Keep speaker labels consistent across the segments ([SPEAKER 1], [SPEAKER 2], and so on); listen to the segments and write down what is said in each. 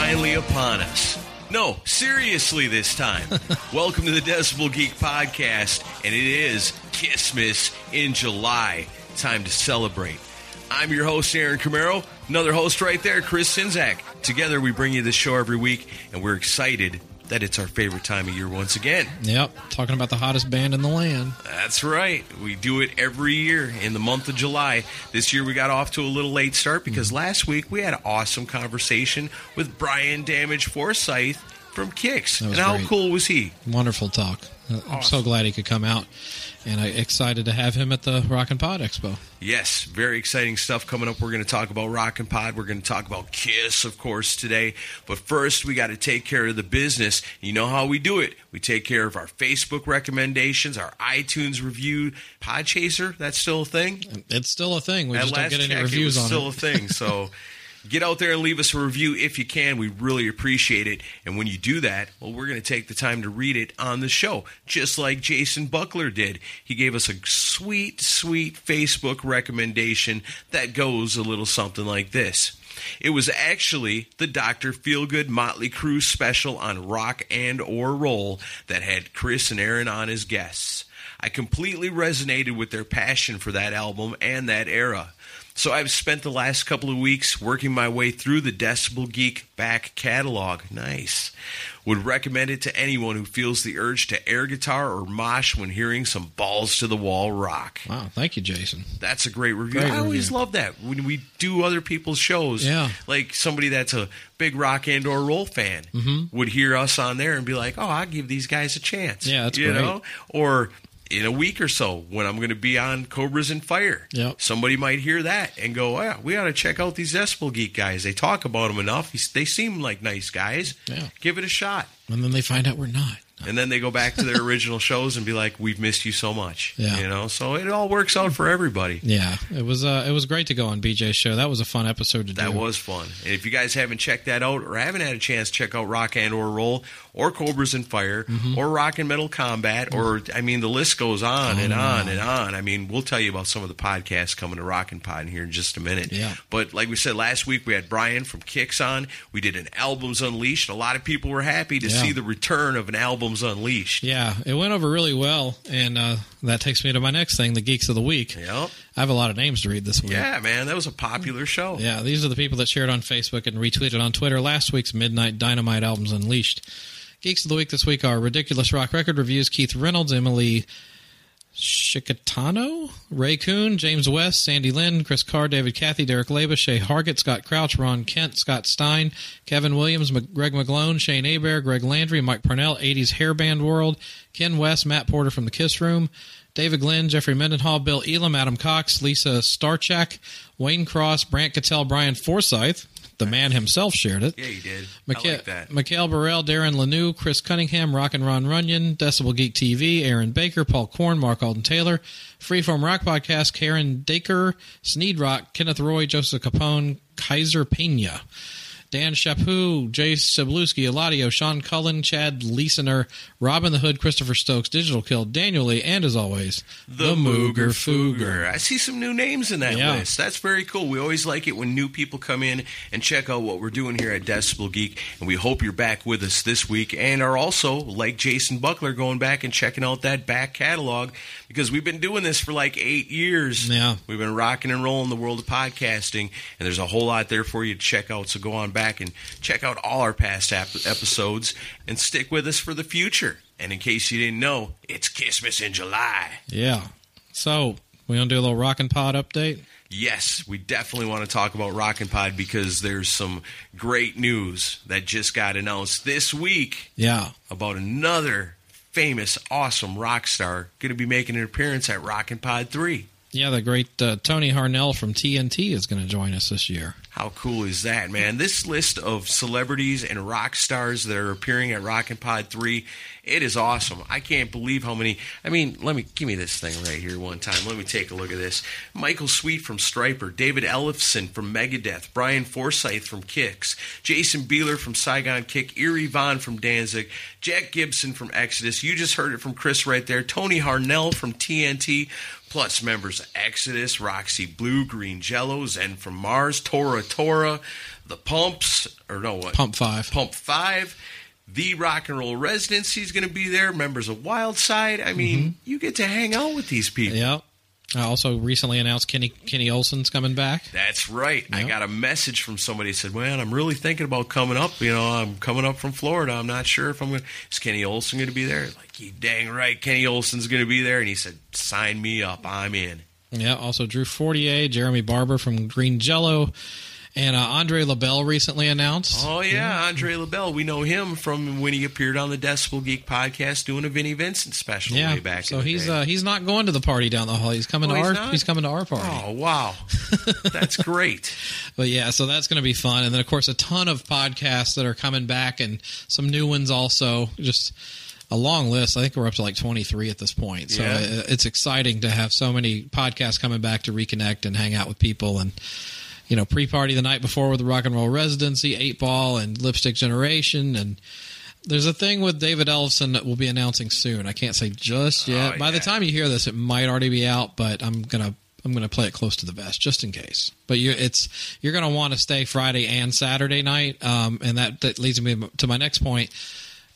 [SPEAKER 1] upon us. No, seriously this time. Welcome to the Decibel Geek Podcast, and it is Christmas in July. Time to celebrate. I'm your host, Aaron Camero. Another host right there, Chris Sinzak. Together, we bring you this show every week, and we're excited that it's our favorite time of year once again.
[SPEAKER 2] Yep, talking about the hottest band in the land.
[SPEAKER 1] That's right. We do it every year in the month of July. This year we got off to a little late start because
[SPEAKER 2] Mm-hmm.
[SPEAKER 1] last week we had an awesome conversation with Brian Damage Forsyth from Kicks.
[SPEAKER 2] That
[SPEAKER 1] And
[SPEAKER 2] was
[SPEAKER 1] how
[SPEAKER 2] great.
[SPEAKER 1] cool was he?
[SPEAKER 2] Wonderful talk. Uh, I'm so glad he could come out, and I'm excited to have him at the Rock and Pod Expo.
[SPEAKER 1] Yes, very exciting stuff coming up. We're going to talk about Rock and Pod. We're going to talk about Kiss, of course, today. But first, we got to take care of the business. You know how we do it. We take care of our Facebook recommendations, our iTunes review, Podchaser. That's still a thing.
[SPEAKER 2] It's still a thing. We
[SPEAKER 1] At
[SPEAKER 2] just don't
[SPEAKER 1] last
[SPEAKER 2] get any
[SPEAKER 1] check,
[SPEAKER 2] reviews
[SPEAKER 1] it was
[SPEAKER 2] on
[SPEAKER 1] still
[SPEAKER 2] it.
[SPEAKER 1] a thing. So get out there and leave us a review if you can. We really appreciate it. And when you do that, well, we're going to take the time to read it on the show, just like Jason Buckler did. He gave us a sweet, sweet Facebook recommendation that goes a little something like this. It was actually the Dr. Feelgood Motley Crue special on Rock and or Roll that had Chris and Aaron on as guests. I completely resonated with their passion for that album and that era. So I've spent the last couple of weeks working my way through the Decibel Geek back catalog. Nice. Would recommend it to anyone who feels the urge to air guitar or mosh when hearing some balls to the wall rock.
[SPEAKER 2] Wow, thank you, Jason.
[SPEAKER 1] That's a great review.
[SPEAKER 2] Great
[SPEAKER 1] I always
[SPEAKER 2] review.
[SPEAKER 1] love that when we do other people's shows.
[SPEAKER 2] Yeah.
[SPEAKER 1] Like somebody that's a big rock and or roll fan
[SPEAKER 2] Mm-hmm.
[SPEAKER 1] would hear us on there and be like, "Oh, I'll give these guys a chance."
[SPEAKER 2] Yeah, that's
[SPEAKER 1] you
[SPEAKER 2] great.
[SPEAKER 1] know. Or in a week or so, when I'm going to be on Cobras and Fire,
[SPEAKER 2] Yep.
[SPEAKER 1] somebody might hear that and go, "Oh, "Yeah, we ought to check out these Zespel Geek guys. They talk about them enough. They seem like nice guys.
[SPEAKER 2] Yeah.
[SPEAKER 1] Give it a shot."
[SPEAKER 2] And then they find out we're not.
[SPEAKER 1] and then they go back to their original shows and be like, "We've missed you so much."
[SPEAKER 2] Yeah.
[SPEAKER 1] You know, so it all works out for everybody.
[SPEAKER 2] Yeah, it was uh, it was great to go on BJ's show. That was a fun episode to
[SPEAKER 1] That
[SPEAKER 2] do.
[SPEAKER 1] was fun. And if you guys haven't checked that out or haven't had a chance to check out Rock and or Roll or Cobras and Fire
[SPEAKER 2] Mm-hmm.
[SPEAKER 1] or Rock and Metal Combat or I mean the list goes
[SPEAKER 2] Oh,
[SPEAKER 1] on and on and on. I mean, we'll tell you about some of the podcasts coming to Rock and Pod here in just a minute.
[SPEAKER 2] Yeah.
[SPEAKER 1] But like we said last week, we had Brian from Kicks on. We did an Albums Unleashed. A lot of people were happy to
[SPEAKER 2] Yeah.
[SPEAKER 1] see the return of an Albums Unleashed.
[SPEAKER 2] Yeah, it went over really well, and uh, that takes me to my next thing: the Geeks of the Week.
[SPEAKER 1] Yep.
[SPEAKER 2] I have a lot of names to read this week.
[SPEAKER 1] Yeah, man, that was a popular show.
[SPEAKER 2] Yeah, these are the people that shared on Facebook and retweeted on Twitter last week's Midnight Dynamite albums unleashed. Geeks of the week this week are Ridiculous Rock Record Reviews, Keith Reynolds, Emily Shikatano, Ray Kuhn, James West, Sandy Lynn, Chris Carr, David Cathy, Derek Leba, Shay Hargett, Scott Crouch, Ron Kent, Scott Stein, Kevin Williams, Mc- Greg McGlone, Shane Abair, Greg Landry, Mike Parnell, 80s Hairband World, Ken West, Matt Porter from the Kiss Room, David Glenn, Jeffrey Mendenhall, Bill Elam, Adam Cox, Lisa Starchak, Wayne Cross, Brant Cattell, Brian Forsyth. The man himself shared it.
[SPEAKER 1] Yeah, you did. I
[SPEAKER 2] Micha-
[SPEAKER 1] like that.
[SPEAKER 2] Mikhail Burrell, Darren Lanou, Chris Cunningham, Rockin' Ron Runyon, Decibel Geek TV, Aaron Baker, Paul Korn, Mark Alden Taylor, Freeform Rock Podcast, Karen Daker, Sneed Rock, Kenneth Roy, Joseph Capone, Kaiser Pena. Dan Shapu, Jay Sibluski, Eladio, Sean Cullen, Chad Leesener, Robin the Hood, Christopher Stokes, Digital Kill, Daniel Lee, and as always,
[SPEAKER 1] the Mooger Fooger. I see some new names in that
[SPEAKER 2] Yeah.
[SPEAKER 1] list. That's very cool. We always like it when new people come in and check out what we're doing here at Decibel Geek. And we hope you're back with us this week and are also, like Jason Buckler, going back and checking out that back catalog because we've been doing this for like eight years.
[SPEAKER 2] Yeah.
[SPEAKER 1] We've been rocking and rolling the world of podcasting, and there's a whole lot there for you to check out. So go on back and check out all our past ap- episodes and stick with us for the future. And in case you didn't know, it's Christmas in July.
[SPEAKER 2] Yeah. So, we going to do a little Rockin' Pod update?
[SPEAKER 1] Yes, we definitely want to talk about Rockin' Pod because there's some great news that just got announced this week
[SPEAKER 2] Yeah.
[SPEAKER 1] about another famous, awesome rock star going to be making an appearance at Rockin' Pod 3.
[SPEAKER 2] Yeah, the great uh, Tony Harnell from TNT is going to join us this year.
[SPEAKER 1] How cool is that, man? This list of celebrities and rock stars that are appearing at Rockin' Pod 3, it is awesome. I can't believe how many. I mean, let me give me this thing right here one time. Let me take a look at this. Michael Sweet from Striper, David Ellefson from Megadeth, Brian Forsyth from Kicks, Jason Beeler from Saigon Kick, Erie Vaughn from Danzig, Jack Gibson from Exodus. You just heard it from Chris right there. Tony Harnell from TNT. Plus, members of Exodus, Roxy Blue, Green Jello, Zen from Mars, Tora Tora, The Pumps, or no, what?
[SPEAKER 2] Pump five.
[SPEAKER 1] Pump Five, the Rock and Roll Residency is going to be there. Members of Wild Side. I mean,
[SPEAKER 2] Mm-hmm.
[SPEAKER 1] you get to hang out with these people.
[SPEAKER 2] Yep. I also recently announced Kenny Kenny Olson's coming back.
[SPEAKER 1] That's right. I
[SPEAKER 2] Yeah.
[SPEAKER 1] got a message from somebody that said, "Man, I'm really thinking about coming up. You know, I'm coming up from Florida. I'm not sure if I'm going. to Is Kenny Olson going to be there? Like, you dang right, Kenny Olson's going to be there." And he said, "Sign me up. I'm in."
[SPEAKER 2] Yeah, also Drew Fortier, Jeremy Barber from Green Jello, and uh, Andre LaBelle recently announced.
[SPEAKER 1] Oh yeah, Andre LaBelle. We know him from when he appeared on the Decibel Geek podcast doing a Vinnie Vincent special
[SPEAKER 2] yeah,
[SPEAKER 1] way back.
[SPEAKER 2] so
[SPEAKER 1] in the
[SPEAKER 2] he's
[SPEAKER 1] day.
[SPEAKER 2] uh, he's not going to the party down the hall. He's coming
[SPEAKER 1] Oh,
[SPEAKER 2] to
[SPEAKER 1] he's
[SPEAKER 2] our
[SPEAKER 1] not?
[SPEAKER 2] he's coming to our party.
[SPEAKER 1] Oh wow, that's great.
[SPEAKER 2] But yeah, so that's going to be fun. And then of course a ton of podcasts that are coming back and some new ones also. Just a long list. I think we're up to like 23 at this point. So
[SPEAKER 1] Yeah.
[SPEAKER 2] uh, it's exciting to have so many podcasts coming back to reconnect and hang out with people and you know, pre-party the night before with the Rock and Roll Residency, Eight Ball, and Lipstick Generation, and there's a thing with David Ellison that we'll be announcing soon. I can't say just yet.
[SPEAKER 1] Oh,
[SPEAKER 2] By the
[SPEAKER 1] yeah.
[SPEAKER 2] time you hear this, it might already be out, but I'm gonna I'm gonna play it close to the vest just in case. But you, it's you're gonna want to stay Friday and Saturday night, um, and that that leads me to my next point.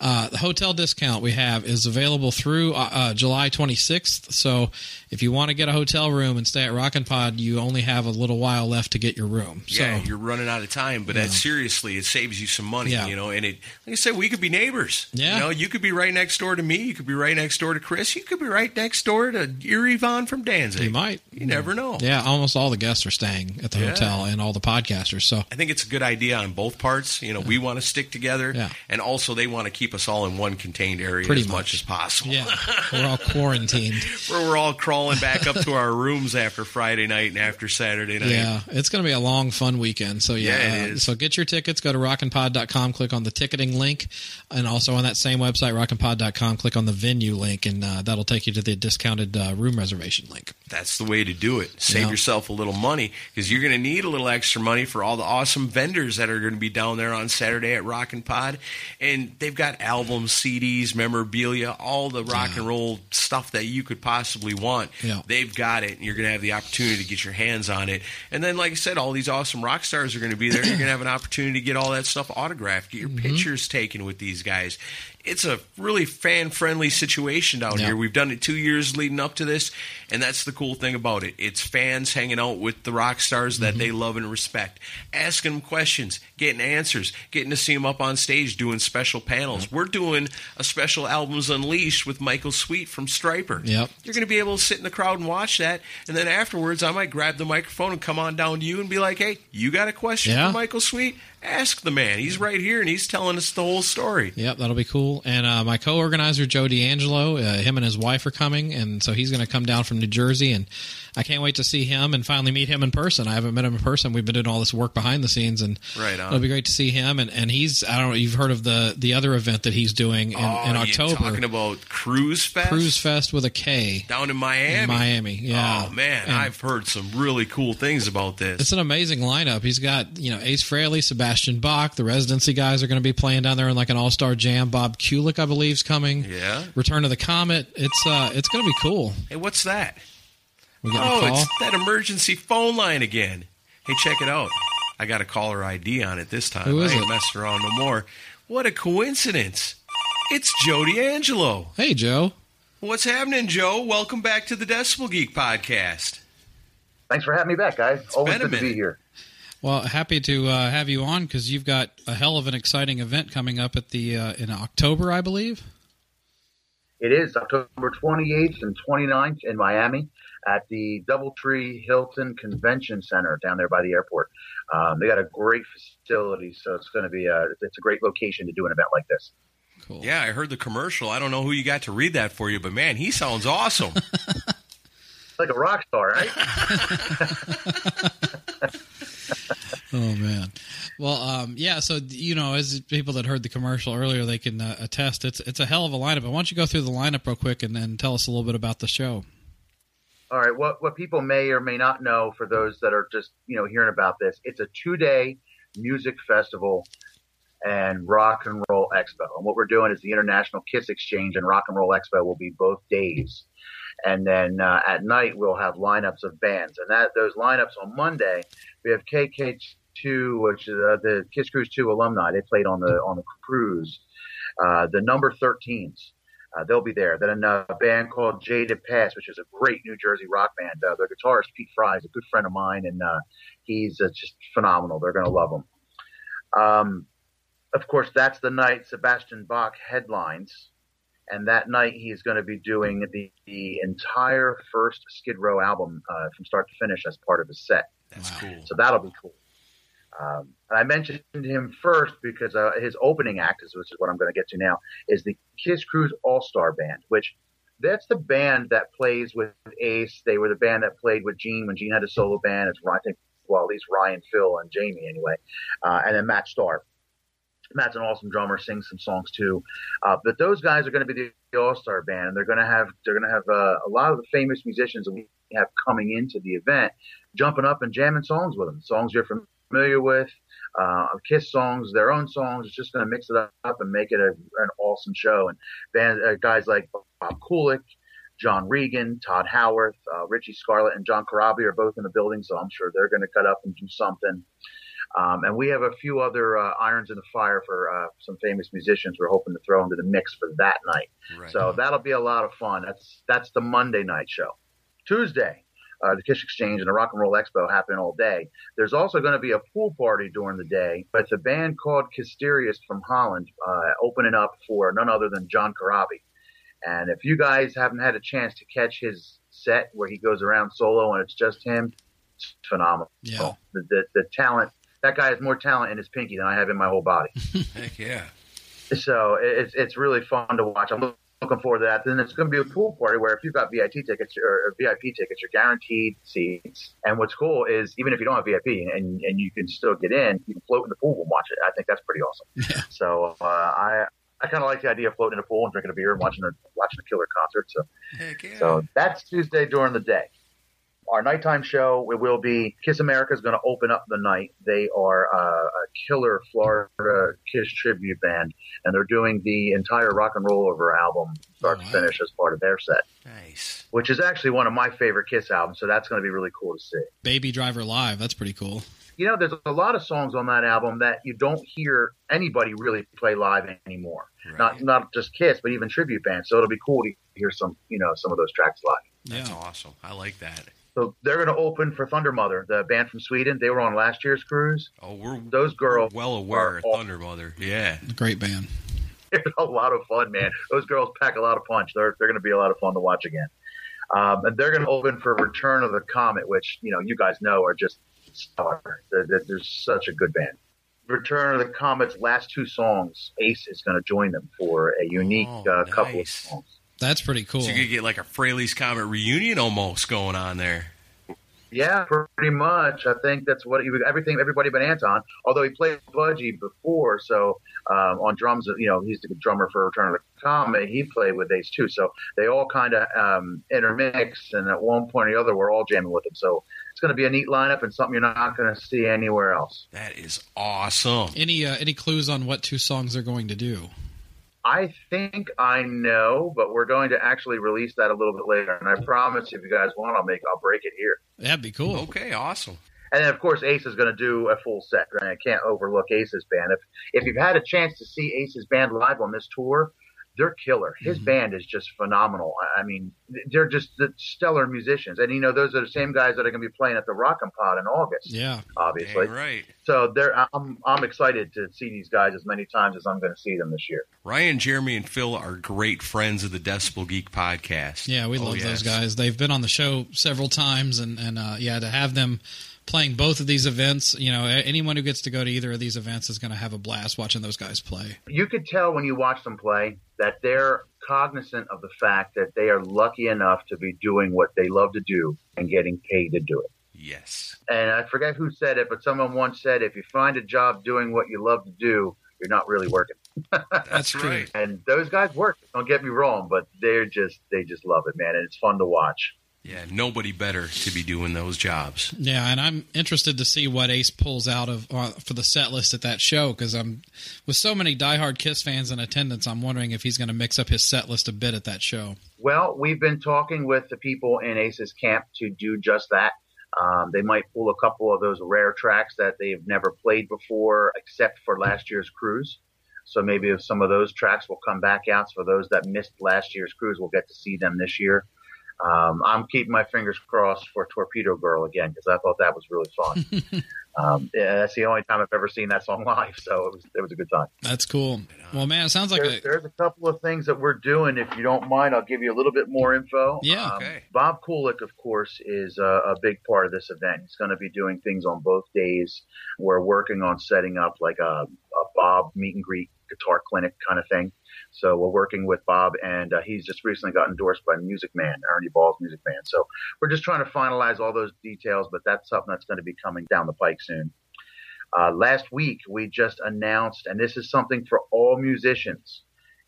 [SPEAKER 2] Uh, the hotel discount we have is available through uh, uh, July 26th. So if you want to get a hotel room and stay at Rockin' Pod, you only have a little while left to get your room.
[SPEAKER 1] Yeah,
[SPEAKER 2] so
[SPEAKER 1] you're running out of time, but that seriously, it saves you some money,
[SPEAKER 2] Yeah.
[SPEAKER 1] you know. And it, like I said, we could be neighbors.
[SPEAKER 2] Yeah.
[SPEAKER 1] you know, you could be right next door to me. You could be right next door to Chris. You could be right next door to Erie Von from Danzig.
[SPEAKER 2] You might.
[SPEAKER 1] You never know.
[SPEAKER 2] Yeah, almost all the guests are staying at the
[SPEAKER 1] Yeah.
[SPEAKER 2] hotel and all the podcasters. So
[SPEAKER 1] I think it's a good idea on both parts. You know, we want to stick together,
[SPEAKER 2] Yeah.
[SPEAKER 1] and also they want to keep us all in one contained area
[SPEAKER 2] Pretty
[SPEAKER 1] as much.
[SPEAKER 2] much.
[SPEAKER 1] as possible.
[SPEAKER 2] yeah, we're all quarantined.
[SPEAKER 1] Where we're all crawling back up to our rooms after Friday night and after Saturday night.
[SPEAKER 2] Yeah, it's going to be a long, fun weekend. So yeah,
[SPEAKER 1] Yeah, it
[SPEAKER 2] uh,
[SPEAKER 1] is.
[SPEAKER 2] so get your tickets. Go to rockandpod.com, click on the ticketing link, and also on that same website, rockandpod.com, click on the venue link, and uh, that'll take you to the discounted uh, room reservation link.
[SPEAKER 1] That's the way to do it. Save
[SPEAKER 2] Yeah.
[SPEAKER 1] yourself a little money because you're going to need a little extra money for all the awesome vendors that are going to be down there on Saturday at Rock and Pod, and they've got albums, CDs, memorabilia, all the rock and roll stuff that you could possibly want.
[SPEAKER 2] Yeah.
[SPEAKER 1] They've got it, and you're going to have the opportunity to get your hands on it. And then, like I said, all these awesome rock stars are going to be there. You're going to have an opportunity to get all that stuff autographed, get your pictures taken with these guys. It's a really fan friendly situation down
[SPEAKER 2] Yeah.
[SPEAKER 1] here. We've done it two years leading up to this, and that's the cool thing about it. It's fans hanging out with the rock stars that they love and respect, asking them questions, getting answers, getting to see them up on stage doing special panels. We're doing a special Albums Unleashed with Michael Sweet from Striper.
[SPEAKER 2] Yep.
[SPEAKER 1] You're going to be able to sit in the crowd and watch that. And then afterwards, I might grab the microphone and come on down to you and be like, hey, you got a question
[SPEAKER 2] Yeah.
[SPEAKER 1] for Michael Sweet? Ask the man. He's right here and he's telling us the whole story.
[SPEAKER 2] Yep, that'll be cool. And uh, my co-organizer Joe D'Angelo, uh, him and his wife are coming, and so he's going to come down from New Jersey, and I can't wait to see him and finally meet him in person. I haven't met him in person. We've been doing all this work behind the scenes, and
[SPEAKER 1] Right on.
[SPEAKER 2] it'll be great to see him. And, and he's I don't know you've heard of the the other event that he's doing in,
[SPEAKER 1] Oh,
[SPEAKER 2] in
[SPEAKER 1] you're
[SPEAKER 2] October,
[SPEAKER 1] talking about Cruise Fest?
[SPEAKER 2] Cruise Fest with a K
[SPEAKER 1] Down in Miami.
[SPEAKER 2] in Miami. Yeah,
[SPEAKER 1] Oh, man.
[SPEAKER 2] And-
[SPEAKER 1] I've heard some really cool things about this.
[SPEAKER 2] it's an amazing lineup. He's got you know Ace Frehley, Sebastian Bach, the residency guys are going to be playing down there in like an all star jam. Bob Kulick, I believe, is coming.
[SPEAKER 1] Yeah.
[SPEAKER 2] Return of the Comet. It's uh, it's going to be cool.
[SPEAKER 1] Hey, what's that?
[SPEAKER 2] We got
[SPEAKER 1] Oh,
[SPEAKER 2] a call.
[SPEAKER 1] it's that emergency phone line again. Hey, check it out. I got a caller ID on it this time.
[SPEAKER 2] Who is
[SPEAKER 1] I ain't
[SPEAKER 2] it?
[SPEAKER 1] messing around no more. What a coincidence. It's Jody Angelo.
[SPEAKER 2] Hey Joe.
[SPEAKER 1] What's happening, Joe? Welcome back to the Decibel Geek podcast.
[SPEAKER 3] Thanks for having me back, guys. Always
[SPEAKER 1] been a
[SPEAKER 3] good to be
[SPEAKER 1] minute.
[SPEAKER 3] here.
[SPEAKER 2] Well, happy to uh, have you on because you've got a hell of an exciting event coming up at the uh, in October, I believe.
[SPEAKER 3] It is October 28th and 29th in Miami at the Doubletree Hilton Convention Center down there by the airport. Um, they got a great facility, so it's going to be a it's a great location to do an event like this.
[SPEAKER 2] Cool.
[SPEAKER 1] Yeah, I heard the commercial. I don't know who you got to read that for you, but man, he sounds awesome.
[SPEAKER 3] It's like a rock star, right?
[SPEAKER 2] Oh man. Well, um, yeah. So you know, as people that heard the commercial earlier, they can uh, attest it's it's a hell of a lineup. But why don't you go through the lineup real quick and then tell us a little bit about the show?
[SPEAKER 3] All right. What what people may or may not know for those that are just you know hearing about this, it's a two day music festival and rock and roll expo. And what we're doing is the International Kiss Exchange and Rock and Roll Expo will be both days. And then uh, at night we'll have lineups of bands, and that those lineups on Monday we have KK2, which is uh, the Kiss Cruise 2 alumni. They played on the on the cruise. Uh, the number 13s. Uh, they'll be there. Then a band called Jaded Past, which is a great New Jersey rock band. Uh, their guitarist Pete Fry is a good friend of mine, and uh, he's uh, just phenomenal. They're going to love him. Um, of course, that's the night Sebastian Bach headlines, and that night he is going to be doing the, the entire first Skid Row album uh, from start to finish as part of his set.
[SPEAKER 1] That's cool.
[SPEAKER 3] So that'll be cool. Um, and I mentioned him first because uh, his opening act, is, which is what I'm going to get to now, is the Kiss Cruise All Star Band, which that's the band that plays with Ace. They were the band that played with Gene when Gene had a solo band. It's I think well at least Ryan, Phil, and Jamie anyway, uh, and then Matt Starr. Matt's an awesome drummer, sings some songs too. Uh, but those guys are going to be the, the All Star Band, and they're going to have they're going to have uh, a lot of the famous musicians that we have coming into the event, jumping up and jamming songs with them, songs you're familiar with, uh, Kiss songs, their own songs. It's just going to mix it up and make it a, an awesome show. And band, uh, guys like Bob Kulick, John Regan, Todd Howarth, uh, Richie Scarlett, and John Corabi are both in the building, so I'm sure they're going to cut up and do something. Um, and we have a few other uh, irons in the fire for uh, some famous musicians. We're hoping to throw into the mix for that night.
[SPEAKER 1] Right.
[SPEAKER 3] So that'll be a lot of fun. That's that's the Monday night show. Tuesday, uh, the Kiss Exchange and the Rock and Roll Expo happen all day. There's also going to be a pool party during the day, but it's a band called Kisterius from Holland uh, opening up for none other than John Corabi. And if you guys haven't had a chance to catch his set where he goes around solo and it's just him, it's phenomenal.
[SPEAKER 4] Yeah.
[SPEAKER 3] The, the, the talent, that guy has more talent in his pinky than I have in my whole body.
[SPEAKER 1] Heck yeah.
[SPEAKER 3] So it- it's it's really fun to watch. I'm looking forward to that. Then it's going to be a pool party where if you've got VIP tickets or VIP tickets, you're guaranteed seats. And what's cool is even if you don't have VIP and and you can still get in, you can float in the pool and watch it. I think that's pretty awesome.
[SPEAKER 4] Yeah.
[SPEAKER 3] So uh, I I kind of like the idea of floating in a pool and drinking a beer and watching a watching a killer concert. So
[SPEAKER 1] Heck yeah.
[SPEAKER 3] so that's Tuesday during the day. Our nighttime show it will be Kiss America is going to open up the night. They are uh, a killer Florida Kiss tribute band, and they're doing the entire Rock and Roll Over album start
[SPEAKER 4] Wow.
[SPEAKER 3] to finish as part of their set,
[SPEAKER 1] nice.
[SPEAKER 3] which is actually one of my favorite Kiss albums. So that's going to be really cool to see.
[SPEAKER 4] Baby Driver Live. That's pretty cool.
[SPEAKER 3] You know, there's a lot of songs on that album that you don't hear anybody really play live anymore.
[SPEAKER 1] Right.
[SPEAKER 3] Not not just Kiss, but even tribute bands. So it'll be cool to hear some you know some of those tracks live.
[SPEAKER 1] That's
[SPEAKER 4] yeah.
[SPEAKER 1] awesome. I like that.
[SPEAKER 3] So they're going to open for Thunder Mother, the band from Sweden. They were on last year's cruise.
[SPEAKER 1] Oh, we're
[SPEAKER 3] Those girls
[SPEAKER 1] well aware of
[SPEAKER 3] are all-
[SPEAKER 1] Thunder Mother. Yeah.
[SPEAKER 4] Great band.
[SPEAKER 3] they're a lot of fun, man. Those girls pack a lot of punch. They're they're going to be a lot of fun to watch again. Um, and they're going to open for Return of the Comet, which you know you guys know are just stellar. They're, they're, they're such a good band. Return of the Comet's last two songs, Ace is going to join them for a unique
[SPEAKER 1] Oh,
[SPEAKER 3] uh, couple of
[SPEAKER 1] nice.
[SPEAKER 3] songs.
[SPEAKER 4] That's pretty cool.
[SPEAKER 1] So you could get like a Fraley's Comet reunion almost going on there.
[SPEAKER 3] Yeah, pretty much. I think that's what he, everything everybody but Anton. Although he played Budgie before, so um, on drums, you know, he's the drummer for Return of the Comet. He played with Ace too, so they all kind of um, intermix, and at one point or the other, we're all jamming with him. So it's going to be a neat lineup and something you're not going to see anywhere else.
[SPEAKER 1] That is awesome.
[SPEAKER 4] any uh, any clues on what two songs they're going to do?
[SPEAKER 3] I think I know, but we're going to actually release that a little bit later. And I promise, if you guys want, I'll make I'll break it here.
[SPEAKER 4] That'd be cool.
[SPEAKER 1] Okay, awesome.
[SPEAKER 3] And then, of course, Ace is going to do a full set. Right? I can't overlook Ace's band. If if you've had a chance to see Ace's band live on this tour, they're killer. His
[SPEAKER 4] Mm-hmm.
[SPEAKER 3] band is just phenomenal. I- I mean, they're just the stellar musicians. And you know, those are the same guys that are going to be playing at the Rockin' Pod in August,
[SPEAKER 4] Yeah,
[SPEAKER 1] Dang
[SPEAKER 3] obviously.
[SPEAKER 1] right.
[SPEAKER 3] So they're I- I'm I'm excited to see these guys as many times as I'm going to see them this year.
[SPEAKER 1] Ryan, Jeremy, and Phil are great friends of the Decibel Geek podcast.
[SPEAKER 4] yeah, we
[SPEAKER 1] Oh,
[SPEAKER 4] love
[SPEAKER 1] yes.
[SPEAKER 4] those guys. They've been on the show several times, and and uh, yeah, to have them playing both of these events, you know, a- anyone who gets to go to either of these events is going to have a blast watching those guys play.
[SPEAKER 3] you could tell when you watch them play that they're cognizant of the fact that they are lucky enough to be doing what they love to do and getting paid to do it.
[SPEAKER 1] Yes.
[SPEAKER 3] and I forget who said it, but someone once said, if you find a job doing what you love to do, you're not really working.
[SPEAKER 1] That's
[SPEAKER 4] true.
[SPEAKER 1] right.
[SPEAKER 3] And those guys work. Don't get me wrong, but they're just they just love it, man, and it's fun to watch.
[SPEAKER 1] Yeah, nobody better to be doing those jobs.
[SPEAKER 4] Yeah, and I'm interested to see what Ace pulls out of uh, for the set list at that show because I'm with so many diehard Kiss fans in attendance. I'm wondering if he's going to mix up his set list a bit at that show.
[SPEAKER 3] Well, we've been talking with the people in Ace's camp to do just that. Um, they might pull a couple of those rare tracks that they've never played before, except for last year's cruise. So maybe if some of those tracks will come back out. So those that missed last year's cruise will get to see them this year. Um, I'm keeping my fingers crossed for Torpedo Girl again because I thought that was really fun. um, yeah, that's the only time I've ever seen that song live, so it was, it was a good time.
[SPEAKER 4] That's cool. Well, man, it sounds like
[SPEAKER 3] There's,
[SPEAKER 4] a,
[SPEAKER 3] there's a couple of things that we're doing. If you don't mind, I'll give you a little bit more info.
[SPEAKER 4] Yeah,
[SPEAKER 3] Um,
[SPEAKER 1] okay.
[SPEAKER 3] Bob Kulick, of course, is a, a big part of this event. He's going to be doing things on both days. We're working on setting up like a, a Bob meet and greet guitar clinic kind of thing. So we're working with Bob, and uh, he's just recently got endorsed by Music Man, Ernie Ball's Music Man. So we're just trying to finalize all those details, but that's something that's going to be coming down the pike soon. Uh, last week, we just announced, and this is something for all musicians.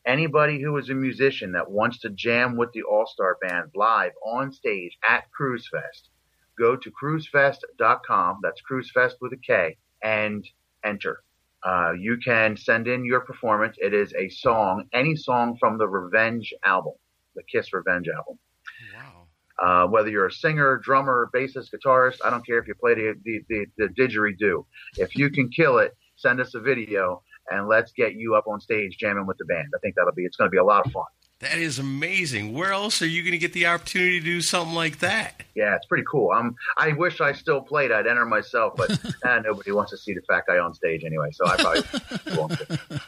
[SPEAKER 3] Anybody who is a musician that wants to jam with the All Star Band live on stage at Cruise Fest, go to cruisefest.com. That's cruisefest with a K, and enter. Uh, you can send in your performance. It is a song, any song from the Revenge album, the Kiss Revenge album.
[SPEAKER 2] Oh,
[SPEAKER 1] Wow.
[SPEAKER 3] Uh, whether you're a singer, drummer, bassist, guitarist, I don't care if you play the, the, the, the didgeridoo. If you can kill it, send us a video and let's get you up on stage jamming with the band. I think that'll be, it's going to be a lot of fun.
[SPEAKER 1] That is amazing. Where else are you going to get the opportunity to do something like that?
[SPEAKER 3] Yeah, it's pretty cool. I'm, I wish I still played. I'd enter myself, but eh, nobody wants to see the fat guy on stage anyway. So I probably won't.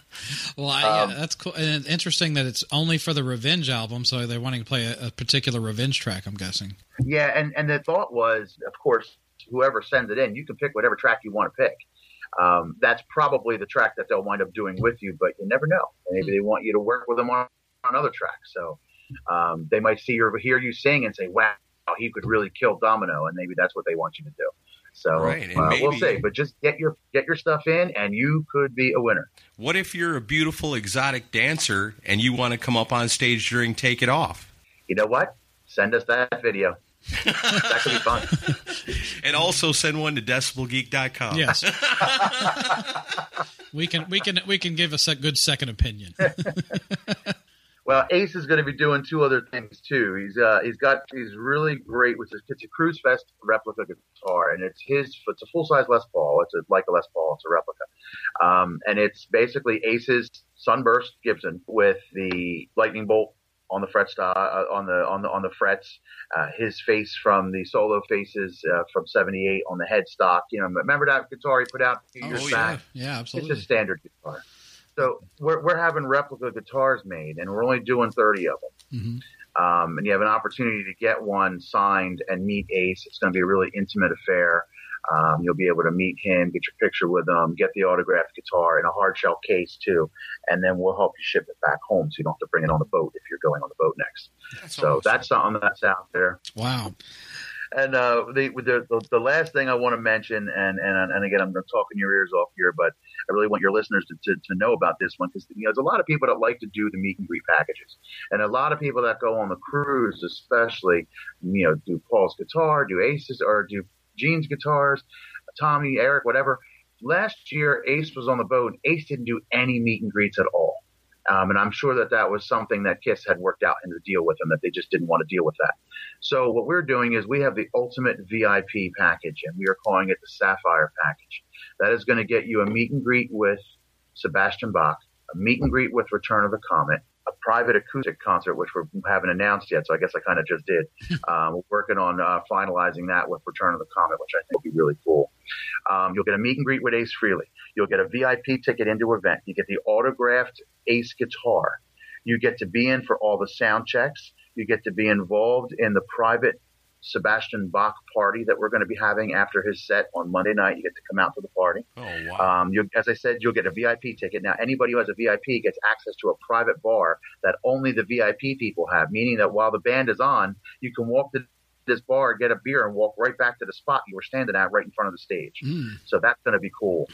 [SPEAKER 4] well, I, yeah, that's cool. And it's interesting that it's only for the Revenge album, so they're wanting to play a, a particular Revenge track. I'm guessing.
[SPEAKER 3] Yeah, and and the thought was, of course, whoever sends it in, you can pick whatever track you want to pick. Um, that's probably the track that they'll wind up doing with you, but you never know.
[SPEAKER 1] Hmm.
[SPEAKER 3] Maybe they want you to work with them on another track, so um, they might see your hear you sing and say, "Wow, he could really kill Domino," and maybe that's what they want you to do. So
[SPEAKER 1] Right, and
[SPEAKER 3] uh, we'll
[SPEAKER 1] maybe-
[SPEAKER 3] see. But just get your get your stuff in, and you could be a winner.
[SPEAKER 1] What if you're a beautiful exotic dancer and you want to come up on stage during Take It Off?
[SPEAKER 3] You know what? Send us that video. that could be fun.
[SPEAKER 1] And also send one to decibelgeek.com.
[SPEAKER 4] Yes. we can we can we can give a sec- good second opinion.
[SPEAKER 3] Well, Ace is going to be doing two other things too. He's uh, he's got he's really great with his it's a Cruise Fest replica guitar, and it's his it's a full size Les Paul. It's a, like a Les Paul. It's a replica, um, and it's basically Ace's Sunburst Gibson with the lightning bolt on the fret style, uh, on the on the on the frets. Uh, his face from the solo faces uh, from '78 on the headstock. You know, remember that guitar he put out a few
[SPEAKER 4] Oh,
[SPEAKER 3] years
[SPEAKER 1] yeah.
[SPEAKER 3] back?
[SPEAKER 4] yeah,
[SPEAKER 3] It's a
[SPEAKER 4] absolutely.
[SPEAKER 3] standard guitar. So we're, we're having replica guitars made, and we're only doing 30 of them.
[SPEAKER 2] Mm-hmm.
[SPEAKER 4] Mhm.
[SPEAKER 3] Um, and you have an opportunity to get one signed and meet Ace. It's going to be a really intimate affair. Um, you'll be able to meet him, get your picture with him, get the autographed guitar in a hard shell case too, and then we'll help you ship it back home so you don't have to bring it on the boat if you're going on the boat next.
[SPEAKER 1] That's
[SPEAKER 3] so
[SPEAKER 1] awesome.
[SPEAKER 3] that's something that's out there.
[SPEAKER 4] Wow.
[SPEAKER 3] And uh, the, the the- the last thing I want to mention, and and and again, I'm going to talk in your ears off here, but I really want your listeners to, to, to know about this one because you know there's a lot of people that like to do the meet and greet packages, and a lot of people that go on the cruise, especially, you know, do Paul's guitar, do Aces, or do Gene's guitars, Tommy, Eric, whatever. Last year, Ace was on the boat. and Ace didn't do any meet and greets at all. Um, and I'm sure that that was something that Kiss had worked out in the deal with them that they just didn't want to deal with that. So what we're doing is we have the ultimate VIP package, and we are calling it the Sapphire package. That is going to get you a meet and greet with Sebastian Bach, a meet and greet with Return of the Comet, a private acoustic concert, which we haven't announced yet, so I guess I kind of just did. um, we're working on uh, finalizing that with Return of the Comet, which I think will be really cool. Um, you'll get a meet and greet with Ace Freely. You'll get a VIP ticket into event. You get the autographed Ace guitar. You get to be in for all the sound checks. You get to be involved in the private Sebastian Bach party that we're going to be having after his set on Monday night. You get to come out to the party.
[SPEAKER 1] oh, wow.
[SPEAKER 2] Uh,
[SPEAKER 3] Um, you, as I said, you'll get a VIP ticket. Now, anybody who has a VIP gets access to a private bar that only the VIP people have, meaning that while the band is on, you can walk to this bar, get a beer, and walk right back to the spot you were standing at right in front of the stage.
[SPEAKER 4] Mm.
[SPEAKER 3] So that's going to be cool.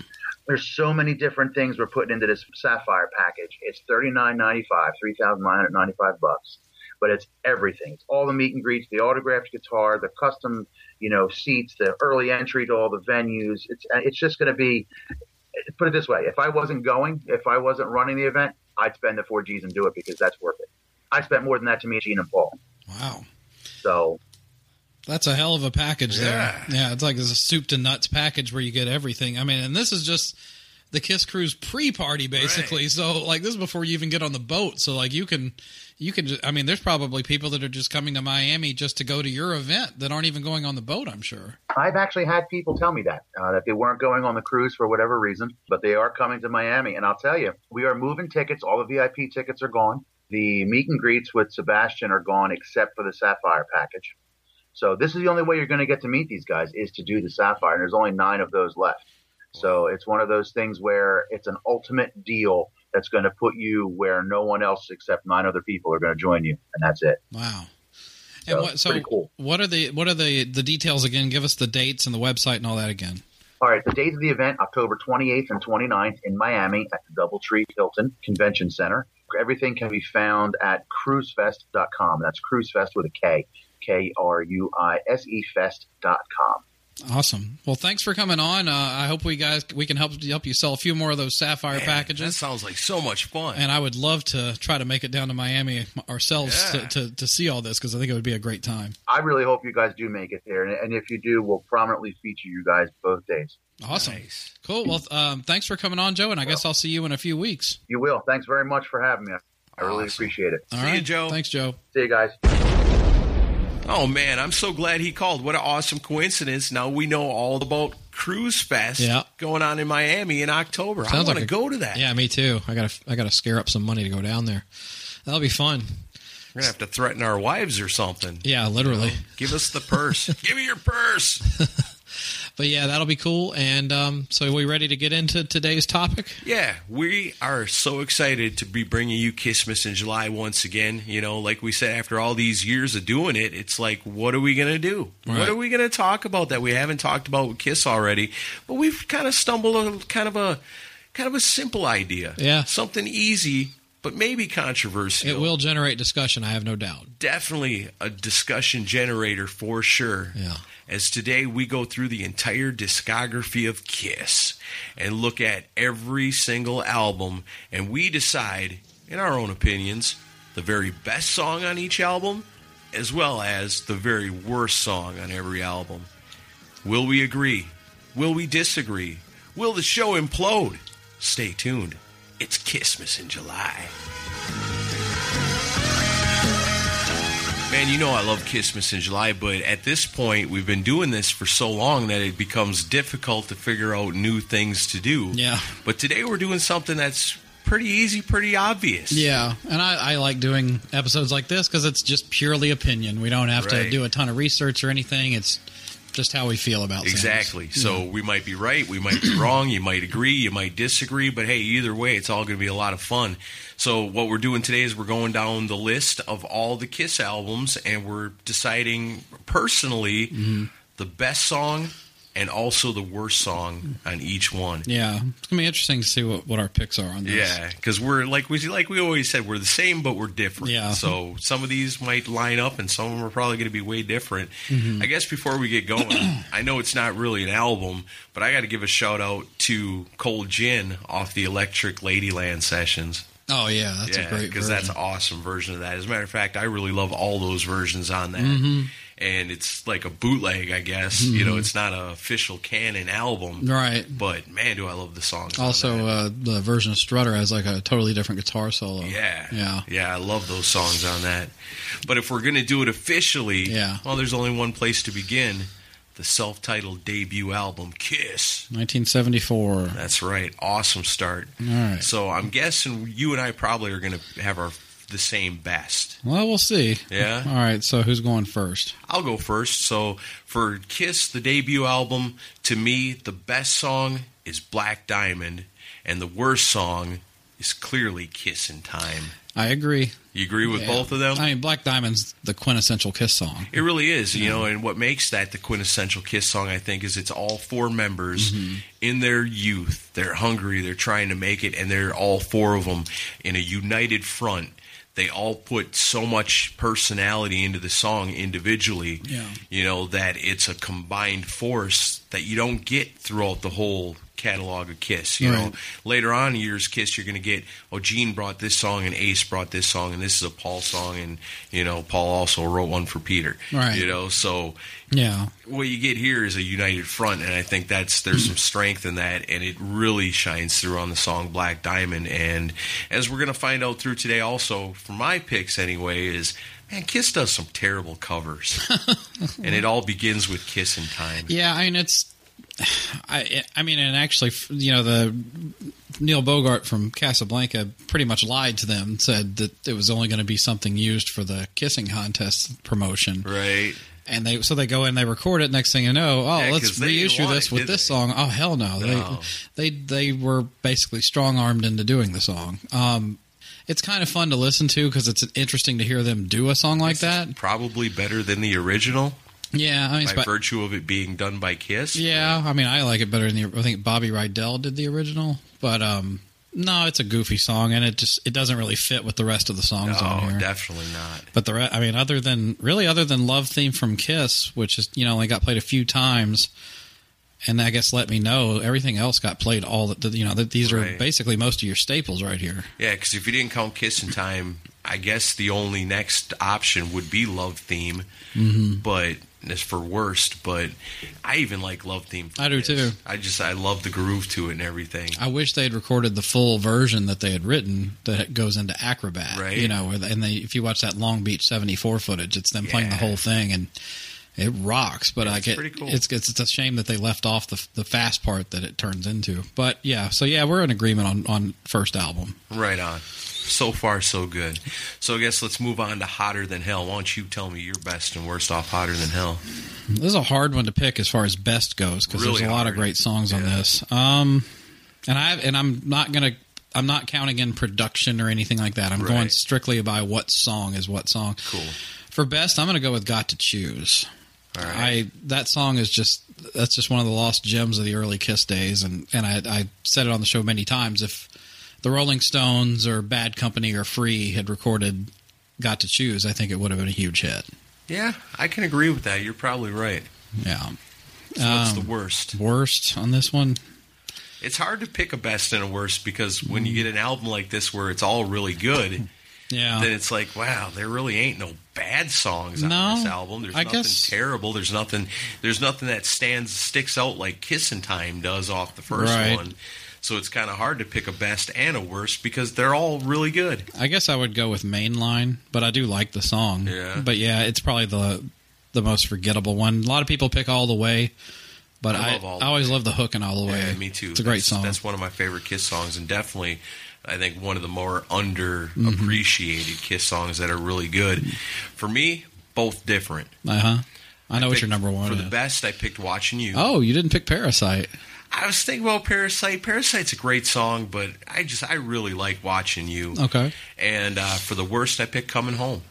[SPEAKER 3] There's so many different things we're putting into this Sapphire package. It's thirty nine ninety five, three thousand nine hundred ninety five bucks. but it's everything. It's all the meet and greets, the autographed guitar, the custom, you know, seats, the early entry to all the venues. It's it's just going to be. Put it this way: if I wasn't going, if I wasn't running the event, I'd spend the four G's and do it because that's worth it. I spent more than that to me, Gene and Paul.
[SPEAKER 2] Wow.
[SPEAKER 3] So
[SPEAKER 2] That's a hell of a package
[SPEAKER 1] Yeah.
[SPEAKER 2] there. Yeah, it's like this soup to nuts package where you get everything. I mean, and this is just the Kiss Cruise pre-party basically. So like this is before you even get on the boat. So like you can you can just, I mean, there's probably people that are just coming to Miami just to go to your event that aren't even going on the boat, I'm sure.
[SPEAKER 3] I've actually had people tell me that uh, that they weren't going on the cruise for whatever reason, but they are coming to Miami. And I'll tell you, we are moving tickets. All the VIP tickets are gone. The meet and greets with Sebastian are gone, except for the Sapphire package. So this is the only way you're going to get to meet these guys is to do the Sapphire, and there's only nine of those left. So it's one of those things where it's an ultimate deal that's going to put you where no one else except nine other people are going to join you, and that's it.
[SPEAKER 2] Wow.
[SPEAKER 3] So, it's pretty cool.
[SPEAKER 2] what are the what are the the details again? Give us the dates and the website and all that again.
[SPEAKER 3] All right, the dates of the event, October 28th and 29th in Miami at the Doubletree Hilton Convention Center. Everything can be found at cruisefest.com. That's cruisefest with a K, K R U I S E fest.com.
[SPEAKER 2] Awesome. Well, thanks for coming on. Uh, I hope we guys we can help help you sell a few more of those sapphire
[SPEAKER 1] Man, That
[SPEAKER 2] packages.
[SPEAKER 1] sounds like so much fun.
[SPEAKER 2] and I would love to try to make it down to Miami ourselves
[SPEAKER 1] Yeah.
[SPEAKER 2] to, to, to see all this because I think it would be a great time.
[SPEAKER 3] I really hope you guys do make it there. And, and if you do, we'll prominently feature you guys both days.
[SPEAKER 2] Awesome.
[SPEAKER 1] Nice.
[SPEAKER 2] Cool. Well, th- um, thanks for coming on, Joe. And I guess I'll see you in a few weeks.
[SPEAKER 3] You will. Thanks very much for having me. I really
[SPEAKER 1] Awesome.
[SPEAKER 3] appreciate it.
[SPEAKER 2] All
[SPEAKER 1] See
[SPEAKER 2] right,
[SPEAKER 1] you, Joe.
[SPEAKER 2] Thanks, Joe.
[SPEAKER 3] See you guys.
[SPEAKER 1] Oh man, I'm so glad he called. What an awesome coincidence! Now we know all about Cruise Fest
[SPEAKER 2] Yeah.
[SPEAKER 1] going on in Miami in October. I
[SPEAKER 2] Sounds
[SPEAKER 1] want
[SPEAKER 2] like
[SPEAKER 1] to
[SPEAKER 2] a-
[SPEAKER 1] go to that.
[SPEAKER 2] Yeah, me too. I gotta I gotta scare up some money to go down there. That'll be fun.
[SPEAKER 1] We're gonna have to threaten our wives or something.
[SPEAKER 2] Yeah, literally.
[SPEAKER 1] Give us the purse. Give me your purse.
[SPEAKER 2] But yeah, that'll be cool. And um, so, are we ready to get into today's topic?
[SPEAKER 1] Yeah, we are so excited to be bringing you Christmas in July once again. You know, like we said, after all these years of doing it, it's like, what are we going to do?
[SPEAKER 2] Right.
[SPEAKER 1] What are we going to talk about that we haven't talked about with Kiss already? But we've kind of stumbled on kind of a kind of a simple idea.
[SPEAKER 2] Yeah.
[SPEAKER 1] something easy, but maybe controversial.
[SPEAKER 2] It will generate discussion. I have no doubt.
[SPEAKER 1] definitely a discussion generator for sure.
[SPEAKER 2] Yeah.
[SPEAKER 1] As today we go through the entire discography of Kiss and look at every single album and we decide in our own opinions the very best song on each album as well as the very worst song on every album. Will we agree? Will we disagree? Will the show implode? Stay tuned. It's Kissmas in July. Man, you know I love Christmas in July, but at this point, we've been doing this for so long that it becomes difficult to figure out new things to do.
[SPEAKER 2] Yeah.
[SPEAKER 1] But today we're doing something that's pretty easy, pretty obvious.
[SPEAKER 2] Yeah, and I, I like doing episodes like this because it's just purely opinion. We don't have to
[SPEAKER 1] Right.
[SPEAKER 2] do a ton of research or anything. It's just how we feel about things.
[SPEAKER 1] Exactly. So we might be right, we might be wrong, you might agree, you might disagree, but hey, either way, it's all going to be a lot of fun. So what we're doing today is we're going down the list of all the Kiss albums and we're deciding personally the best song and also the worst song on each one.
[SPEAKER 2] Yeah, it's gonna be interesting to see what, what our picks are on this.
[SPEAKER 1] Yeah, because we're like we like we always said we're the same, but we're different.
[SPEAKER 2] Yeah.
[SPEAKER 1] So some of these might line up, and some of them are probably going to be way different.
[SPEAKER 2] Mm-hmm.
[SPEAKER 1] I guess before we get going, I know it's not really an album, but I got to give a shout out to Cold Gin off the Electric Ladyland sessions.
[SPEAKER 2] Oh yeah, that's a
[SPEAKER 1] yeah,
[SPEAKER 2] great
[SPEAKER 1] because
[SPEAKER 2] version.
[SPEAKER 1] that's an awesome version of that. As a matter of fact, I really love all those versions on that.
[SPEAKER 2] Mm-hmm.
[SPEAKER 1] And it's like a bootleg, I guess. You know, it's not an official canon album,
[SPEAKER 2] right.
[SPEAKER 1] but man, do I love the songs. on that.
[SPEAKER 2] Also, uh, the version of Strutter has like a totally different guitar solo.
[SPEAKER 1] Yeah.
[SPEAKER 2] yeah.
[SPEAKER 1] Yeah, I love those songs on that. But if we're going to do it officially,
[SPEAKER 2] Yeah.
[SPEAKER 1] well, there's only one place to begin the self titled debut album, Kiss.
[SPEAKER 2] 1974. All
[SPEAKER 1] That's right. Awesome start.
[SPEAKER 2] right.
[SPEAKER 1] So I'm guessing you and I probably are going to have our the same best.
[SPEAKER 2] Well, we'll see.
[SPEAKER 1] Yeah.
[SPEAKER 2] All right. So who's going first?
[SPEAKER 1] I'll go first. So for Kiss, the debut album, to me, the best song is Black Diamond, and the worst song is clearly Kiss in Time.
[SPEAKER 2] I agree.
[SPEAKER 1] You agree with
[SPEAKER 2] Yeah.
[SPEAKER 1] both of them?
[SPEAKER 2] I mean, Black Diamond's the quintessential Kiss song.
[SPEAKER 1] It really is, you know, and what makes that the quintessential Kiss song, I think, is it's all four members in their youth. They're hungry, they're trying to make it, and they're all four of them in a united front they all put so much personality into the song individually,
[SPEAKER 5] Yeah.
[SPEAKER 1] you know, that it's a combined force that you don't get throughout the whole catalog of Kiss. You know,
[SPEAKER 5] Right.
[SPEAKER 1] later on in years Kiss, you're going to get, oh, Gene brought this song and Ace brought this song and this is a Paul song and, you know, Paul also wrote one for Peter.
[SPEAKER 5] Right.
[SPEAKER 1] You know, so
[SPEAKER 5] Yeah.
[SPEAKER 1] what you get here is a united front, and I think that's there's some strength in that, and it really shines through on the song Black Diamond. And as we're gonna find out through today, also for my picks anyway, is man, Kiss does some terrible covers, and it all begins with Kiss in Time.
[SPEAKER 5] Yeah,
[SPEAKER 2] I mean, it's. I I mean, and actually, you know, the Neil Bogart from Casablanca pretty much lied to them, said that it was only going to be something used for the kissing contest promotion,
[SPEAKER 1] Right?
[SPEAKER 2] and they so they go in, they record it. Next thing you know, oh,
[SPEAKER 1] Yeah,
[SPEAKER 2] let's
[SPEAKER 1] 'cause they didn't
[SPEAKER 2] reissue
[SPEAKER 1] want
[SPEAKER 2] this
[SPEAKER 1] it,
[SPEAKER 2] with
[SPEAKER 1] did
[SPEAKER 2] this
[SPEAKER 1] they?
[SPEAKER 2] song. Oh hell no,
[SPEAKER 1] No.
[SPEAKER 2] they they they were basically strong armed into doing the song. Um, it's kind of fun to listen to because it's interesting to hear them do a song like that.
[SPEAKER 1] Probably better than the original
[SPEAKER 2] Yeah, I mean, it's
[SPEAKER 1] by
[SPEAKER 2] about-
[SPEAKER 1] virtue of it being done by Kiss.
[SPEAKER 2] Yeah, I mean, I like it better than the. I think Bobby Rydell did the original, but um, no, it's a goofy song, and it just it doesn't really fit with the rest of the songs on
[SPEAKER 1] Oh,
[SPEAKER 2] here.
[SPEAKER 1] definitely not.
[SPEAKER 2] But the re- I mean, other than really, other than "Love Theme" from Kiss, which is you know only got played a few times, and I guess "Let Me Know," everything else got played all the you know that these are
[SPEAKER 1] Right.
[SPEAKER 2] basically most of your staples right here.
[SPEAKER 1] Yeah, because if you didn't count Kiss in Time, I guess the only next option would be Love Theme,
[SPEAKER 2] Mm-hmm.
[SPEAKER 1] but it's for worst. But I even like Love Theme. from
[SPEAKER 2] I do
[SPEAKER 1] Kiss.
[SPEAKER 2] too.
[SPEAKER 1] I just I love the groove to it and everything.
[SPEAKER 2] I wish they'd recorded the full version that they had written that goes into Acrobat.
[SPEAKER 1] Right.
[SPEAKER 2] You know, where the- and they, if you watch that Long Beach 74 footage, it's them playing the
[SPEAKER 1] Yeah.
[SPEAKER 2] whole thing and it rocks. But I
[SPEAKER 1] it's
[SPEAKER 2] get
[SPEAKER 1] pretty cool.
[SPEAKER 2] it's, it's it's a shame that they left off the the fast part that it turns into. But yeah, so yeah, we're in agreement on on first album.
[SPEAKER 1] Right on. So far, so good. So I guess let's move on to Hotter Than Hell. Why don't you tell me your best and worst off Hotter Than Hell?
[SPEAKER 2] This is a hard one to pick as far as best goes because
[SPEAKER 1] Really
[SPEAKER 2] there's a lot
[SPEAKER 1] hard.
[SPEAKER 2] of great songs on
[SPEAKER 1] Yeah.
[SPEAKER 2] this. Um, and I and I'm not gonna I'm not counting in production or anything like that. I'm going
[SPEAKER 1] Right.
[SPEAKER 2] strictly by what song is what song.
[SPEAKER 1] Cool.
[SPEAKER 2] For best, I'm gonna go with "Got to Choose."
[SPEAKER 1] All right.
[SPEAKER 2] I that song is just that's just one of the lost gems of the early Kiss days, and and I, I said it on the show many times. If the Rolling Stones or Bad Company or Free had recorded "Got to Choose," I think it would have been a huge hit.
[SPEAKER 1] yeah, I can agree with that. You're probably right.
[SPEAKER 2] Yeah,
[SPEAKER 1] So what's the
[SPEAKER 2] Um,
[SPEAKER 1] worst?
[SPEAKER 2] worst on this one.
[SPEAKER 1] It's hard to pick a best and a worst because when
[SPEAKER 2] mm.
[SPEAKER 1] you get an album like this where it's all really good.
[SPEAKER 2] Yeah,
[SPEAKER 1] then it's like, wow, there really ain't no bad songs on
[SPEAKER 2] No,
[SPEAKER 1] this album. There's
[SPEAKER 2] I
[SPEAKER 1] nothing
[SPEAKER 2] guess-
[SPEAKER 1] terrible. There's nothing. There's nothing that stands sticks out like Kissin' Time does off the first
[SPEAKER 2] Right.
[SPEAKER 1] one. So it's kind of hard to pick a best and a worst because they're all really good.
[SPEAKER 2] I guess I would go with Mainline, but I do like the song.
[SPEAKER 1] Yeah.
[SPEAKER 2] But yeah, it's probably the the most forgettable one. A lot of people pick All the Way, but
[SPEAKER 1] I
[SPEAKER 2] I,
[SPEAKER 1] love All the
[SPEAKER 2] I always love the hook in All the Way.
[SPEAKER 1] Yeah, me too.
[SPEAKER 2] It's a great
[SPEAKER 1] that's,
[SPEAKER 2] song.
[SPEAKER 1] That's one of my favorite Kiss songs, and definitely, I think one of the more
[SPEAKER 2] Mm-hmm.
[SPEAKER 1] underappreciated Kiss songs that are really good. For me, both different.
[SPEAKER 2] Uh huh. I know what
[SPEAKER 1] Picked-
[SPEAKER 2] your number one
[SPEAKER 1] for the
[SPEAKER 2] is.
[SPEAKER 1] best. I picked "Watching You."
[SPEAKER 2] Oh, you didn't pick Parasite.
[SPEAKER 1] I was thinking about Parasite. Parasite's a great song, but I just I really like watching you.
[SPEAKER 2] Okay.
[SPEAKER 1] And uh, for the worst, I picked Coming Home.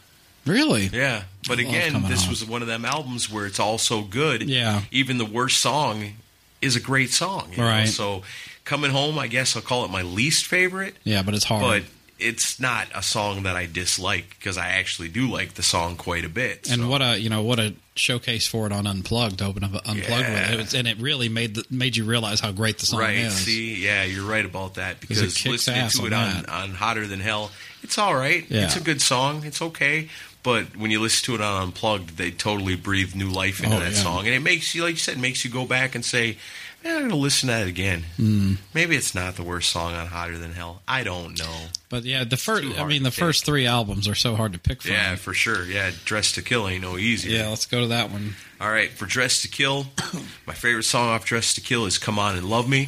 [SPEAKER 2] Really?
[SPEAKER 1] Yeah, but
[SPEAKER 2] I love
[SPEAKER 1] again,
[SPEAKER 2] Coming
[SPEAKER 1] this
[SPEAKER 2] Home.
[SPEAKER 1] was one of them albums where it's all so good.
[SPEAKER 2] Yeah.
[SPEAKER 1] even the worst song is a great song. you know?
[SPEAKER 2] Right.
[SPEAKER 1] So, Coming Home, I guess I'll call it my least favorite,
[SPEAKER 2] Yeah, but it's hard.
[SPEAKER 1] but it's not a song that I dislike because I actually do like the song quite a bit.
[SPEAKER 2] and
[SPEAKER 1] so-
[SPEAKER 2] what a you know what a showcase for it on Unplugged. to Open up Unplugged with
[SPEAKER 1] Yeah.
[SPEAKER 2] it, It was- and it really made the, made you realize how great the song
[SPEAKER 1] Right.
[SPEAKER 2] is.
[SPEAKER 1] See, yeah, you're right about that
[SPEAKER 2] Because it
[SPEAKER 1] because
[SPEAKER 2] kicks
[SPEAKER 1] listening
[SPEAKER 2] ass
[SPEAKER 1] to
[SPEAKER 2] on
[SPEAKER 1] it on,
[SPEAKER 2] that.
[SPEAKER 1] on Hotter Than Hell, it's all right.
[SPEAKER 2] Yeah.
[SPEAKER 1] It's a good song. It's okay. But when you listen to it on Unplugged, they totally breathe new life into
[SPEAKER 2] Oh,
[SPEAKER 1] that
[SPEAKER 2] yeah.
[SPEAKER 1] song, and it makes you, like you said, makes you go back and say, "Man, "I'm going to listen to that again."
[SPEAKER 2] Mm.
[SPEAKER 1] Maybe it's not the worst song on Hotter Than Hell. I don't know.
[SPEAKER 2] But yeah, the
[SPEAKER 1] too
[SPEAKER 2] first I
[SPEAKER 1] hard
[SPEAKER 2] mean
[SPEAKER 1] to
[SPEAKER 2] the first
[SPEAKER 1] pick.
[SPEAKER 2] three albums are so hard to pick from.
[SPEAKER 1] Yeah, for sure. Yeah, Dress to Kill ain't no easier.
[SPEAKER 2] Yeah, let's go to that one.
[SPEAKER 1] All right, for Dress to Kill, my favorite song off Dress to Kill is Come On and Love Me.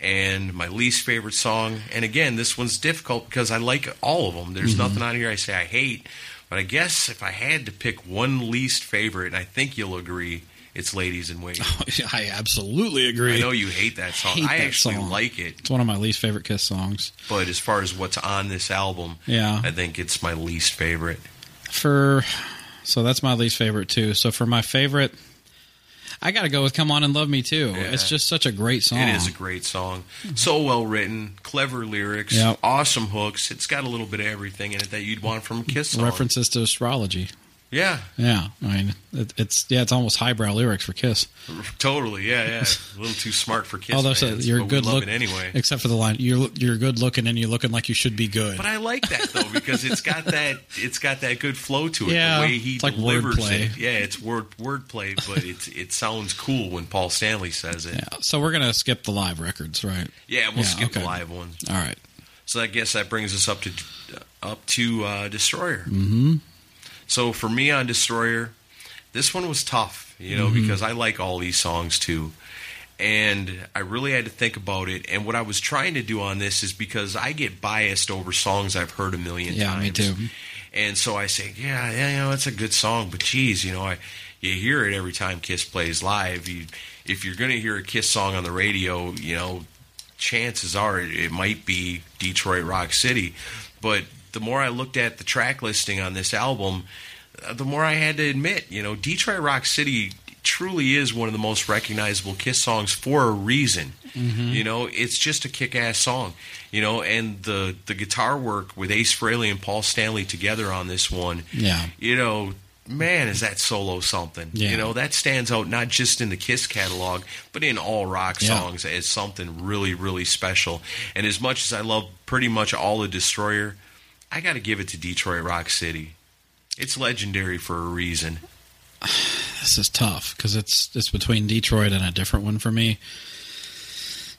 [SPEAKER 1] And my least favorite song, and again, this one's difficult because I like all of them.
[SPEAKER 2] Mm-hmm.
[SPEAKER 1] There's nothing on here I say I hate, but I guess if I had to pick one least favorite, and I think you'll agree, it's Ladies in Waiting.
[SPEAKER 2] I absolutely agree.
[SPEAKER 1] I know you hate that song.
[SPEAKER 2] hate
[SPEAKER 1] I
[SPEAKER 2] that
[SPEAKER 1] actually
[SPEAKER 2] song.
[SPEAKER 1] like it,
[SPEAKER 2] It's one of my least favorite Kiss songs.
[SPEAKER 1] but as far as what's on this album,
[SPEAKER 2] Yeah.
[SPEAKER 1] I think it's my least favorite.
[SPEAKER 2] For so that's my least favorite too. So for my favorite I got to go with "Come On and Love Me Too."
[SPEAKER 1] Yeah.
[SPEAKER 2] It's just such a great song.
[SPEAKER 1] It is a great song. So well written, clever lyrics,
[SPEAKER 2] Yep.
[SPEAKER 1] awesome hooks. It's got a little bit of everything in it that you'd want from a Kiss song.
[SPEAKER 2] references to astrology.
[SPEAKER 1] Yeah,
[SPEAKER 2] Yeah, I mean, it, it's yeah, it's almost highbrow lyrics for Kiss.
[SPEAKER 1] totally. Yeah, yeah. A little too smart for Kiss
[SPEAKER 2] Although so
[SPEAKER 1] fans,
[SPEAKER 2] you're
[SPEAKER 1] but we
[SPEAKER 2] good
[SPEAKER 1] love
[SPEAKER 2] looking
[SPEAKER 1] it anyway.
[SPEAKER 2] except for the line you're you're good looking and you're looking like you should be good.
[SPEAKER 1] But I like that though because it's got that it's got that good flow to it.
[SPEAKER 2] Yeah,
[SPEAKER 1] the way he
[SPEAKER 2] it's like
[SPEAKER 1] delivers
[SPEAKER 2] wordplay.
[SPEAKER 1] it. Yeah, it's word wordplay, but it's it sounds cool when Paul Stanley says it.
[SPEAKER 2] yeah, so we're gonna skip the live records, right?
[SPEAKER 1] Yeah, we'll
[SPEAKER 2] Yeah,
[SPEAKER 1] skip the
[SPEAKER 2] okay.
[SPEAKER 1] live ones.
[SPEAKER 2] All right.
[SPEAKER 1] So I guess that brings us up to up to uh, Destroyer. So for me on Destroyer, this one was tough, you know,
[SPEAKER 2] Mm-hmm.
[SPEAKER 1] because I like all these songs too. And I really had to think about it. And what I was trying to do on this is because I get biased over songs I've heard a million
[SPEAKER 2] Yeah, me
[SPEAKER 1] times.
[SPEAKER 2] too.
[SPEAKER 1] And so I say, yeah, yeah, you know, it's a good song, but geez, you know, I you hear it every time Kiss plays live. You, if you're going to hear a Kiss song on the radio, you know, chances are it, it might be Detroit Rock City. But the more I looked at the track listing on this album, uh, the more I had to admit, you know, Detroit Rock City truly is one of the most recognizable Kiss songs for a reason. You know, it's just a kick-ass song. You know, and the the guitar work with Ace Frehley and Paul Stanley together on this one,
[SPEAKER 2] Yeah.
[SPEAKER 1] you know, man, is that solo something?
[SPEAKER 2] Yeah.
[SPEAKER 1] You know, that stands out not just in the Kiss catalog, but in all rock
[SPEAKER 2] Yeah.
[SPEAKER 1] songs as something really, really special. And as much as I love pretty much all of Destroyer, I got to give it to Detroit Rock City. It's legendary for a reason.
[SPEAKER 2] This is tough because it's it's between Detroit and a different one for me.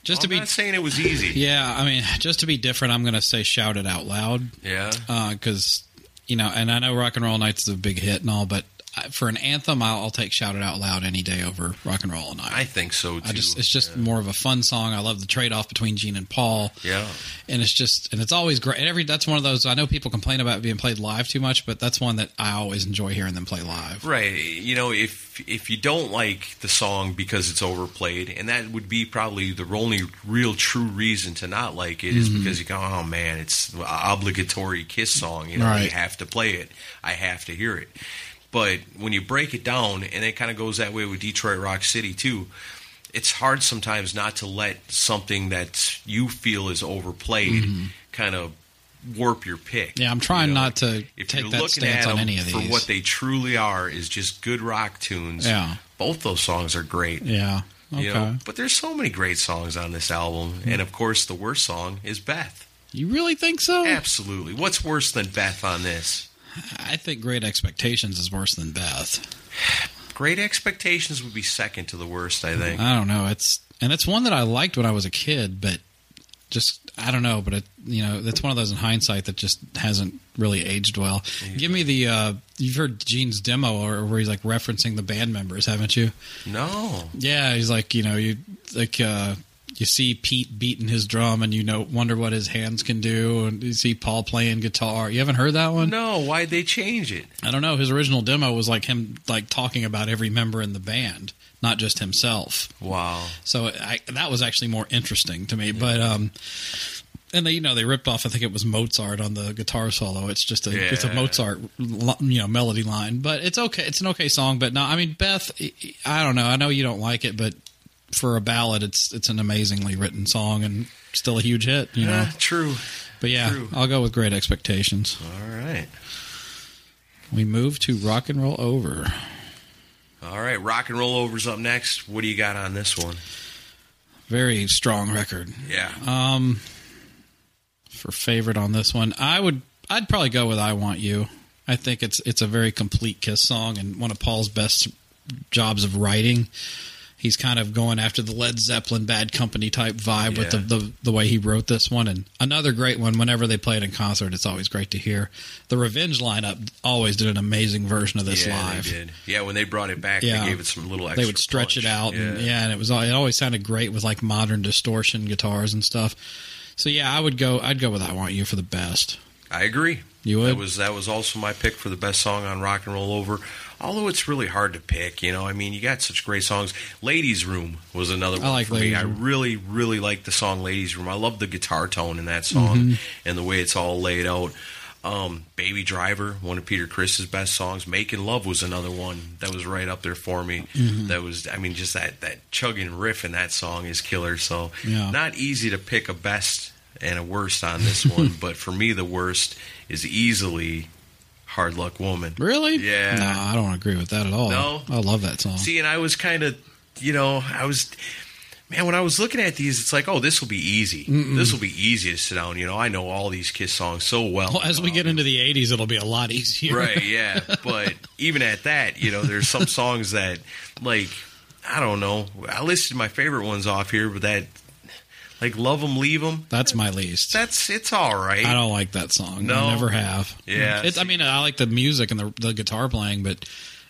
[SPEAKER 2] Just
[SPEAKER 1] I'm
[SPEAKER 2] to be
[SPEAKER 1] not saying it was easy.
[SPEAKER 2] yeah, I mean, just to be different, I'm gonna say shout it out loud.
[SPEAKER 1] yeah.
[SPEAKER 2] because you know, and I know Rock and Roll Night's a big hit and all, but I, for an anthem, I'll, I'll take "Shout It Out Loud" any day over "Rock and Roll All Night."
[SPEAKER 1] I think so too.
[SPEAKER 2] I just it's just more of a fun song. I love the trade off between Gene and Paul,
[SPEAKER 1] yeah.
[SPEAKER 2] and it's just and it's always great. And every that's one of those I know people complain about it being played live too much, but that's one that I always enjoy hearing them play live.
[SPEAKER 1] Right. You know, if if you don't like the song because it's overplayed, and that would be probably the only real true reason to not like it is
[SPEAKER 2] Mm-hmm.
[SPEAKER 1] because you go, oh man, it's an obligatory Kiss song. You know, you
[SPEAKER 2] Right.
[SPEAKER 1] have to play it. I have to hear it. But when you break it down, and it kind of goes that way with Detroit Rock City too. It's hard sometimes not to let something that you feel is overplayed kind of warp your pick.
[SPEAKER 2] Mm-hmm. Yeah, I'm trying
[SPEAKER 1] You know,
[SPEAKER 2] not to
[SPEAKER 1] if
[SPEAKER 2] take
[SPEAKER 1] you're
[SPEAKER 2] that
[SPEAKER 1] looking
[SPEAKER 2] stance
[SPEAKER 1] at
[SPEAKER 2] on
[SPEAKER 1] them
[SPEAKER 2] any of
[SPEAKER 1] for
[SPEAKER 2] these.
[SPEAKER 1] what they truly are is just good rock tunes.
[SPEAKER 2] Yeah.
[SPEAKER 1] both those songs are great.
[SPEAKER 2] yeah, okay. Mm.
[SPEAKER 1] You know? but there's so many great songs on this album, and of course, the worst song is Beth.
[SPEAKER 2] You really think so?
[SPEAKER 1] Absolutely, what's worse than Beth on this?
[SPEAKER 2] I think Great Expectations is worse than Beth.
[SPEAKER 1] Great Expectations would be second to the worst, I think.
[SPEAKER 2] I don't know. It's and it's one that I liked when I was a kid, but just I don't know. But it, you know, that's one of those in hindsight that just hasn't really aged well. Give me the uh, you've heard Gene's demo or where he's like referencing the band members, haven't you?
[SPEAKER 1] No,
[SPEAKER 2] Yeah, he's like you know you like. Uh, you see Pete beating his drum, and you know wonder what his hands can do. And you see Paul playing guitar. You haven't heard that one?
[SPEAKER 1] no, why'd they change it?
[SPEAKER 2] I don't know. His original demo was like him like talking about every member in the band, not just himself.
[SPEAKER 1] Wow,
[SPEAKER 2] So I, that was actually more interesting to me. But um, and they you know they ripped off. I think it was Mozart on the guitar solo. It's just a it's a
[SPEAKER 1] Yeah.
[SPEAKER 2] Mozart lo- you know melody line. But it's okay. It's an okay song. But no, I mean Beth. I- I don't know. I know you don't like it, but for a ballad, it's it's an amazingly written song and still a huge hit. You know.
[SPEAKER 1] Eh, true.
[SPEAKER 2] But yeah,
[SPEAKER 1] true.
[SPEAKER 2] I'll go with Great Expectations.
[SPEAKER 1] All right.
[SPEAKER 2] We move to Rock and Roll Over.
[SPEAKER 1] All right, rock and roll overs up next. What do you got on this one?
[SPEAKER 2] Very strong record.
[SPEAKER 1] Yeah,
[SPEAKER 2] Um, for favorite on this one, I would I'd probably go with "I Want You." I think it's it's a very complete Kiss song and one of Paul's best jobs of writing. He's kind of going after the Led Zeppelin Bad Company type vibe with the,
[SPEAKER 1] Yeah.
[SPEAKER 2] the the way he wrote this one, and another great one. Whenever they play it in concert, it's always great to hear. The Revenge lineup always did an amazing version of this
[SPEAKER 1] yeah,
[SPEAKER 2] live
[SPEAKER 1] They did. Yeah, when they brought it back,
[SPEAKER 2] Yeah.
[SPEAKER 1] they gave it some little extra.
[SPEAKER 2] they would stretch
[SPEAKER 1] punch.
[SPEAKER 2] it out and yeah and it was all- it always sounded great with like modern distortion guitars and stuff so yeah i would go i'd go with i want you for the best
[SPEAKER 1] I agree.
[SPEAKER 2] you would
[SPEAKER 1] That was that was also my pick for the best song on Rock and Roll Over. Although it's really hard to pick, you know. I mean, you got such great songs. Ladies Room was another one
[SPEAKER 2] like
[SPEAKER 1] for me.
[SPEAKER 2] Ladies
[SPEAKER 1] I
[SPEAKER 2] Room.
[SPEAKER 1] really,
[SPEAKER 2] Mm-hmm.
[SPEAKER 1] really like the song Ladies Room. I love the guitar tone in that song and the way it's all laid out. Um, Baby Driver, one of Peter Chris's best songs. Making Love was another one that was right up there for me. That was, I mean, just that that chugging riff in that song is killer. So
[SPEAKER 6] Yeah.
[SPEAKER 1] not easy to pick a best and a worst on this one, but for me, the worst is easily Hard Luck Woman.
[SPEAKER 2] Really?
[SPEAKER 1] Yeah.
[SPEAKER 6] No, I don't agree with that at all.
[SPEAKER 1] No?
[SPEAKER 6] I love that song.
[SPEAKER 1] See, and I was kind of, you know, I was, man, when I was looking at these, it's like, oh, this will be easy. This will be easy to sit down. You know, I know all these Kiss songs so well.
[SPEAKER 2] Well, as we get into the 80s, it'll be a lot easier.
[SPEAKER 1] um, right, yeah. But even at that, you know, there's some songs that, like, I don't know. I listed my favorite ones off here, but that, like, Love 'em, Leave 'em,
[SPEAKER 2] That's my least.
[SPEAKER 1] that's, it's all right.
[SPEAKER 2] I don't like that song.
[SPEAKER 1] No.
[SPEAKER 2] I never have.
[SPEAKER 1] Yeah.
[SPEAKER 2] It's, I mean, I like the music and the, the guitar playing, but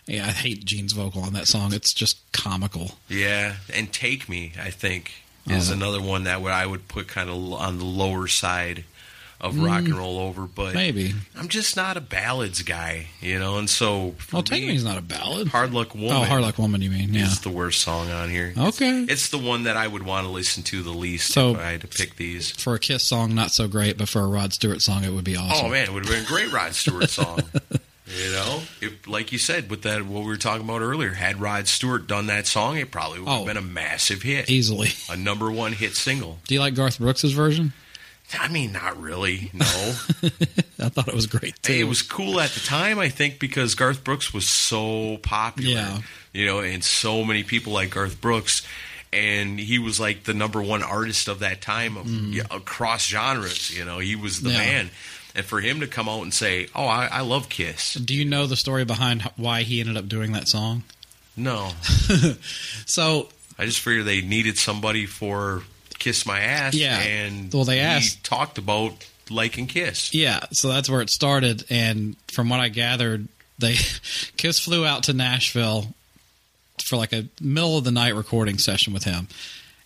[SPEAKER 2] yeah, I hate Gene's vocal on that song. It's just comical.
[SPEAKER 1] Yeah, and Take Me, I think, is
[SPEAKER 2] Oh.
[SPEAKER 1] another one that would I would put kind of on the lower side of
[SPEAKER 2] Mm.
[SPEAKER 1] rock and roll over, but
[SPEAKER 2] Maybe.
[SPEAKER 1] I'm just not a ballads guy, you know, and so for
[SPEAKER 2] Well, Take
[SPEAKER 1] me,
[SPEAKER 2] Me's not a ballad.
[SPEAKER 1] Hard Luck Woman
[SPEAKER 2] Oh, Hard Luck Woman, you mean? Yeah.
[SPEAKER 1] is the worst song on here.
[SPEAKER 2] Okay.
[SPEAKER 1] It's the one that I would want to listen to the least
[SPEAKER 2] So-
[SPEAKER 1] if I had to pick these.
[SPEAKER 2] for a Kiss song, not so great, but for a Rod Stewart song, it would be awesome.
[SPEAKER 1] Oh man, it would have been a great Rod Stewart song. You know, if, like you said, with that what we were talking about earlier, had Rod Stewart done that song, it probably would have
[SPEAKER 2] Oh.
[SPEAKER 1] been a massive hit,
[SPEAKER 2] Easily.
[SPEAKER 1] a number one hit single.
[SPEAKER 2] Do you like Garth Brooks' version?
[SPEAKER 1] I mean, not really. No,
[SPEAKER 2] I thought it was great, too.
[SPEAKER 1] it was cool at the time, I think, because Garth Brooks was so popular.
[SPEAKER 2] Yeah.
[SPEAKER 1] You know, and so many people like Garth Brooks, and he was like the number one artist of that time of, yeah, across genres. You know, he was the
[SPEAKER 2] Mm-hmm. Yeah.
[SPEAKER 1] man, and for him to come out and say, "Oh, I, I love Kiss,"
[SPEAKER 2] Do you know the story behind h- why he ended up doing that song?
[SPEAKER 1] no,
[SPEAKER 2] So,
[SPEAKER 1] I just figured they needed somebody for "Kiss My Ass."
[SPEAKER 2] Yeah.
[SPEAKER 1] and
[SPEAKER 2] Well, they
[SPEAKER 1] he
[SPEAKER 2] asked-
[SPEAKER 1] talked about liking Kiss.
[SPEAKER 2] yeah, so that's where it started. And from what I gathered, they Kiss flew out to Nashville for like a middle of the night recording session with him.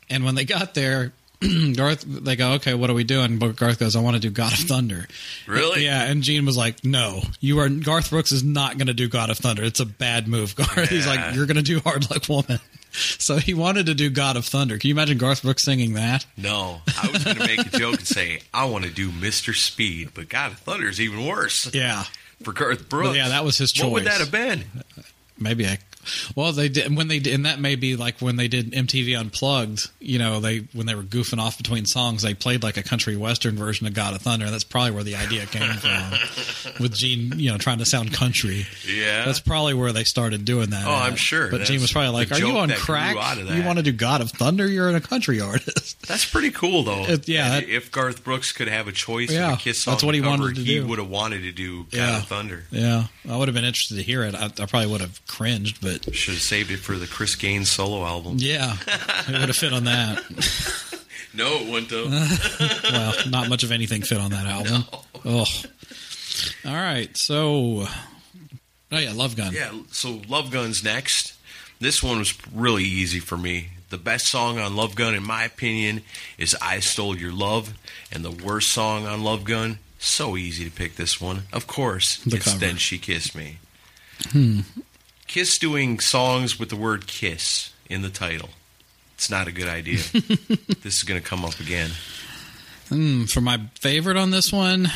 [SPEAKER 2] And when they got there, Garth, they go, okay, what are we doing? But Garth goes, I want to do God of Thunder.
[SPEAKER 1] Really?
[SPEAKER 2] Yeah, and Gene was like, "No, you are Garth Brooks is not going to do God of Thunder. It's a bad move, Garth." He's
[SPEAKER 1] Yeah.
[SPEAKER 2] like, "You're going to do Hard Luck Woman." So he wanted to do God of Thunder. Can you imagine Garth Brooks singing that?
[SPEAKER 1] No, I was going to make a joke and say I want to do Mr. Speed, but God of Thunder is even worse
[SPEAKER 2] Yeah,
[SPEAKER 1] for Garth Brooks.
[SPEAKER 2] Well, yeah, that was his
[SPEAKER 1] What would
[SPEAKER 2] choice.
[SPEAKER 1] that have been?
[SPEAKER 2] maybe I. Well, they did when they did, and that may be like when they did MTV Unplugged. You know, they when they were goofing off between songs, they played like a country western version of God of Thunder. That's probably where the idea came from, with Gene, you know, trying to sound country.
[SPEAKER 1] Yeah,
[SPEAKER 2] That's probably where they started doing that.
[SPEAKER 1] Oh, I'm sure.
[SPEAKER 2] But
[SPEAKER 1] That's
[SPEAKER 2] Gene was probably like,
[SPEAKER 1] the
[SPEAKER 2] "Are you
[SPEAKER 1] joke
[SPEAKER 2] on
[SPEAKER 1] that grew
[SPEAKER 2] crack?
[SPEAKER 1] out of that."
[SPEAKER 2] You want to do God of Thunder? You're a country artist."
[SPEAKER 1] that's pretty cool though.
[SPEAKER 2] It- yeah,
[SPEAKER 1] And
[SPEAKER 2] that-
[SPEAKER 1] if Garth Brooks could have a choice, in
[SPEAKER 2] Yeah,
[SPEAKER 1] a Kiss song
[SPEAKER 2] that's what he
[SPEAKER 1] cover,
[SPEAKER 2] wanted to
[SPEAKER 1] he
[SPEAKER 2] do.
[SPEAKER 1] would have wanted to do God
[SPEAKER 2] Yeah.
[SPEAKER 1] of Thunder.
[SPEAKER 2] yeah, I would have been interested to hear it. I, I probably would have cringed, but
[SPEAKER 1] Should have saved it for the Chris Gaines solo album.
[SPEAKER 2] yeah, it would have fit on that.
[SPEAKER 1] No, it wouldn't. Though.
[SPEAKER 2] Well, not much of anything fit on that album. Ugh. All right, so oh yeah, Love Gun.
[SPEAKER 1] yeah. So Love Gun's next. This one was really easy for me. The best song on Love Gun, in my opinion, is "I Stole Your Love," and the worst song on Love Gun. So easy to pick this one. Of course,
[SPEAKER 2] The
[SPEAKER 1] it's
[SPEAKER 2] cover. Hmm.
[SPEAKER 1] "Then She Kissed Me." Kiss doing songs with the word "kiss" in the title. It's not a good idea. this is going to come up again.
[SPEAKER 2] Hmm, for my favorite on this one,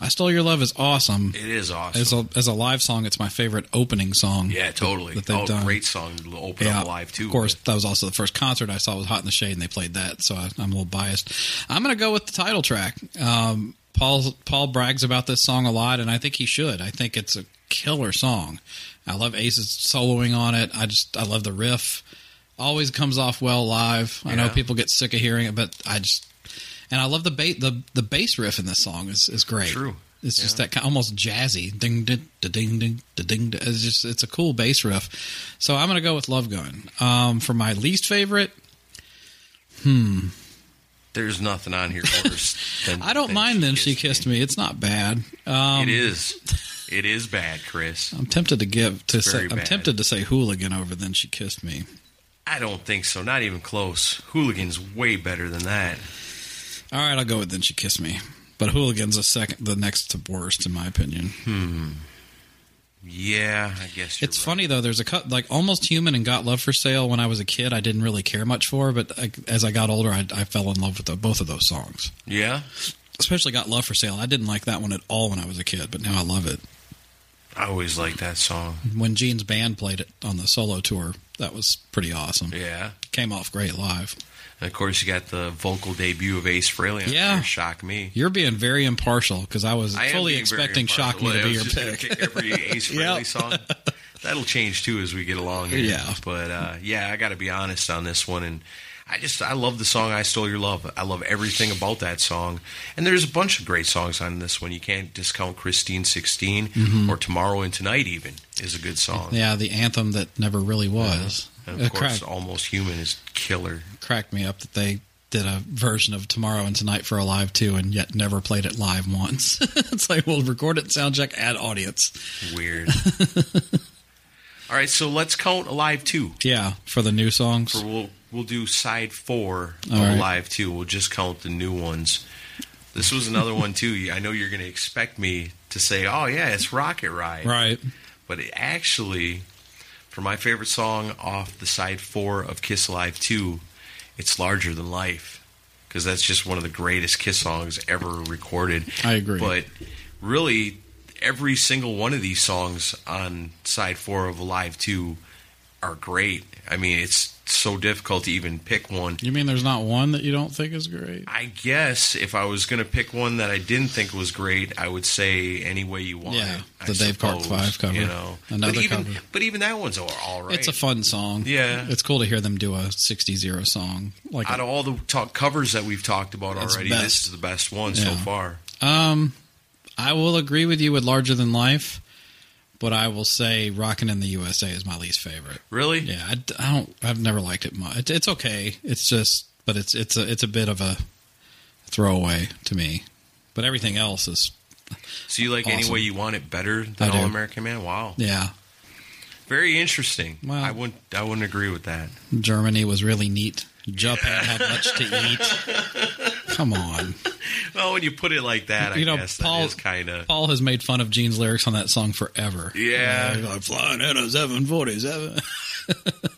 [SPEAKER 2] "I Stole Your Love" is awesome.
[SPEAKER 1] It is awesome.
[SPEAKER 2] As a as a live song, it's my favorite opening song.
[SPEAKER 1] yeah, totally.
[SPEAKER 2] that they've
[SPEAKER 1] Oh,
[SPEAKER 2] done.
[SPEAKER 1] great song to open up live too.
[SPEAKER 2] Of course, that was also the first concert I saw was Hot in the Shade, and they played that, so I, I'm a little biased. I'm going to go with the title track. Um, Paul Paul brags about this song a lot, and I think he should. I think it's a killer song. I love Ace's soloing on it. I just I love the riff. Always comes off well live. I know
[SPEAKER 1] Yeah.
[SPEAKER 2] people get sick of hearing it, but I just and I love the ba- the the bass riff in this song is is great.
[SPEAKER 1] True.
[SPEAKER 2] It's just that kind almost jazzy ding ding da, ding ding da, ding. da. It's just it's a cool bass riff. So I'm gonna go with Love Gun um, for my least favorite.
[SPEAKER 1] There's nothing on here worse than
[SPEAKER 2] I don't
[SPEAKER 1] than
[SPEAKER 2] mind then she kissed me. It's not bad. Um,
[SPEAKER 1] It is. It is bad, Chris.
[SPEAKER 2] I'm tempted to give to
[SPEAKER 1] It's
[SPEAKER 2] say,
[SPEAKER 1] very
[SPEAKER 2] I'm
[SPEAKER 1] bad.
[SPEAKER 2] tempted to say hooligan over then she kissed me.
[SPEAKER 1] I don't think so. Not even close. Hooligan's way better than that.
[SPEAKER 2] All right, I'll go with then she kissed me. But hooligan's a second, the next to worst in my opinion.
[SPEAKER 1] Yeah, I guess you're
[SPEAKER 2] It's
[SPEAKER 1] right.
[SPEAKER 2] funny though. There's a cut like almost human and got love for sale. When I was a kid, I didn't really care much for, but I, as I got older, I, I fell in love with the, both of those songs.
[SPEAKER 1] Yeah,
[SPEAKER 2] Especially got love for sale. I didn't like that one at all when I was a kid, but now I love it.
[SPEAKER 1] I always liked that song.
[SPEAKER 2] When Gene's band played it on the solo tour, that was pretty awesome.
[SPEAKER 1] Yeah.
[SPEAKER 2] Came off great live.
[SPEAKER 1] And of course, you got the vocal debut of Ace Frehley.
[SPEAKER 2] Yeah.
[SPEAKER 1] there. shock me.
[SPEAKER 2] You're being very impartial because I was
[SPEAKER 1] I am
[SPEAKER 2] fully
[SPEAKER 1] being very
[SPEAKER 2] expecting
[SPEAKER 1] impartial.
[SPEAKER 2] Shock Me
[SPEAKER 1] Well,
[SPEAKER 2] to
[SPEAKER 1] I
[SPEAKER 2] be
[SPEAKER 1] was
[SPEAKER 2] your
[SPEAKER 1] just gonna
[SPEAKER 2] pick.
[SPEAKER 1] pick every Ace Frehley
[SPEAKER 2] Yep.
[SPEAKER 1] song. That'll change too as we get along. Here.
[SPEAKER 2] Yeah.
[SPEAKER 1] but uh, yeah, I got to be honest on this one, and I just I love the song "I Stole Your Love." I love everything about that song, and there's a bunch of great songs on this one. You can't discount "Christine 16 or "Tomorrow and Tonight." Even is a good song.
[SPEAKER 2] Mm-hmm. Yeah, the anthem that never really was.
[SPEAKER 1] And
[SPEAKER 2] It
[SPEAKER 1] of course,
[SPEAKER 2] cracked,
[SPEAKER 1] "Almost Human" is killer.
[SPEAKER 2] cracked me up that they did a version of Tomorrow and Tonight for Alive too, and yet never played it live once. it's like, we'll record it, sound check, add audience.
[SPEAKER 1] Weird. All right, so let's count "Alive" too.
[SPEAKER 2] Yeah, for the new songs.
[SPEAKER 1] For we'll we'll do side four of
[SPEAKER 2] All right.
[SPEAKER 1] live two. We'll just count the new ones. This was another one too. I know you're going to expect me to say, "Oh yeah, it's Rocket Ride,"
[SPEAKER 2] right.
[SPEAKER 1] but it actually, for my favorite song off the side four of Kiss Alive two, it's Larger Than Life because that's just one of the greatest Kiss songs ever recorded.
[SPEAKER 2] I agree.
[SPEAKER 1] But really, every single one of these songs on side four of Alive 2 are great. I mean, it's so difficult to even pick one.
[SPEAKER 2] You mean there's not one that you don't think is great?
[SPEAKER 1] I guess if I was going to pick one that I didn't think was great, I would say "Any Way You Want."
[SPEAKER 2] Yeah,
[SPEAKER 1] It, I
[SPEAKER 2] the Dave Clark
[SPEAKER 1] suppose,
[SPEAKER 2] Five cover.
[SPEAKER 1] You know,
[SPEAKER 2] Another
[SPEAKER 1] but even,
[SPEAKER 2] cover.
[SPEAKER 1] But even that one's all, all right.
[SPEAKER 2] It's a fun song.
[SPEAKER 1] Yeah.
[SPEAKER 2] It's cool to hear them do a 60 0 song. Like,
[SPEAKER 1] Out of all the talk covers that we've talked about
[SPEAKER 2] That's
[SPEAKER 1] already,
[SPEAKER 2] best.
[SPEAKER 1] this is the best one so
[SPEAKER 2] Yeah.
[SPEAKER 1] far.
[SPEAKER 2] um, I will agree with you with Larger Than Life, but I will say Rockin' in the USA is my least favorite.
[SPEAKER 1] Really?
[SPEAKER 2] Yeah, I, d- I don't. I've never liked it much. It, it's okay. It's just, but it's it's a it's a bit of a throwaway to me. But everything else is,
[SPEAKER 1] So you like "Any
[SPEAKER 2] Awesome.
[SPEAKER 1] Way You Want It" better
[SPEAKER 2] I
[SPEAKER 1] than
[SPEAKER 2] do.
[SPEAKER 1] "All American Man"? Wow.
[SPEAKER 2] yeah.
[SPEAKER 1] Very interesting.
[SPEAKER 2] Well-
[SPEAKER 1] I wouldn't. I wouldn't agree with that.
[SPEAKER 2] Germany was really neat. Japan had much to eat. Come on,
[SPEAKER 1] Well, when you put it like that,
[SPEAKER 2] You
[SPEAKER 1] I
[SPEAKER 2] know,
[SPEAKER 1] guess
[SPEAKER 2] Paul-
[SPEAKER 1] that is kind of.
[SPEAKER 2] Paul has made fun of Gene's lyrics on that song forever.
[SPEAKER 1] Yeah.
[SPEAKER 2] Uh, I'm flying at a seven forty seven.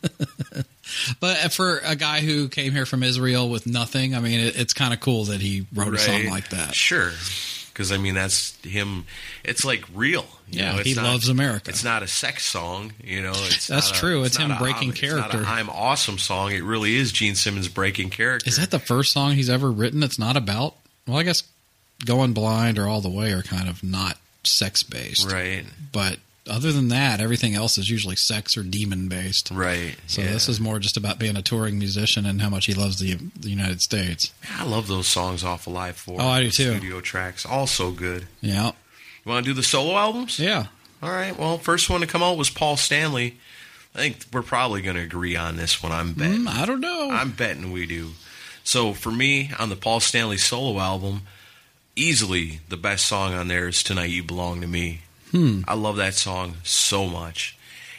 [SPEAKER 2] But uh, for a guy who came here from Israel with nothing, I mean, it, it's kind of cool that he wrote a song
[SPEAKER 1] right?
[SPEAKER 2] like that.
[SPEAKER 1] Sure, because I mean that's him. It's like real. You
[SPEAKER 2] Yeah,
[SPEAKER 1] know, it's
[SPEAKER 2] he loves America.
[SPEAKER 1] It's not a sex song. You know, it's
[SPEAKER 2] That's
[SPEAKER 1] not a-
[SPEAKER 2] true. It's
[SPEAKER 1] not
[SPEAKER 2] him
[SPEAKER 1] a
[SPEAKER 2] breaking
[SPEAKER 1] it's not a
[SPEAKER 2] character.
[SPEAKER 1] I'm awesome song. It really is Gene Simmons breaking character.
[SPEAKER 2] Is that the first song he's ever written that's not about? Well, I guess Going Blind or All the Way are kind of not sex based.
[SPEAKER 1] right?
[SPEAKER 2] But other than that, everything else is usually sex or demon based.
[SPEAKER 1] Right.
[SPEAKER 2] So
[SPEAKER 1] yeah.
[SPEAKER 2] this is more just about being a touring musician and how much he loves the, the United States.
[SPEAKER 1] I love those songs off Alive Four.
[SPEAKER 2] Oh, I do
[SPEAKER 1] The
[SPEAKER 2] too.
[SPEAKER 1] Studio tracks, all so good.
[SPEAKER 2] Yeah.
[SPEAKER 1] You want to do the solo albums?
[SPEAKER 2] Yeah.
[SPEAKER 1] All right. Well, first one to come out was Paul Stanley. I think we're probably going to agree on this one. I'm betting.
[SPEAKER 2] Mm, I don't know.
[SPEAKER 1] I'm betting we do. So for me, on the Paul Stanley solo album, easily the best song on there is "Tonight You Belong to Me."
[SPEAKER 2] Hmm.
[SPEAKER 1] I love that song so much,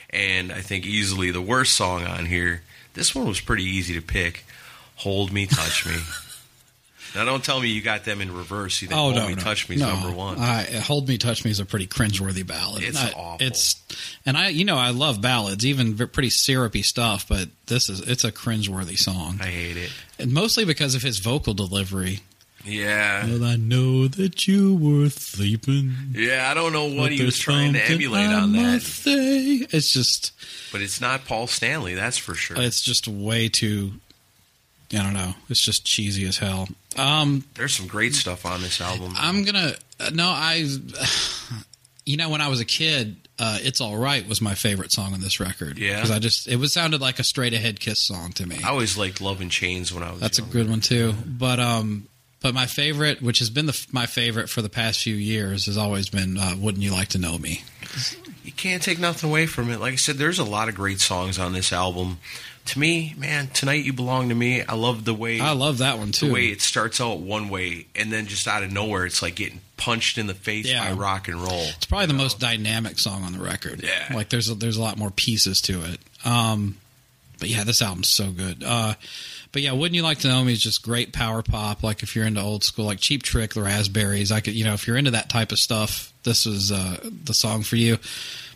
[SPEAKER 1] and I think easily the worst song on here. This one was pretty easy to pick. "Hold Me, Touch Me." now don't tell me you got them in reverse. You think
[SPEAKER 2] oh
[SPEAKER 1] "Hold
[SPEAKER 2] no,
[SPEAKER 1] Me,
[SPEAKER 2] no.
[SPEAKER 1] Touch Me" is
[SPEAKER 2] No.
[SPEAKER 1] number one.
[SPEAKER 2] I, Hold Me, Touch Me is a pretty cringeworthy ballad.
[SPEAKER 1] It's
[SPEAKER 2] I-
[SPEAKER 1] awful.
[SPEAKER 2] It's and I, you know, I love ballads, even v- pretty syrupy stuff. But this is it's a cringeworthy song,
[SPEAKER 1] I hate it.
[SPEAKER 2] and mostly because of his vocal delivery.
[SPEAKER 1] Yeah.
[SPEAKER 2] Well, I know that you were sleeping.
[SPEAKER 1] Yeah, I don't know what
[SPEAKER 2] but
[SPEAKER 1] he was
[SPEAKER 2] there's
[SPEAKER 1] trying to
[SPEAKER 2] something
[SPEAKER 1] emulate
[SPEAKER 2] I
[SPEAKER 1] on
[SPEAKER 2] must
[SPEAKER 1] that,
[SPEAKER 2] say. It's just,
[SPEAKER 1] but it's not Paul Stanley, that's for sure.
[SPEAKER 2] it's just way too. I don't know. It's just cheesy as hell. Um,
[SPEAKER 1] There's some great stuff on this album.
[SPEAKER 2] I'm gonna. uh, No, I. You know, when I was a kid, uh, "It's All Right" was my favorite song on this record.
[SPEAKER 1] Yeah.
[SPEAKER 2] because I just it was sounded like a straight ahead Kiss song to me.
[SPEAKER 1] I always liked Love and Chains when I was
[SPEAKER 2] That's a
[SPEAKER 1] younger.
[SPEAKER 2] good one too. But um, but my favorite, which has been the f- my favorite for the past few years, has always been uh, "Wouldn't You Like to Know Me."
[SPEAKER 1] You can't take nothing away from it. Like I said, there's a lot of great songs on this album. To me, man, tonight you belong to me. I love the way
[SPEAKER 2] I love that one
[SPEAKER 1] the
[SPEAKER 2] too.
[SPEAKER 1] way it starts out one way and then just out of nowhere it's like getting punched in the face
[SPEAKER 2] Yeah.
[SPEAKER 1] by rock and roll.
[SPEAKER 2] It's probably the most dynamic song on the record.
[SPEAKER 1] Yeah.
[SPEAKER 2] like there's a, there's a lot more pieces to it. Um, but yeah, this album's so good. Uh, but yeah, wouldn't you like to know me? Is just great power pop. Like if you're into old school, like Cheap Trick, the Raspberries. I could, you know, if you're into that type of stuff, this is uh, the song for you.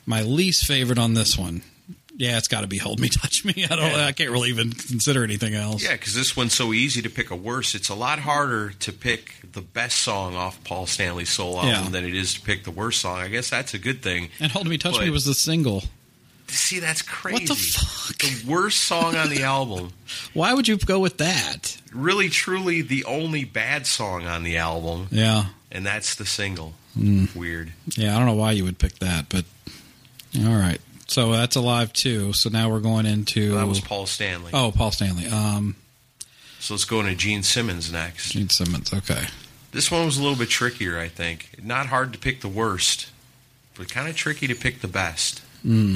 [SPEAKER 2] My least favorite on this one yeah, it's got to be "Hold Me, Touch Me." I don't. I can't really even consider anything else.
[SPEAKER 1] Yeah, because this one's so easy to pick a worse. It's a lot harder to pick the best song off Paul Stanley's solo album
[SPEAKER 2] Yeah.
[SPEAKER 1] than it is to pick the worst song. I guess that's a good thing.
[SPEAKER 2] And "Hold Me, Touch
[SPEAKER 1] But-
[SPEAKER 2] Me" was the single.
[SPEAKER 1] See, that's crazy.
[SPEAKER 2] What the fuck?
[SPEAKER 1] The worst song on the album,
[SPEAKER 2] Why would you go with that?
[SPEAKER 1] really, truly, the only bad song on the album,
[SPEAKER 2] Yeah,
[SPEAKER 1] and that's the single.
[SPEAKER 2] Hmm.
[SPEAKER 1] Weird.
[SPEAKER 2] yeah. I don't know why you would pick that, but all right. So that's alive too. So now we're going into
[SPEAKER 1] That was Paul Stanley.
[SPEAKER 2] oh Paul Stanley, um,
[SPEAKER 1] So let's go into Gene Simmons next.
[SPEAKER 2] Gene Simmons. Okay,
[SPEAKER 1] This one was a little bit trickier, I think. Not hard to pick the worst, but kind of tricky to pick the best.
[SPEAKER 2] Hmm.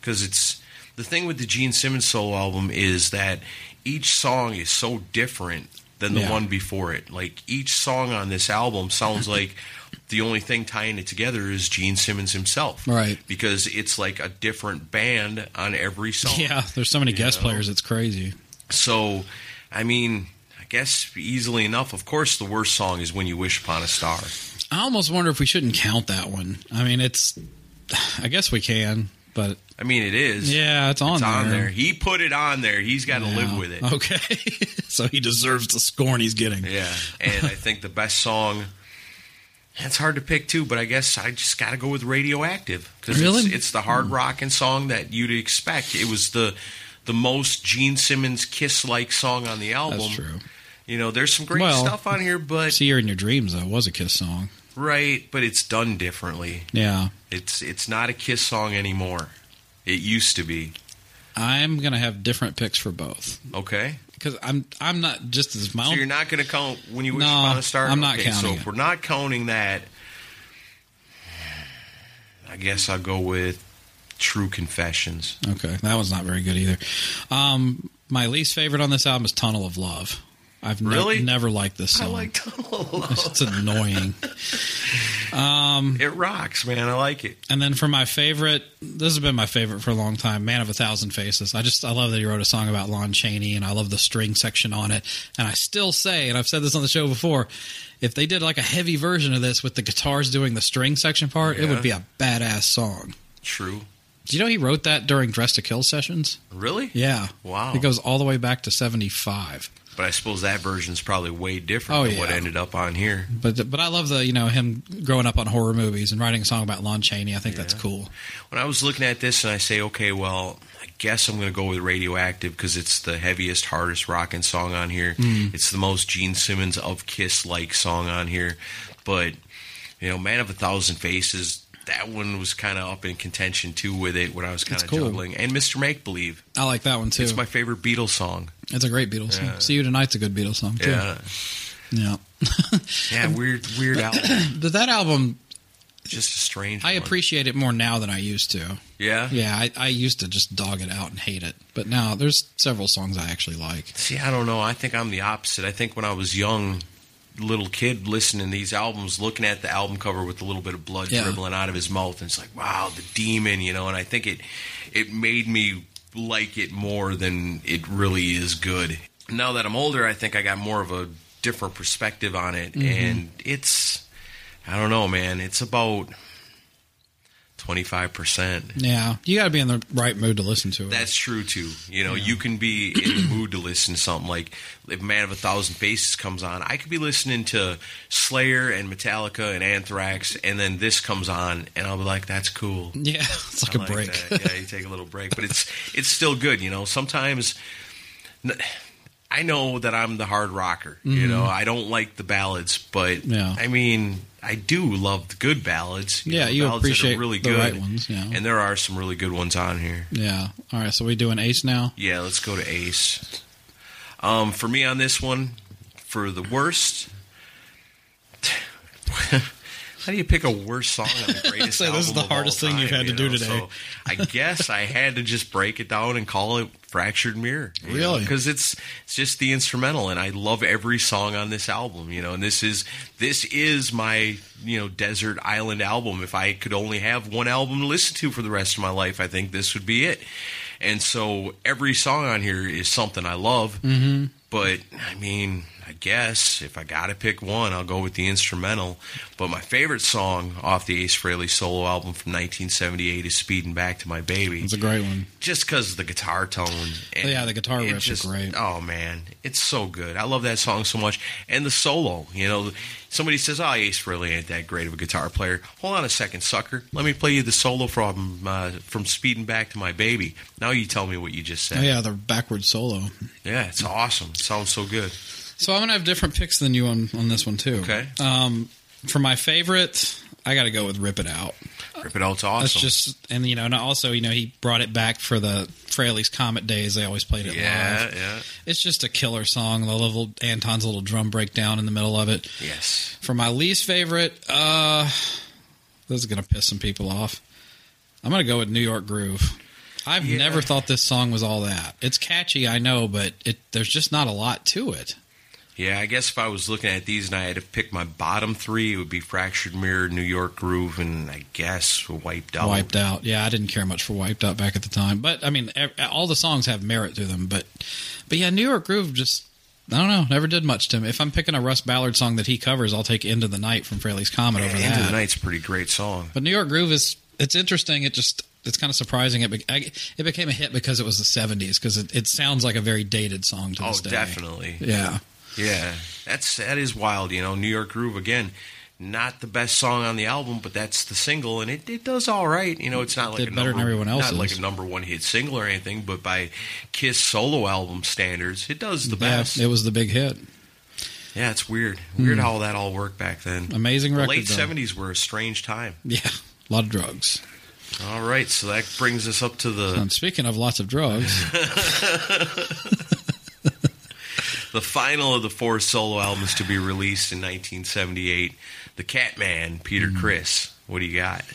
[SPEAKER 1] Because it's the thing with the Gene Simmons solo album is that each song is so different than the
[SPEAKER 2] Yeah.
[SPEAKER 1] one before it. Like each song on this album sounds like the only thing tying it together is Gene Simmons himself.
[SPEAKER 2] Right.
[SPEAKER 1] Because it's like a different band on every song.
[SPEAKER 2] yeah. There's so many
[SPEAKER 1] You
[SPEAKER 2] guest
[SPEAKER 1] know?
[SPEAKER 2] players. It's crazy.
[SPEAKER 1] So, I mean, I guess easily enough, of course, the worst song is When You Wish Upon a Star.
[SPEAKER 2] I almost wonder if we shouldn't count that one. I mean, it's. I guess we can, but
[SPEAKER 1] I mean, it is.
[SPEAKER 2] yeah, it's on
[SPEAKER 1] It's
[SPEAKER 2] there.
[SPEAKER 1] on there. He put it on there. He's got to live
[SPEAKER 2] Yeah.
[SPEAKER 1] with it.
[SPEAKER 2] Okay, so he deserves the scorn he's getting.
[SPEAKER 1] Yeah. And I think the best song. That's hard to pick too, but I guess I just got to go with Radioactive because
[SPEAKER 2] Really? Hmm.
[SPEAKER 1] it's, it's the hard rockin' song that you'd expect. It was the the most Gene Simmons Kiss like song on the album.
[SPEAKER 2] That's true.
[SPEAKER 1] You know, there's some great
[SPEAKER 2] Well,
[SPEAKER 1] stuff on here, but
[SPEAKER 2] See her in your dreams though was a Kiss song.
[SPEAKER 1] right, but it's done differently.
[SPEAKER 2] Yeah,
[SPEAKER 1] It's it's not a Kiss song anymore. It used to be.
[SPEAKER 2] I'm gonna have different picks for both
[SPEAKER 1] Okay,
[SPEAKER 2] because I'm I'm not just as my
[SPEAKER 1] so
[SPEAKER 2] own.
[SPEAKER 1] you're not going to count when you wish
[SPEAKER 2] No,
[SPEAKER 1] upon a star.
[SPEAKER 2] I'm not
[SPEAKER 1] okay, So
[SPEAKER 2] counting
[SPEAKER 1] if
[SPEAKER 2] it.
[SPEAKER 1] we're not counting that, I guess I'll go with True Confessions.
[SPEAKER 2] Okay, that one's not very good either. Um, my least favorite on this album is Tunnel of Love. I've ne-
[SPEAKER 1] Really?
[SPEAKER 2] never liked this
[SPEAKER 1] I
[SPEAKER 2] song.
[SPEAKER 1] like Tunnel Love.
[SPEAKER 2] it's annoying. Um,
[SPEAKER 1] It rocks, man. I like it.
[SPEAKER 2] And then for my favorite, this has been my favorite for a long time, "Man of a Thousand Faces." I just I love that he wrote a song about Lon Chaney, and I love the string section on it. And I still say, and I've said this on the show before, if they did like a heavy version of this with the guitars doing the string section part, it
[SPEAKER 1] Yeah.
[SPEAKER 2] would be a badass song.
[SPEAKER 1] True.
[SPEAKER 2] Do you know he wrote that during Dress to Kill sessions?
[SPEAKER 1] Really?
[SPEAKER 2] Yeah,
[SPEAKER 1] Wow.
[SPEAKER 2] It goes all the way back to '75.
[SPEAKER 1] But I suppose that version's probably way different
[SPEAKER 2] Oh,
[SPEAKER 1] than what
[SPEAKER 2] yeah.
[SPEAKER 1] ended up on here.
[SPEAKER 2] But but I love the you know him growing up on horror movies and writing a song about Lon Chaney. I think that's cool.
[SPEAKER 1] When I was looking at this and I say, okay, well, I guess I'm going to go with Radioactive because it's the heaviest, hardest rocking song on here.
[SPEAKER 2] Mm.
[SPEAKER 1] It's the most Gene Simmons of Kiss like song on here. But, you know, Man of a Thousand Faces, that one was kind of up in contention too with it when I was kind of
[SPEAKER 2] It's cool.
[SPEAKER 1] juggling. And Mr. Make Believe.
[SPEAKER 2] I like that one too.
[SPEAKER 1] It's
[SPEAKER 2] It's,
[SPEAKER 1] my favorite Beatles song.
[SPEAKER 2] a great Beatles
[SPEAKER 1] Yeah.
[SPEAKER 2] song. See You Tonight's a good Beatles song too.
[SPEAKER 1] Yeah.
[SPEAKER 2] Yeah.
[SPEAKER 1] Yeah, weird, weird album.
[SPEAKER 2] But that album,
[SPEAKER 1] Just a strange
[SPEAKER 2] I
[SPEAKER 1] one.
[SPEAKER 2] appreciate it more now than I used to.
[SPEAKER 1] Yeah.
[SPEAKER 2] Yeah, I, I used to just dog it out and hate it. But now there's several songs I actually like.
[SPEAKER 1] See, I don't know. I think I'm the opposite. I think when I was young, little kid listening to these albums, looking at the album cover with a little bit of blood
[SPEAKER 2] Yeah.
[SPEAKER 1] dribbling out of his mouth, and it's like, wow, the demon, you know. And I think it it made me like it more than it really is good. Now that I'm older, I think I got more of a different perspective on it, and it's I don't know, man. It's about twenty five percent.
[SPEAKER 2] Yeah, you got to be in the right mood to listen to it.
[SPEAKER 1] That's true too. You know, you can be in the mood to listen to something like if Man of a Thousand Faces comes on, I could be listening to Slayer and Metallica and Anthrax, and then this comes on, and I'll be like, "That's cool."
[SPEAKER 2] yeah, it's like
[SPEAKER 1] I
[SPEAKER 2] a
[SPEAKER 1] like
[SPEAKER 2] break.
[SPEAKER 1] that. yeah, you take a little break, but it's it's still good. You know, sometimes n- I know that I'm the hard rocker. You know, I don't like the ballads, but
[SPEAKER 2] Mm-hmm. Yeah.
[SPEAKER 1] I mean, I do love the good ballads.
[SPEAKER 2] Yeah,
[SPEAKER 1] know,
[SPEAKER 2] you
[SPEAKER 1] ballads that are
[SPEAKER 2] appreciate the right ones, yeah.
[SPEAKER 1] and there are some really good ones on here.
[SPEAKER 2] yeah. All right, so we do an ace now.
[SPEAKER 1] Yeah, let's go to Ace. Um, for me on this one, for the worst, how do you pick a worst song on the greatest?
[SPEAKER 2] Say, this is
[SPEAKER 1] album
[SPEAKER 2] the
[SPEAKER 1] of all
[SPEAKER 2] hardest thing you've
[SPEAKER 1] time,
[SPEAKER 2] had to
[SPEAKER 1] you
[SPEAKER 2] do
[SPEAKER 1] know?
[SPEAKER 2] today.
[SPEAKER 1] So I guess I had to just break it down and call it "Fractured Mirror."
[SPEAKER 2] Really?
[SPEAKER 1] Because it's it's just the instrumental, and I love every song on this album. You know, and this is this is my you know desert island album. If I could only have one album to listen to for the rest of my life, I think this would be it. And so every song on here is something I love. But I mean, I guess if I got to pick one, I'll go with the instrumental. But my favorite song off the Ace Frehley solo album from 1978 is "Speeding Back to My Baby,"
[SPEAKER 2] It's a great one.
[SPEAKER 1] just because of the guitar tone. And
[SPEAKER 2] Yeah, the guitar
[SPEAKER 1] it
[SPEAKER 2] riffs are great.
[SPEAKER 1] Oh man, it's so good. I love that song so much, and the solo. You know, somebody says, "Oh, Ace Frehley ain't that great of a guitar player." Hold on a second, sucker. Let me play you the solo from uh, from "Speeding Back to My Baby." Now you tell me what you just said.
[SPEAKER 2] Oh, yeah, the backward solo.
[SPEAKER 1] Yeah, it's awesome. It sounds so good.
[SPEAKER 2] So I'm gonna have different picks than you on on this one too.
[SPEAKER 1] Okay.
[SPEAKER 2] Um, for my favorite, I got to go with "Rip It Out."
[SPEAKER 1] Rip it out. It's awesome.
[SPEAKER 2] That's just and you know, and also you know he brought it back for the Fraley's Comet days. They always played it
[SPEAKER 1] yeah,
[SPEAKER 2] live.
[SPEAKER 1] yeah.
[SPEAKER 2] It's just a killer song. The little Anton's little drum breakdown in the middle of it.
[SPEAKER 1] Yes.
[SPEAKER 2] For my least favorite, uh, this is gonna piss some people off. I'm gonna go with New York Groove. I've
[SPEAKER 1] Yeah.
[SPEAKER 2] never thought this song was all that. It's catchy, I know, but it there's just not a lot to it.
[SPEAKER 1] Yeah, I guess if I was looking at these and I had to pick my bottom three, it would be Fractured Mirror, New York Groove, and I guess Wiped Out.
[SPEAKER 2] Wiped out. Yeah, I didn't care much for Wiped Out back at the time, but I mean, ev- all the songs have merit to them. But, but yeah, New York Groove just I don't know, never did much to me. If I'm picking a Russ Ballard song that he covers, I'll take End of the Night from Fraley's Comet
[SPEAKER 1] Yeah,
[SPEAKER 2] over
[SPEAKER 1] End of
[SPEAKER 2] that.
[SPEAKER 1] the Night's a pretty great song.
[SPEAKER 2] But New York Groove is it's interesting. It just it's kind of surprising. It be, I, it became a hit because it was the '70s because it, it sounds like a very dated song to
[SPEAKER 1] Oh,
[SPEAKER 2] this day.
[SPEAKER 1] definitely.
[SPEAKER 2] Yeah.
[SPEAKER 1] Yeah, that's that is wild. You know, New York Groove again. Not the best song on the album, but that's the single, and it, it does all right. You know, it's not like
[SPEAKER 2] Did
[SPEAKER 1] a
[SPEAKER 2] better
[SPEAKER 1] number,
[SPEAKER 2] than everyone
[SPEAKER 1] Not
[SPEAKER 2] else's.
[SPEAKER 1] like a number one hit single or anything, but by Kiss solo album standards, it does the
[SPEAKER 2] Yeah,
[SPEAKER 1] best.
[SPEAKER 2] it was the big hit.
[SPEAKER 1] yeah, it's weird. Weird how that all worked back then.
[SPEAKER 2] Amazing Hmm. record.
[SPEAKER 1] Late
[SPEAKER 2] though.
[SPEAKER 1] seventies were a strange time.
[SPEAKER 2] Yeah, a lot of drugs.
[SPEAKER 1] All right, so that brings us up to the
[SPEAKER 2] And speaking of lots of drugs, Hmm.
[SPEAKER 1] the final of the four solo albums to be released in 1978. The Catman, Peter
[SPEAKER 2] Hmm.
[SPEAKER 1] Chris. What do you got?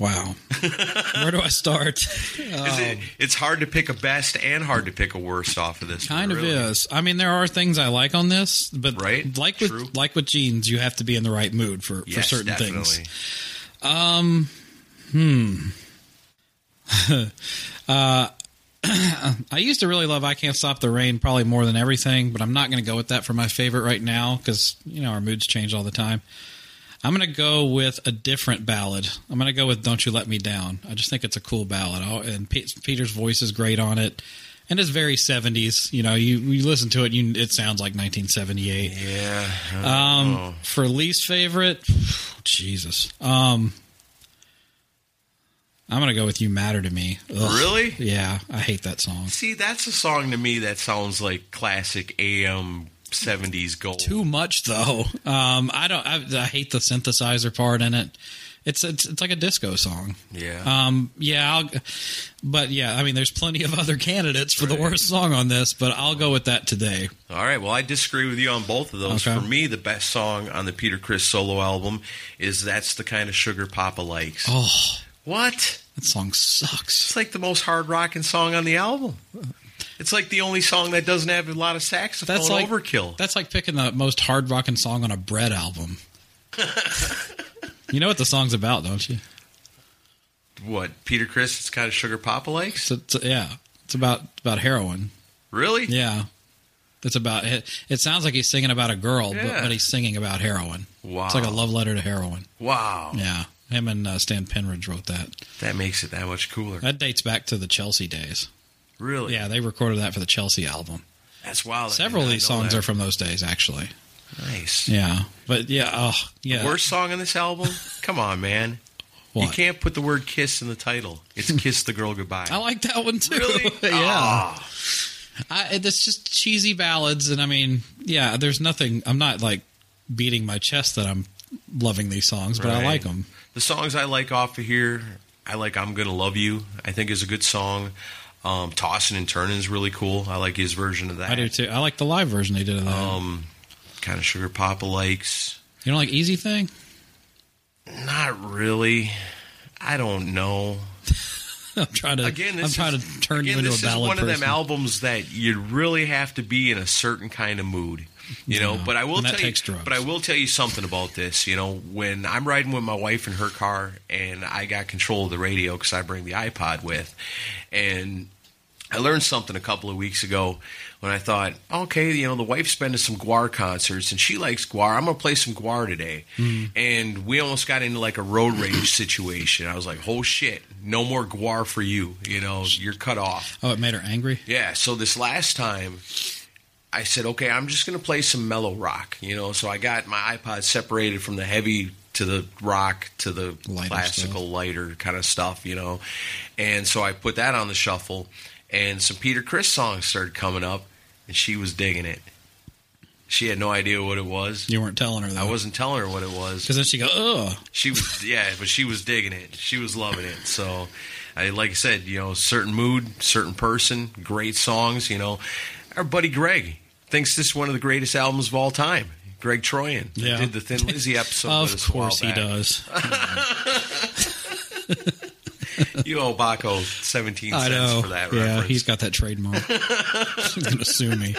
[SPEAKER 2] Wow. Where do I start? Uh,
[SPEAKER 1] Is
[SPEAKER 2] Um,
[SPEAKER 1] it, it's hard to pick a best and hard to pick a worst off of this.
[SPEAKER 2] Kind
[SPEAKER 1] one,
[SPEAKER 2] of
[SPEAKER 1] really.
[SPEAKER 2] is. I mean, there are things I like on this, but
[SPEAKER 1] Right?
[SPEAKER 2] like with
[SPEAKER 1] True.
[SPEAKER 2] like with jeans, you have to be in the right mood for, for
[SPEAKER 1] Yes,
[SPEAKER 2] certain
[SPEAKER 1] definitely.
[SPEAKER 2] things. I used to really love I Can't Stop the Rain probably more than everything, but I'm not going to go with that for my favorite right now because, you know, our moods change all the time. I'm going to go with a different ballad. I'm going to go with Don't You Let Me Down. I just think it's a cool ballad. Oh, And Pe- Peter's voice is great on it. And it's very 70s. You know, you, you listen to it, you, it sounds like 1978.
[SPEAKER 1] Yeah. Oh.
[SPEAKER 2] Um, for least favorite, Jesus. Um, I'm gonna go with "You Matter to Me." Ugh.
[SPEAKER 1] Really?
[SPEAKER 2] Yeah, I hate that song.
[SPEAKER 1] See, that's a song to me that sounds like classic AM 70s gold.
[SPEAKER 2] Too much though. Um, I don't. I, I hate the synthesizer part in it. It's it's, it's like a disco song.
[SPEAKER 1] yeah.
[SPEAKER 2] Um, yeah, I'll, but yeah, I mean, there's plenty of other candidates for the worst song on this, but I'll go with that today.
[SPEAKER 1] All right. Well, I disagree with you on both of those.
[SPEAKER 2] Okay.
[SPEAKER 1] For me, the best song on the Peter Chris solo album is "That's the Kind of Sugar Papa Likes."
[SPEAKER 2] Oh,
[SPEAKER 1] What?
[SPEAKER 2] that song sucks.
[SPEAKER 1] It's like the most hard rocking song on the album. It's like the only song that doesn't have a lot of saxophone
[SPEAKER 2] That's
[SPEAKER 1] Oh,
[SPEAKER 2] like
[SPEAKER 1] overkill.
[SPEAKER 2] That's like picking the most hard rocking song on a bread album. you know what the song's about, don't you?
[SPEAKER 1] what Peter Chris? It's kind of sugar papa likes.
[SPEAKER 2] It's, it's- yeah, it's about about heroin.
[SPEAKER 1] Really?
[SPEAKER 2] Yeah, it's about it. It sounds like he's singing about a girl,
[SPEAKER 1] Yeah.
[SPEAKER 2] but, but he's singing about heroin.
[SPEAKER 1] Wow.
[SPEAKER 2] It's like a love letter to heroin.
[SPEAKER 1] Wow.
[SPEAKER 2] Yeah, him and uh, Stan Penridge wrote that.
[SPEAKER 1] That makes it that much cooler.
[SPEAKER 2] That dates back to the Chelsea days.
[SPEAKER 1] Really?
[SPEAKER 2] Yeah, they recorded that for the Chelsea album.
[SPEAKER 1] Oh, That's wild.
[SPEAKER 2] Several of these songs are from those days, actually.
[SPEAKER 1] nice.
[SPEAKER 2] Yeah, but yeah, oh yeah,
[SPEAKER 1] Worst song on this album? Come on, man. You
[SPEAKER 2] What?
[SPEAKER 1] can't put the word "kiss" in the title. It's "Kiss the Girl Goodbye."
[SPEAKER 2] I like that one too.
[SPEAKER 1] really?
[SPEAKER 2] yeah.
[SPEAKER 1] Ah,
[SPEAKER 2] I, that's just cheesy ballads, and I mean, yeah, there's nothing. I'm not like beating my chest that I'm loving these songs, but
[SPEAKER 1] Right.
[SPEAKER 2] I like them.
[SPEAKER 1] the songs I like off of here, I like "I'm Gonna Love You." I think is a good song. Um, Tossing and turning is really cool. I like his version of that.
[SPEAKER 2] I do too. I like the live version they did of that.
[SPEAKER 1] Um, kind of sugar papa likes.
[SPEAKER 2] you don't like Easy Thing?
[SPEAKER 1] Not really. I don't know.
[SPEAKER 2] I'm trying to
[SPEAKER 1] Again, this
[SPEAKER 2] I'm trying
[SPEAKER 1] is,
[SPEAKER 2] to turn
[SPEAKER 1] again,
[SPEAKER 2] you into
[SPEAKER 1] this
[SPEAKER 2] a ballad
[SPEAKER 1] is one
[SPEAKER 2] person.
[SPEAKER 1] of them albums that you really have to be in a certain kind of mood, you know.
[SPEAKER 2] Yeah,
[SPEAKER 1] But I will
[SPEAKER 2] and that
[SPEAKER 1] tell
[SPEAKER 2] takes
[SPEAKER 1] you,
[SPEAKER 2] drugs.
[SPEAKER 1] but I will tell you something about this. You know, when I'm riding with my wife in her car, and I got control of the radio because I bring the iPod with, and I learned something a couple of weeks ago when I thought, okay, you know, the wife's been to some Guar concerts and she likes Guar. I'm going to play some Guar today.
[SPEAKER 2] Mm.
[SPEAKER 1] And we almost got into like a road rage situation. I was like, oh shit, no more Guar for you. You know, you're cut off.
[SPEAKER 2] Oh, it made her angry.
[SPEAKER 1] Yeah. So this last time, I said, okay, I'm just going to play some mellow rock. You know, so I got my iPod separated from the heavy to the rock to the
[SPEAKER 2] Lighter
[SPEAKER 1] classical lighter kind of stuff, you know. And so I put that on the shuffle, and some Peter Chris songs started coming up, and she was digging it. She had no idea what it was.
[SPEAKER 2] You weren't telling her that.
[SPEAKER 1] I wasn't telling her what it was.
[SPEAKER 2] Because then she go, oh,
[SPEAKER 1] She was, yeah, but she was digging it. She was loving it. So, I like I said, you know, certain mood, certain person, great songs. You know, our buddy Greg thinks this is one of the greatest albums of all time. Greg Troyan that
[SPEAKER 2] Yeah.
[SPEAKER 1] did the Thin Lizzy episode. with
[SPEAKER 2] of
[SPEAKER 1] us a while
[SPEAKER 2] course he
[SPEAKER 1] back.
[SPEAKER 2] does.
[SPEAKER 1] You owe Baco seventeen
[SPEAKER 2] I
[SPEAKER 1] cents
[SPEAKER 2] know.
[SPEAKER 1] for that
[SPEAKER 2] yeah,
[SPEAKER 1] reference.
[SPEAKER 2] he's got that trademark. he's gonna sue me.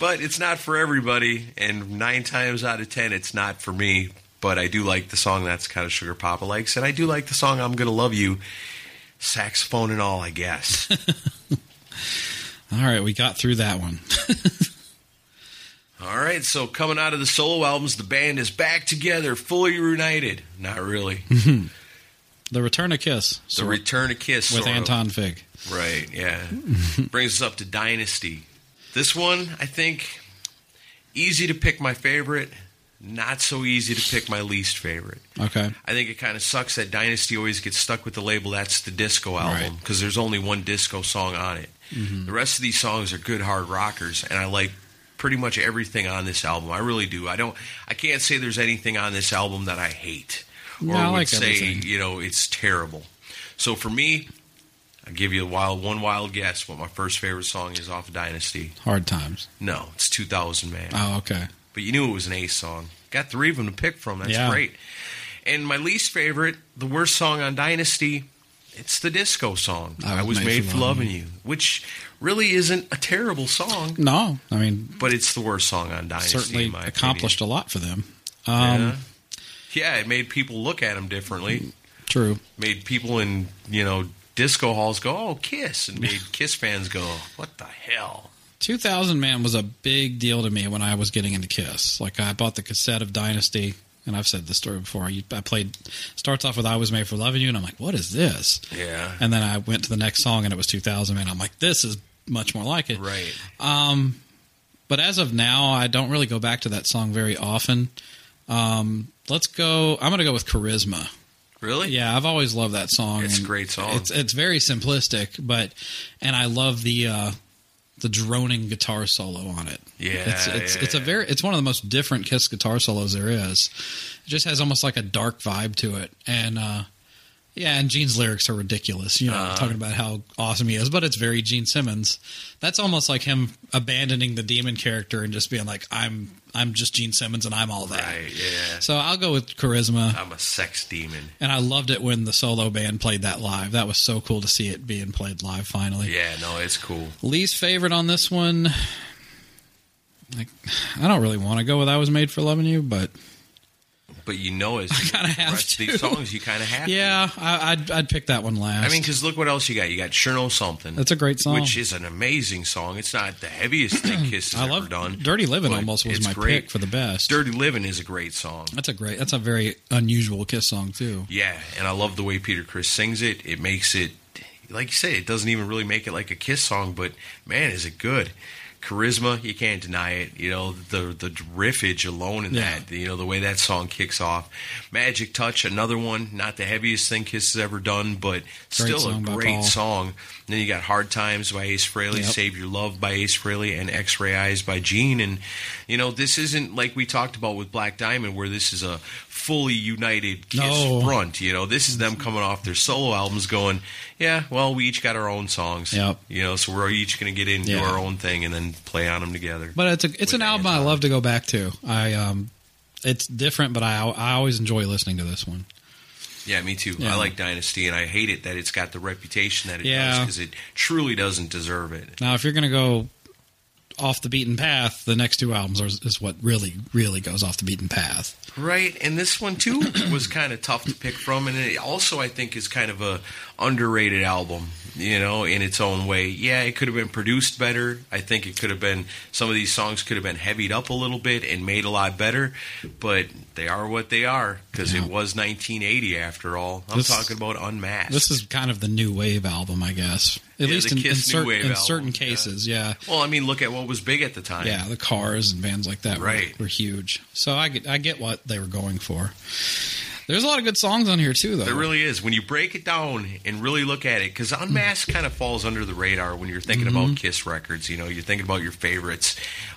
[SPEAKER 1] but it's not for everybody, and nine times out of ten, it's not for me. But I do like the song that's kind of Sugar Papa likes, and I do like the song "I'm Gonna Love You," saxophone and all, I guess.
[SPEAKER 2] All right, we got through that one.
[SPEAKER 1] All right, so coming out of the solo albums, the band is back together, fully reunited. Not really.
[SPEAKER 2] The Return of Kiss
[SPEAKER 1] The
[SPEAKER 2] so
[SPEAKER 1] Return of Kiss
[SPEAKER 2] with
[SPEAKER 1] sort of.
[SPEAKER 2] Anton Fig.
[SPEAKER 1] Right, yeah. Brings us up to Dynasty. This one, I think, easy to pick my favorite, not so easy to pick my least favorite.
[SPEAKER 2] Okay.
[SPEAKER 1] I think it kind of sucks that Dynasty always gets stuck with the label that's the disco album because there's only one disco song on it.
[SPEAKER 2] Mm-hmm.
[SPEAKER 1] The rest of these songs are good hard rockers, and I like pretty much everything on this album. I really do. I don't. I can't say there's anything on this album that I hate or
[SPEAKER 2] No, I
[SPEAKER 1] would
[SPEAKER 2] like
[SPEAKER 1] say
[SPEAKER 2] everything.
[SPEAKER 1] you know it's terrible. So for me, I will give you a wild one wild guess what my first favorite song is off of Dynasty.
[SPEAKER 2] Hard times.
[SPEAKER 1] No, it's 2000 Man
[SPEAKER 2] Oh, okay.
[SPEAKER 1] but you knew it was an Ace song. Got three of them to pick from. That's
[SPEAKER 2] Yeah.
[SPEAKER 1] great. And my least favorite, the worst song on Dynasty, it's the disco song. I was, made, for loving you, which really isn't a terrible song,
[SPEAKER 2] No, I mean
[SPEAKER 1] but it's the worst song on Dynasty. in
[SPEAKER 2] certainly
[SPEAKER 1] my
[SPEAKER 2] accomplished a lot for them. Um,
[SPEAKER 1] opinion. yeah. yeah, it made people look at him differently.
[SPEAKER 2] True.
[SPEAKER 1] Made people in you know disco halls go, "Oh, Kiss," and made Kiss fans go, "What the hell."
[SPEAKER 2] 2000 Man was a big deal to me when I was getting into Kiss. Like I bought the cassette of Dynasty, and I've said this story before. You- I played starts off with "I Was Made for Loving You," and I'm like, "What is this?"
[SPEAKER 1] Yeah.
[SPEAKER 2] And then I went to the next song, and it was 2000 Man. I'm like, "This is much more like it." Um,
[SPEAKER 1] Right.
[SPEAKER 2] But as of now, I don't really go back to that song very often. Um, let's go. I'm going to go with Charisma.
[SPEAKER 1] Really?
[SPEAKER 2] Yeah, I've always loved that song.
[SPEAKER 1] It's a
[SPEAKER 2] and
[SPEAKER 1] great song.
[SPEAKER 2] It's it's very simplistic, but and I love the uh, the droning guitar solo on it.
[SPEAKER 1] Yeah,
[SPEAKER 2] it's it's,
[SPEAKER 1] yeah,
[SPEAKER 2] it's a
[SPEAKER 1] yeah.
[SPEAKER 2] very it's one of the most different Kiss guitar solos there is. It just has almost like a dark vibe to it, and uh, yeah, and Gene's lyrics are ridiculous. You know,
[SPEAKER 1] Uh-huh.
[SPEAKER 2] talking about how awesome he is, but it's very Gene Simmons. That's almost like him abandoning the demon character and just being like, I'm I'm just Gene Simmons and I'm all that.
[SPEAKER 1] Right. Yeah.
[SPEAKER 2] So I'll go with charisma.
[SPEAKER 1] I'm a sex demon.
[SPEAKER 2] And I loved it when the solo band played that live. That was so cool to see it being played live finally.
[SPEAKER 1] Yeah. No, it's cool.
[SPEAKER 2] Least favorite on this one. Like, I don't really want to go with "I Was Made for Loving You," but
[SPEAKER 1] But you know, as you
[SPEAKER 2] kinda
[SPEAKER 1] look at the
[SPEAKER 2] have
[SPEAKER 1] rest
[SPEAKER 2] to.
[SPEAKER 1] of these songs, you kind of have to.
[SPEAKER 2] yeah, I, I'd I'd pick that one last.
[SPEAKER 1] I mean, because look what else you got. You got Cherno Something.
[SPEAKER 2] That's a great song.
[SPEAKER 1] Which is an amazing song. It's not the heaviest thing Kiss has
[SPEAKER 2] I
[SPEAKER 1] ever
[SPEAKER 2] love
[SPEAKER 1] done.
[SPEAKER 2] "Dirty Living."
[SPEAKER 1] but
[SPEAKER 2] Almost was
[SPEAKER 1] it's
[SPEAKER 2] my
[SPEAKER 1] great.
[SPEAKER 2] pick for the best.
[SPEAKER 1] Dirty Living is a great song.
[SPEAKER 2] That's a great. That's a very unusual Kiss song too.
[SPEAKER 1] Yeah, and I love the way Peter Chris sings it. It makes it, like you say, it doesn't even really make it like a Kiss song, but man, is it good. Charisma, you can't deny it. You know, the the riffage alone in
[SPEAKER 2] Yeah.
[SPEAKER 1] that, you know, the way that song kicks off. Magic Touch, another one, not the heaviest thing Kiss has ever done, but still
[SPEAKER 2] song by
[SPEAKER 1] a great
[SPEAKER 2] Paul.
[SPEAKER 1] song. And then you got Hard Times by Ace Frehley,
[SPEAKER 2] Yep.
[SPEAKER 1] Save Your Love by Ace Frehley, and X Ray Eyes by Gene. And, you know, this isn't like we talked about with Black Diamond, where this is a fully united Kiss
[SPEAKER 2] No.
[SPEAKER 1] front. You know, this is them coming off their solo albums going, yeah, well, we each got our own songs.
[SPEAKER 2] Yep.
[SPEAKER 1] You know, so we're each going to get into
[SPEAKER 2] Yeah.
[SPEAKER 1] our own thing and then play on them together.
[SPEAKER 2] But it's a it's
[SPEAKER 1] With
[SPEAKER 2] an album I
[SPEAKER 1] Anton.
[SPEAKER 2] love to go back to. I um, it's different, but I I always enjoy listening to this one.
[SPEAKER 1] Yeah, me too.
[SPEAKER 2] Yeah.
[SPEAKER 1] I like Dynasty, and I hate it that it's got the reputation that it
[SPEAKER 2] Yeah.
[SPEAKER 1] does because it truly doesn't deserve it.
[SPEAKER 2] Now, if you're going to go off the beaten path. The next two albums are, is what really, really goes off the beaten path.
[SPEAKER 1] Right, and this one too was kind of tough to pick from, and it also I think is kind of a underrated album, you know, in its own way. Yeah, it could have been produced better. I think it could have been some of these songs could have been heavied up a little bit and made a lot better, but they are what they are because
[SPEAKER 2] Yeah.
[SPEAKER 1] it was 1980 after all. I'm
[SPEAKER 2] This-
[SPEAKER 1] talking about Unmasked.
[SPEAKER 2] This is kind of the new wave album, I guess. At
[SPEAKER 1] Yeah,
[SPEAKER 2] least
[SPEAKER 1] the
[SPEAKER 2] in, in,
[SPEAKER 1] Kiss new
[SPEAKER 2] cer-
[SPEAKER 1] wave
[SPEAKER 2] in
[SPEAKER 1] album,
[SPEAKER 2] certain
[SPEAKER 1] yeah.
[SPEAKER 2] cases, yeah.
[SPEAKER 1] well, I mean, look at what was big at the time.
[SPEAKER 2] Yeah, the cars and bands like that were-
[SPEAKER 1] Right.
[SPEAKER 2] were, huge. So I get, I get what they were going for. There's a lot of good songs on here too, though.
[SPEAKER 1] There really is. When you break it down and really look at it, because Unmasked kind of falls under the radar when you're thinking
[SPEAKER 2] Mm-hmm.
[SPEAKER 1] about Kiss records. You know, you're thinking about your favorites.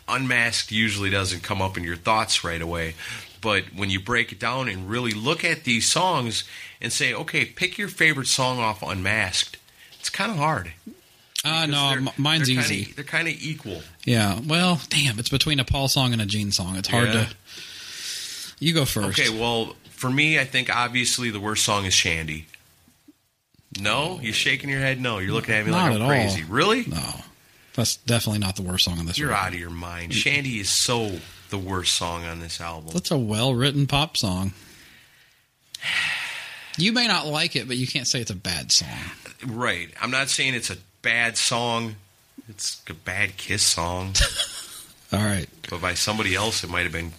[SPEAKER 1] Unmasked usually doesn't come up in your thoughts right away. But when you break it down and really look at these songs and say, okay, pick your favorite song off Unmasked, it's kind of hard.
[SPEAKER 2] uh, no,
[SPEAKER 1] They're-
[SPEAKER 2] m- mine's
[SPEAKER 1] they're
[SPEAKER 2] easy.
[SPEAKER 1] Kinda, e, they're kind of equal.
[SPEAKER 2] Yeah. Well, damn, it's between a Paul song and a Gene song. It's hard
[SPEAKER 1] Yeah.
[SPEAKER 2] to. You go first.
[SPEAKER 1] Okay, well, for me, I think obviously the worst song is Shandy. No, you're shaking your head. No, you're looking at me
[SPEAKER 2] Not
[SPEAKER 1] like
[SPEAKER 2] at
[SPEAKER 1] I'm
[SPEAKER 2] all.
[SPEAKER 1] crazy. Really?
[SPEAKER 2] No, that's definitely not the worst song on this.
[SPEAKER 1] You're
[SPEAKER 2] record.
[SPEAKER 1] out of your mind. Shandy is so the worst song on this album.
[SPEAKER 2] That's a well-written pop song. You may not like it, but you can't say it's a bad song.
[SPEAKER 1] Right. I'm not saying it's a bad song. It's a bad Kiss song,
[SPEAKER 2] All right.
[SPEAKER 1] but by somebody else, it might have been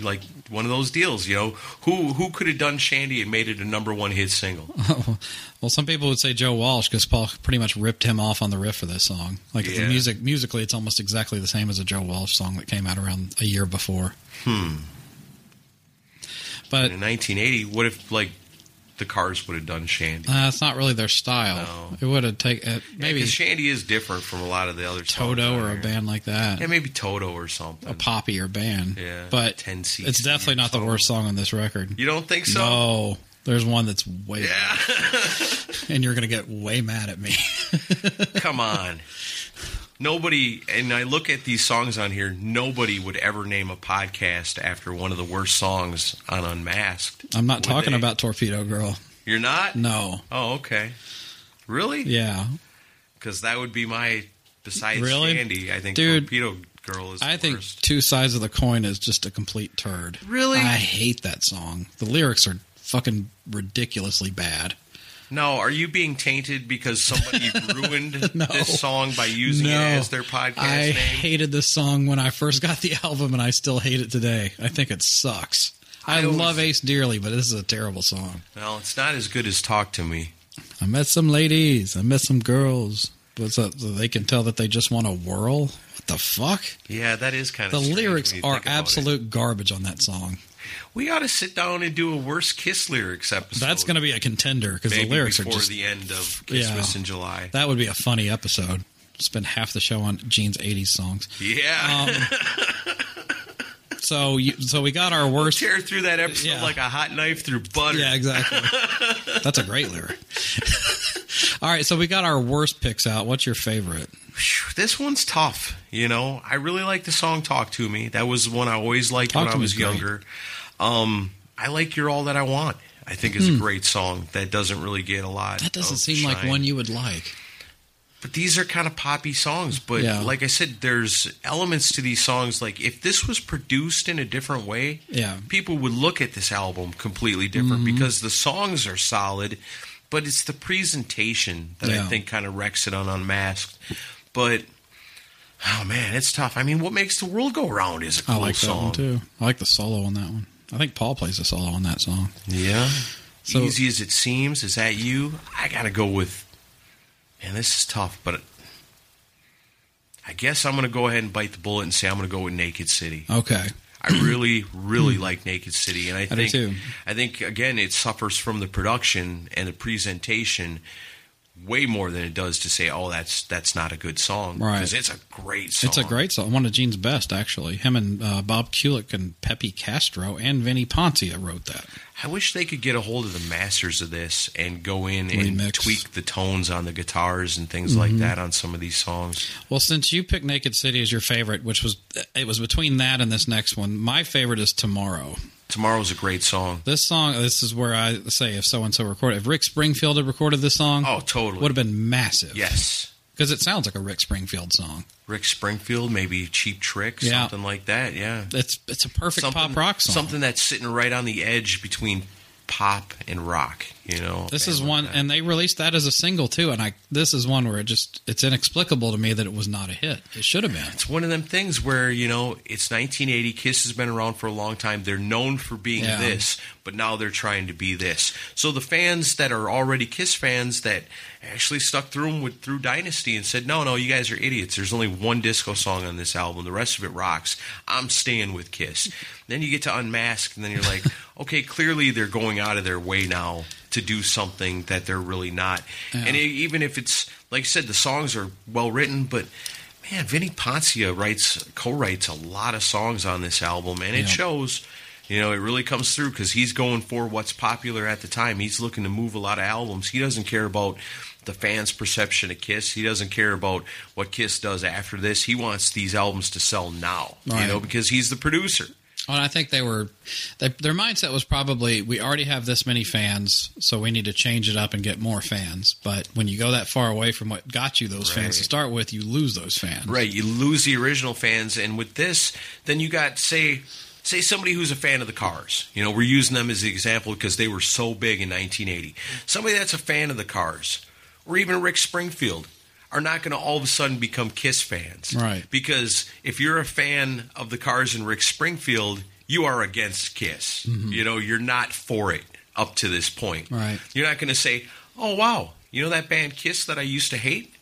[SPEAKER 1] like one of those deals. You know, who who could have done Shandy and made it a number one hit single?
[SPEAKER 2] Well, some people would say Joe Walsh because Paul pretty much ripped him off on the riff for this song. Like the
[SPEAKER 1] Yeah.
[SPEAKER 2] music, musically, it's almost exactly the same as a Joe Walsh song that came out around a year before. Hmm. But
[SPEAKER 1] In 1980, what if like the Cars would have done Shandy?
[SPEAKER 2] uh, it's not really their style.
[SPEAKER 1] No.
[SPEAKER 2] It would have taken uh, maybe
[SPEAKER 1] 'Cause Shandy is different from a lot of the other songs
[SPEAKER 2] Toto
[SPEAKER 1] on
[SPEAKER 2] or a
[SPEAKER 1] here.
[SPEAKER 2] band like that,
[SPEAKER 1] Yeah, maybe Toto or something.
[SPEAKER 2] a poppier band.
[SPEAKER 1] Yeah,
[SPEAKER 2] But
[SPEAKER 1] 10cc
[SPEAKER 2] it's definitely
[SPEAKER 1] or
[SPEAKER 2] not the
[SPEAKER 1] something.
[SPEAKER 2] worst song on this record.
[SPEAKER 1] You don't think so?
[SPEAKER 2] No, there's one that's way,
[SPEAKER 1] Yeah.
[SPEAKER 2] and you're gonna get way mad at me.
[SPEAKER 1] Come on. Nobody, and I look at these songs on here, nobody would ever name a podcast after one of the worst songs on Unmasked.
[SPEAKER 2] I'm not
[SPEAKER 1] Would
[SPEAKER 2] talking
[SPEAKER 1] they?
[SPEAKER 2] about Torpedo Girl.
[SPEAKER 1] You're not?
[SPEAKER 2] No.
[SPEAKER 1] Oh, okay. Really?
[SPEAKER 2] Yeah,
[SPEAKER 1] Because that would be my, besides
[SPEAKER 2] Really?
[SPEAKER 1] Shandy, I think
[SPEAKER 2] Dude,
[SPEAKER 1] Torpedo Girl is
[SPEAKER 2] I
[SPEAKER 1] the
[SPEAKER 2] think
[SPEAKER 1] worst.
[SPEAKER 2] Two Sides of the Coin is just a complete turd.
[SPEAKER 1] Really?
[SPEAKER 2] I hate that song. The lyrics are fucking ridiculously bad.
[SPEAKER 1] No, are you being tainted because somebody ruined
[SPEAKER 2] No.
[SPEAKER 1] this song by using
[SPEAKER 2] no,
[SPEAKER 1] it as their podcast
[SPEAKER 2] I
[SPEAKER 1] name?
[SPEAKER 2] hated this song when I first got the album, and I still hate it today. I think it sucks. I,
[SPEAKER 1] I always-
[SPEAKER 2] love Ace dearly, but this is a terrible song.
[SPEAKER 1] Well, it's not as good as Talk to Me.
[SPEAKER 2] I met some ladies. I met some girls. What's up? So they can tell that they just want to whirl. What the fuck?
[SPEAKER 1] Yeah, that is kind of
[SPEAKER 2] The
[SPEAKER 1] strange when
[SPEAKER 2] lyrics
[SPEAKER 1] you
[SPEAKER 2] are
[SPEAKER 1] think about it.
[SPEAKER 2] absolute garbage on that song.
[SPEAKER 1] We ought to sit down and do a worst Kiss lyrics episode.
[SPEAKER 2] That's going to be a contender because the
[SPEAKER 1] maybe
[SPEAKER 2] lyrics are
[SPEAKER 1] before
[SPEAKER 2] just
[SPEAKER 1] the end of Christmas
[SPEAKER 2] Yeah.
[SPEAKER 1] in July.
[SPEAKER 2] That would be a funny episode. Spend half the show on Gene's '80s songs. Um,
[SPEAKER 1] Yeah,
[SPEAKER 2] So, you, so we got our worst.
[SPEAKER 1] tear through that episode
[SPEAKER 2] yeah.
[SPEAKER 1] like a hot knife through butter.
[SPEAKER 2] Yeah, exactly. That's a great lyric. All right, so we got our worst picks out. What's your favorite?
[SPEAKER 1] Phew, This one's tough. You know, I really like the song "Talk to Me." That was one I always liked
[SPEAKER 2] Talk
[SPEAKER 1] when
[SPEAKER 2] to
[SPEAKER 1] I
[SPEAKER 2] Me
[SPEAKER 1] was
[SPEAKER 2] is great.
[SPEAKER 1] younger. Um, I like "You're All That I Want." I think is a great song that doesn't really get a lot.
[SPEAKER 2] Hmm. That doesn't
[SPEAKER 1] of
[SPEAKER 2] seem like
[SPEAKER 1] shine.
[SPEAKER 2] one you would like.
[SPEAKER 1] but these are kind of poppy songs but
[SPEAKER 2] Yeah.
[SPEAKER 1] like i said there's elements to these songs like if this was produced in a different way
[SPEAKER 2] Yeah. Mm-hmm.
[SPEAKER 1] people would look at this album completely different because the songs are solid but it's the presentation that
[SPEAKER 2] Yeah.
[SPEAKER 1] i think kind of wrecks it on unmasked but oh man it's tough i mean what makes the world go round is a cool
[SPEAKER 2] I like that
[SPEAKER 1] song
[SPEAKER 2] one too. I like the solo on that one. I think Paul plays a solo on that song.
[SPEAKER 1] yeah
[SPEAKER 2] So-
[SPEAKER 1] easy as it seems is that you i gotta go with man this is tough but i guess i'm gonna go ahead and bite the bullet and say i'm gonna go with naked city
[SPEAKER 2] Okay,
[SPEAKER 1] i really really like naked city and i,
[SPEAKER 2] Hmm. do
[SPEAKER 1] think
[SPEAKER 2] too.
[SPEAKER 1] i think again it suffers from the production and the presentation way more than it does to say oh that's that's not a good song
[SPEAKER 2] Right.
[SPEAKER 1] because it's a great song
[SPEAKER 2] it's a great song. One of Gene's best, actually. Him and uh, Bob Kulick and Pepe Castro and Vinnie Poncia wrote that.
[SPEAKER 1] I wish they could get a hold of the masters of this and go in and
[SPEAKER 2] Remix. Mm-hmm.
[SPEAKER 1] tweak the tones on the guitars and things like that on some of these songs.
[SPEAKER 2] Well, since you picked Naked City as your favorite, which was it was between that and this next one, my favorite is Tomorrow.
[SPEAKER 1] Tomorrow's a great song.
[SPEAKER 2] This song, this is where I say if so and so recorded, if Rick Springfield had recorded this song,
[SPEAKER 1] Oh, totally.
[SPEAKER 2] would have been massive.
[SPEAKER 1] Yes.
[SPEAKER 2] because it sounds like a Rick Springfield song.
[SPEAKER 1] Rick Springfield, maybe Cheap Trick,
[SPEAKER 2] Yeah.
[SPEAKER 1] something like that. Yeah,
[SPEAKER 2] It's it's a perfect pop rock song.
[SPEAKER 1] Something that's sitting right on the edge between pop and rock. You know,
[SPEAKER 2] This
[SPEAKER 1] And
[SPEAKER 2] is
[SPEAKER 1] like
[SPEAKER 2] one,
[SPEAKER 1] that.
[SPEAKER 2] and they released that as a single too. And I, this is one where it just, it's inexplicable to me that it was not a hit. It should have been.
[SPEAKER 1] It's one of them things where you know it's 1980. Kiss has been around for a long time. They're known for being
[SPEAKER 2] Yeah.
[SPEAKER 1] this, but now they're trying to be this. So the fans that are already Kiss fans that actually stuck through 'em with through Dynasty and said, "No, no, you guys are idiots. There's only one disco song on this album. The rest of it rocks. I'm staying with Kiss." Then you get to Unmask, and then you're like, "Okay, clearly they're going out of their way now." To do something that they're really not, and e- even if it's like I said, the songs are well written, but Man, Vinnie Poncia writes co-writes a lot of songs on this album, and it
[SPEAKER 2] Yeah.
[SPEAKER 1] shows. You know, it really comes through because he's going for what's popular at the time. He's looking to move a lot of albums. He doesn't care about the fans' perception of Kiss. He doesn't care about what Kiss does after this. He wants these albums to sell now. You
[SPEAKER 2] Right.
[SPEAKER 1] know, because he's the producer.
[SPEAKER 2] Well, and I think they were, they, their mindset was probably, we already have this many fans, so we need to change it up and get more fans. But when you go that far away from what got you those fans to
[SPEAKER 1] Right.
[SPEAKER 2] start with, you lose those fans.
[SPEAKER 1] Right, you lose the original fans, and with this, then you got say say somebody who's a fan of the Cars. You know, we're using them as the example because they were so big in 1980. Somebody that's a fan of the Cars, or even Rick Springfield, are not going to all of a sudden become Kiss fans,
[SPEAKER 2] Right.
[SPEAKER 1] Because if you're a fan of the Cars and Rick Springfield, you are against Kiss. You know, you're not for it up to this point.
[SPEAKER 2] Mm-hmm. Right.
[SPEAKER 1] You're not going to say, "Oh wow, you know that band Kiss that I used to hate."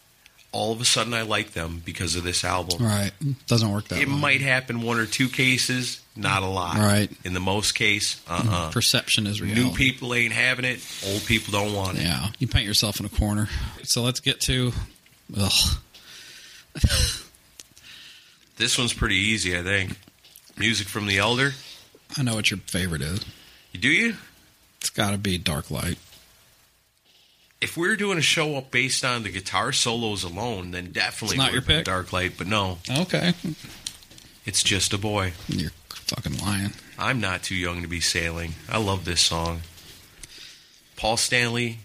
[SPEAKER 1] all of a sudden I like them because of this album.
[SPEAKER 2] Right. Doesn't work that
[SPEAKER 1] It
[SPEAKER 2] way.
[SPEAKER 1] might happen one or two cases, not a lot.
[SPEAKER 2] Right. Mm,
[SPEAKER 1] In the most case, uh uh
[SPEAKER 2] Perception is reality.
[SPEAKER 1] New people ain't having it. Old people don't want it.
[SPEAKER 2] Yeah, you paint yourself in a corner. So let's get to. Ugh.
[SPEAKER 1] This one's pretty easy, I think. Music from the Elder.
[SPEAKER 2] I know what your favorite is.
[SPEAKER 1] Do you?
[SPEAKER 2] It's got to be Dark Light.
[SPEAKER 1] If we were doing a show up based on the guitar solos alone, then definitely
[SPEAKER 2] It's not
[SPEAKER 1] it
[SPEAKER 2] your
[SPEAKER 1] would've been
[SPEAKER 2] pick?
[SPEAKER 1] Dark Light. But no,
[SPEAKER 2] Okay,
[SPEAKER 1] it's just a boy.
[SPEAKER 2] you're fucking lying.
[SPEAKER 1] I'm not too young to be sailing. I love this song. Paul Stanley,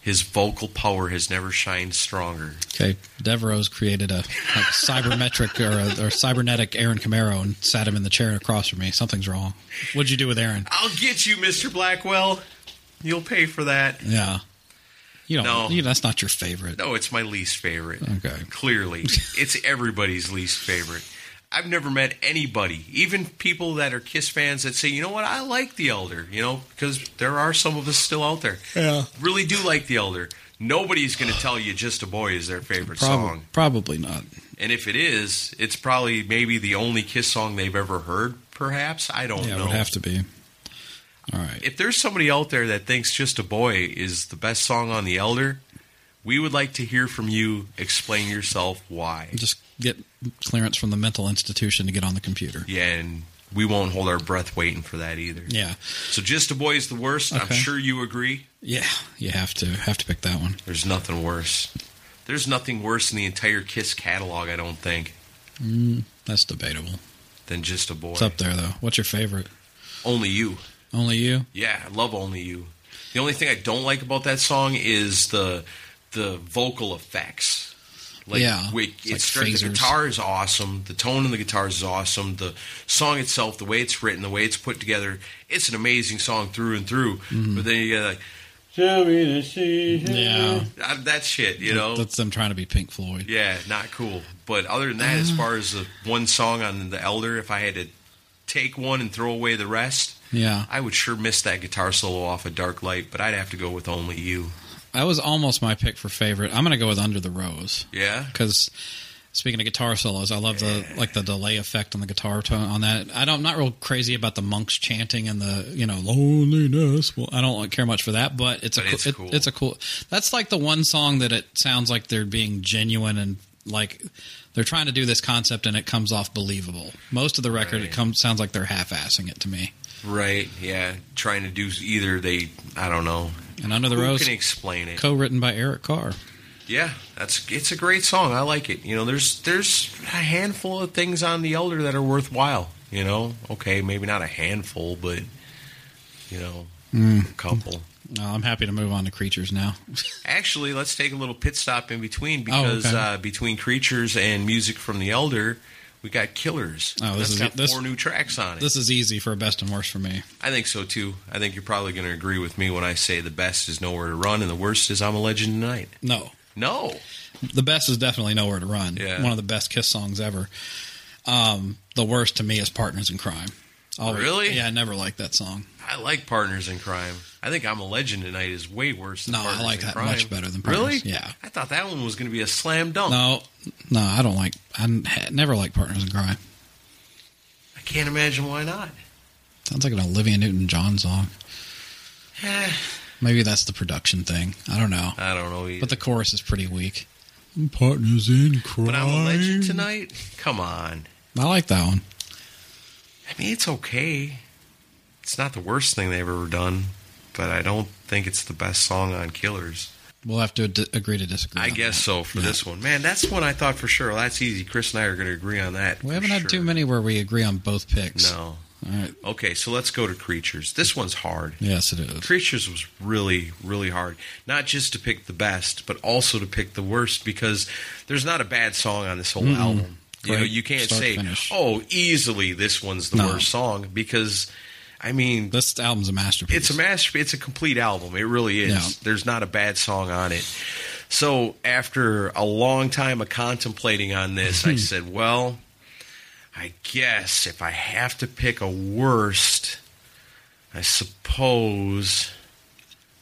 [SPEAKER 1] his vocal power has never shined stronger.
[SPEAKER 2] Okay, Devereaux's created a like cybermetric or, a, or cybernetic Aaron Camaro and sat him in the chair across from me. Something's wrong. What'd you do with Aaron?
[SPEAKER 1] I'll get you, Mr. Blackwell. You'll pay for that.
[SPEAKER 2] Yeah, you don't.
[SPEAKER 1] No.
[SPEAKER 2] You, that's not your favorite.
[SPEAKER 1] No, it's my least favorite.
[SPEAKER 2] Okay.
[SPEAKER 1] Clearly, it's everybody's least favorite. I've never met anybody, even people that are Kiss fans, that say, you know what, I like The Elder, you know, because there are some of us still out there.
[SPEAKER 2] Yeah.
[SPEAKER 1] Really do like The Elder. Nobody's going to tell you Just a Boy is their favorite
[SPEAKER 2] Probably,
[SPEAKER 1] song.
[SPEAKER 2] probably not.
[SPEAKER 1] And if it is, it's probably maybe the only Kiss song they've ever heard, perhaps. I don't
[SPEAKER 2] Yeah, it
[SPEAKER 1] know.
[SPEAKER 2] would have to be. All right.
[SPEAKER 1] if there's somebody out there that thinks Just a Boy is the best song on The Elder, we would like to hear from you. Explain yourself why.
[SPEAKER 2] Just get clearance from the mental institution to get on the computer.
[SPEAKER 1] Yeah, and we won't hold our breath waiting for that either.
[SPEAKER 2] Yeah.
[SPEAKER 1] So Just a Boy is the worst. I'm
[SPEAKER 2] Okay.
[SPEAKER 1] sure you agree.
[SPEAKER 2] Yeah, you have to have to pick that one.
[SPEAKER 1] There's nothing worse. There's nothing worse in the entire Kiss catalog, I don't think,
[SPEAKER 2] Mm, That's debatable.
[SPEAKER 1] than Just a Boy.
[SPEAKER 2] It's up there though. What's your favorite?
[SPEAKER 1] Only You.
[SPEAKER 2] Only you?
[SPEAKER 1] Yeah, I love Only You. The only thing I don't like about that song is the the vocal effects. Like,
[SPEAKER 2] Yeah,
[SPEAKER 1] we,
[SPEAKER 2] it's
[SPEAKER 1] it's
[SPEAKER 2] like
[SPEAKER 1] straight- the
[SPEAKER 2] phasers.
[SPEAKER 1] guitar is awesome. The tone in the guitar is awesome. The song itself, the way it's written, the way it's put together, it's an amazing song through and through.
[SPEAKER 2] Mm-hmm.
[SPEAKER 1] But then you get like
[SPEAKER 2] Yeah.
[SPEAKER 1] ah, that shit, you know?
[SPEAKER 2] That's them trying to be Pink Floyd.
[SPEAKER 1] yeah, not cool. But other than
[SPEAKER 2] Uh.
[SPEAKER 1] that, as far as the one song on the Elder, if I had to take one and throw away the rest,
[SPEAKER 2] Yeah.
[SPEAKER 1] I would sure miss that guitar solo off of Dark Light. But I'd have to go with Only You.
[SPEAKER 2] That was almost my pick for favorite. I'm gonna go with Under the Rose
[SPEAKER 1] Yeah.
[SPEAKER 2] because speaking of guitar solos, I love the like the delay effect on the guitar tone on that. I don't, I'm not real crazy about the monks chanting and the you know loneliness. Well, I don't like, care much for that, but it's a
[SPEAKER 1] But
[SPEAKER 2] cool,
[SPEAKER 1] it's
[SPEAKER 2] it-
[SPEAKER 1] cool.
[SPEAKER 2] it's a cool. That's like the one song that it sounds like they're being genuine and like they're trying to do this concept and it comes off believable. Most of the record it
[SPEAKER 1] Right.
[SPEAKER 2] comes sounds like they're half-assing it to me.
[SPEAKER 1] Right. Yeah. Trying to do either they. I don't know.
[SPEAKER 2] And Under the
[SPEAKER 1] Who
[SPEAKER 2] Rose
[SPEAKER 1] can explain it?
[SPEAKER 2] co-written by Eric Carr.
[SPEAKER 1] yeah, that's it's a great song. I like it. You know, there's there's a handful of things on the Elder that are worthwhile. You know, okay, maybe not a handful, but you know, a couple.
[SPEAKER 2] No, Uh, I'm happy to move on to creatures now.
[SPEAKER 1] Actually, let's take a little pit stop in between because
[SPEAKER 2] Oh, okay.
[SPEAKER 1] uh, between creatures and music from the Elder, we got Killers.
[SPEAKER 2] Oh, this
[SPEAKER 1] That's
[SPEAKER 2] is-
[SPEAKER 1] got
[SPEAKER 2] this-
[SPEAKER 1] four new tracks on it.
[SPEAKER 2] this is easy for best and worst for me.
[SPEAKER 1] I think so too. I think you're probably going to agree with me when I say the best is nowhere to run and the worst is I'm a legend tonight.
[SPEAKER 2] No,
[SPEAKER 1] No,
[SPEAKER 2] the best is definitely nowhere to run.
[SPEAKER 1] Yeah.
[SPEAKER 2] One of the best Kiss songs ever. Um, the worst to me is Partners in Crime. Always-
[SPEAKER 1] Really?
[SPEAKER 2] Yeah, I never liked that song.
[SPEAKER 1] I like Partners in Crime. I think I'm a legend tonight is way worse. than
[SPEAKER 2] No, I
[SPEAKER 1] Partners
[SPEAKER 2] like
[SPEAKER 1] in
[SPEAKER 2] that
[SPEAKER 1] Crime.
[SPEAKER 2] much better than
[SPEAKER 1] Really?
[SPEAKER 2] Partners, yeah.
[SPEAKER 1] I thought that one was going to be a slam dunk.
[SPEAKER 2] No, no, I don't like. I n- ha- never like Partners in Crime.
[SPEAKER 1] I can't imagine why not.
[SPEAKER 2] Sounds like an Olivia Newton-John song.
[SPEAKER 1] Eh,
[SPEAKER 2] Maybe that's the production thing. I don't know.
[SPEAKER 1] I don't know. Either.
[SPEAKER 2] But the chorus is pretty weak. Partners in crime.
[SPEAKER 1] But I'm a legend tonight. Come on.
[SPEAKER 2] I like that one.
[SPEAKER 1] I mean, it's okay. It's not the worst thing they've ever done, but I don't think it's the best song on Killers.
[SPEAKER 2] We'll have to d- agree to disagree.
[SPEAKER 1] I
[SPEAKER 2] on
[SPEAKER 1] guess
[SPEAKER 2] that.
[SPEAKER 1] so for
[SPEAKER 2] Yeah.
[SPEAKER 1] this one. Man, that's one I thought for sure. Well, that's easy. Chris and I are going to agree on that.
[SPEAKER 2] We
[SPEAKER 1] for
[SPEAKER 2] haven't had
[SPEAKER 1] sure.
[SPEAKER 2] too many where we agree on both picks.
[SPEAKER 1] No.
[SPEAKER 2] All right.
[SPEAKER 1] Okay, so let's go to Creatures. This one's hard.
[SPEAKER 2] Yes, it is.
[SPEAKER 1] Creatures was really, really hard. Not just to pick the best, but also to pick the worst because there's not a bad song on this whole album. You know,
[SPEAKER 2] Right.
[SPEAKER 1] you can't
[SPEAKER 2] Start to
[SPEAKER 1] say,
[SPEAKER 2] finish.
[SPEAKER 1] "Oh, easily this one's the
[SPEAKER 2] No.
[SPEAKER 1] worst song" because, I mean,
[SPEAKER 2] This album's a masterpiece.
[SPEAKER 1] it's a master. It's a complete album. It really is.
[SPEAKER 2] Yeah.
[SPEAKER 1] There's not a bad song on it. So after a long time of contemplating on this,
[SPEAKER 2] Hmm.
[SPEAKER 1] I said, "Well, I guess if I have to pick a worst, I suppose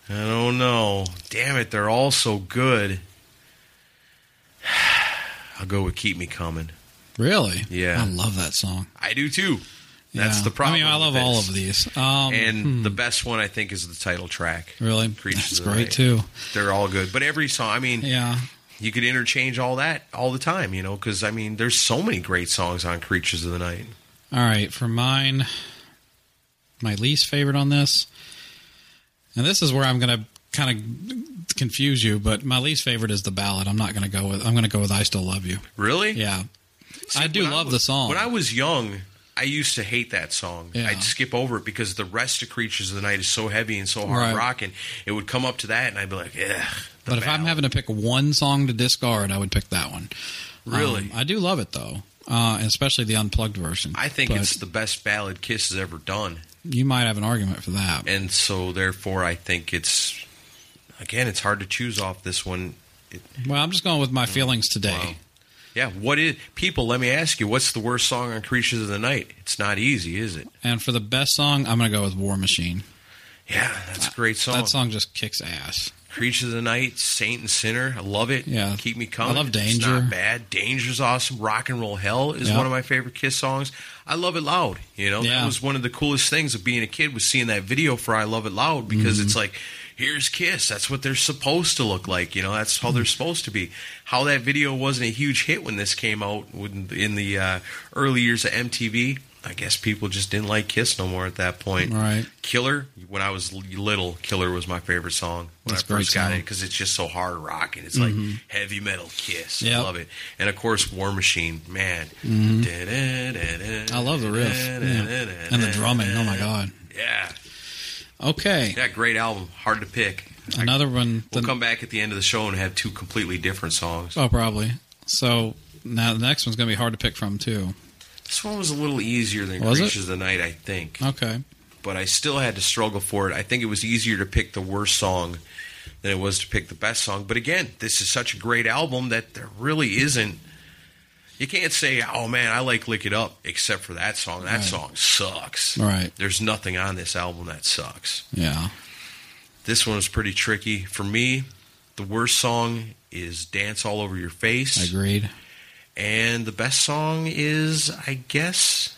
[SPEAKER 1] I don't know. Damn it, they're all so good. I'll go with "Keep Me Coming."
[SPEAKER 2] really.
[SPEAKER 1] Yeah.
[SPEAKER 2] I love that song.
[SPEAKER 1] I do too. That's
[SPEAKER 2] Yeah.
[SPEAKER 1] the problem.
[SPEAKER 2] I mean, I love
[SPEAKER 1] with
[SPEAKER 2] all
[SPEAKER 1] this.
[SPEAKER 2] of these. Um,
[SPEAKER 1] And the best one I think is the title track.
[SPEAKER 2] really,
[SPEAKER 1] Creatures
[SPEAKER 2] that's
[SPEAKER 1] of the
[SPEAKER 2] great
[SPEAKER 1] Night.
[SPEAKER 2] too.
[SPEAKER 1] They're all good, but every song. I mean,
[SPEAKER 2] Yeah.
[SPEAKER 1] you could interchange all that all the time, you know, because I mean, there's so many great songs on Creatures of the Night.
[SPEAKER 2] All right, for mine, my least favorite on this, and this is where I'm going to kind of confuse you, but my least favorite is the ballad. I'm not going to go with. I'm going to go with "I Still Love You."
[SPEAKER 1] Really?
[SPEAKER 2] Yeah, I do
[SPEAKER 1] when
[SPEAKER 2] love
[SPEAKER 1] was-
[SPEAKER 2] the song.
[SPEAKER 1] When I was young, I used to hate that song.
[SPEAKER 2] Yeah.
[SPEAKER 1] I'd skip over it because the rest of Creatures of the Night is so heavy and so hard
[SPEAKER 2] Right.
[SPEAKER 1] rocking. It would come up to that, and I'd be like, "Yeah."
[SPEAKER 2] but if I'm having to pick one song to discard, I would pick that one.
[SPEAKER 1] Really?
[SPEAKER 2] Um, I do love it though, uh, and especially the unplugged version.
[SPEAKER 1] I think
[SPEAKER 2] But
[SPEAKER 1] it's the best ballad Kiss has ever done,
[SPEAKER 2] you might have an argument for that.
[SPEAKER 1] and so therefore, I think it's again, it's hard to choose off this one.
[SPEAKER 2] Well, I'm just going with my feelings today.
[SPEAKER 1] Wow. Yeah, what is people? Let me ask you, what's the worst song on Creatures of the Night? It's not easy, is it?
[SPEAKER 2] And for the best song, I'm going to go with "War Machine."
[SPEAKER 1] Yeah, that's a great song.
[SPEAKER 2] That song just kicks ass.
[SPEAKER 1] Creatures of the Night, Saint and Sinner. I love it.
[SPEAKER 2] Yeah.
[SPEAKER 1] Keep Me Coming.
[SPEAKER 2] I love
[SPEAKER 1] It's
[SPEAKER 2] Danger.
[SPEAKER 1] not bad. Danger's awesome. Rock and Roll Hell is
[SPEAKER 2] Yeah.
[SPEAKER 1] one of my favorite Kiss songs. I Love It Loud. You know, that
[SPEAKER 2] Yeah.
[SPEAKER 1] was one of the coolest things of being a kid was seeing that video for I Love It Loud because
[SPEAKER 2] Mm-hmm.
[SPEAKER 1] it's like, here's Kiss. That's what they're supposed to look like. You know, that's how they're supposed to be. How that video wasn't a huge hit when this came out when- in the uh, early years of MTV. I guess people just didn't like Kiss no more at that point.
[SPEAKER 2] Right.
[SPEAKER 1] Killer, when I was little, Killer was my favorite song when I
[SPEAKER 2] That's a great
[SPEAKER 1] first got
[SPEAKER 2] song.
[SPEAKER 1] it because it's just so hard rock and it's like heavy metal kiss. I
[SPEAKER 2] Yep.
[SPEAKER 1] love it. And of course, War Machine, man.
[SPEAKER 2] I love the riff yeah. and the drumming. Oh my god!
[SPEAKER 1] Yeah,
[SPEAKER 2] Okay,
[SPEAKER 1] yeah, great album. Hard to pick.
[SPEAKER 2] another one.
[SPEAKER 1] We'll
[SPEAKER 2] the-
[SPEAKER 1] come back at the end of the show and have two completely different songs.
[SPEAKER 2] oh, probably. So now the next one's going to be hard to pick from too.
[SPEAKER 1] This one was a little easier than
[SPEAKER 2] Was it?
[SPEAKER 1] Creatures of the Night, I think.
[SPEAKER 2] Okay,
[SPEAKER 1] but I still had to struggle for it. I think it was easier to pick the worst song than it was to pick the best song. But again, this is such a great album that there really isn't. You can't say, "Oh man, I like Lick It Up," except for that song. That
[SPEAKER 2] Right.
[SPEAKER 1] song sucks.
[SPEAKER 2] all right,
[SPEAKER 1] There's nothing on this album that sucks.
[SPEAKER 2] yeah.
[SPEAKER 1] This one was pretty tricky for me. The worst song is "Dance All Over Your Face."
[SPEAKER 2] Agreed.
[SPEAKER 1] And the best song is, I guess,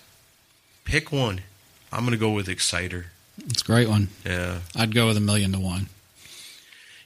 [SPEAKER 1] pick one. I'm gonna go with "Exciter."
[SPEAKER 2] It's a great one.
[SPEAKER 1] Yeah.
[SPEAKER 2] I'd go with a million to one.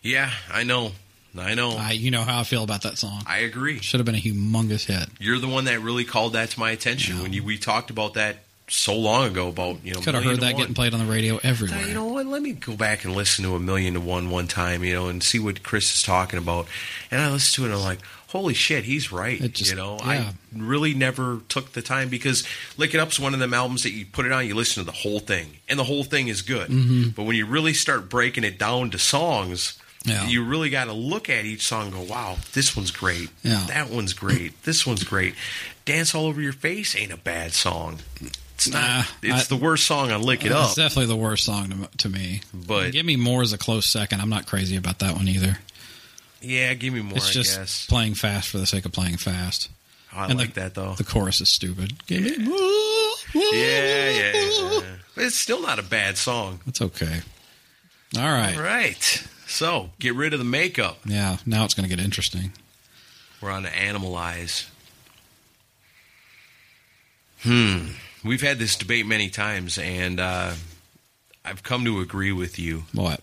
[SPEAKER 1] Yeah, I know. I know. I,
[SPEAKER 2] I, you know how I feel about that song.
[SPEAKER 1] agree.
[SPEAKER 2] Should have been a humongous hit.
[SPEAKER 1] You're the one that really called that to my attention
[SPEAKER 2] Yeah.
[SPEAKER 1] when you, we talked about that so long ago about you know.
[SPEAKER 2] Could have
[SPEAKER 1] Million
[SPEAKER 2] heard
[SPEAKER 1] to
[SPEAKER 2] that
[SPEAKER 1] One.
[SPEAKER 2] getting played on the radio everywhere.
[SPEAKER 1] You know what? Let me go back and listen to a million to one one time, you know, and see what Chris is talking about. And I listen to it, and I'm like, holy shit, he's right.
[SPEAKER 2] It just-
[SPEAKER 1] you know,
[SPEAKER 2] yeah.
[SPEAKER 1] I really never took the time because Lick It Up's one of them albums that you put it on, you listen to the whole thing, and the whole thing is good.
[SPEAKER 2] Mm-hmm.
[SPEAKER 1] But when you really start breaking it down to songs.
[SPEAKER 2] Yeah.
[SPEAKER 1] You really got to look at each song and go, wow, this one's great.
[SPEAKER 2] Yeah.
[SPEAKER 1] That one's great. This one's great. Dance All Over Your Face ain't a bad song. It's
[SPEAKER 2] Nah,
[SPEAKER 1] not. it's
[SPEAKER 2] I-
[SPEAKER 1] the worst song on Lick It
[SPEAKER 2] That's
[SPEAKER 1] Up.
[SPEAKER 2] definitely the worst song to, to me.
[SPEAKER 1] But-
[SPEAKER 2] give me more as a close second. I'm not crazy about that one either.
[SPEAKER 1] Yeah, give me more.
[SPEAKER 2] It's just
[SPEAKER 1] I guess. Oh,
[SPEAKER 2] playing fast for the sake of playing fast.
[SPEAKER 1] I
[SPEAKER 2] and
[SPEAKER 1] like
[SPEAKER 2] the-
[SPEAKER 1] that though.
[SPEAKER 2] The chorus is stupid. Give me more.
[SPEAKER 1] yeah, yeah, yeah. But it's still not a bad song.
[SPEAKER 2] That's okay. All right.
[SPEAKER 1] All right. So get rid of the makeup.
[SPEAKER 2] Yeah. Now it's going to get interesting.
[SPEAKER 1] We're on to animalize. Hmm. We've had this debate many times, and uh, I've come to agree with you.
[SPEAKER 2] What?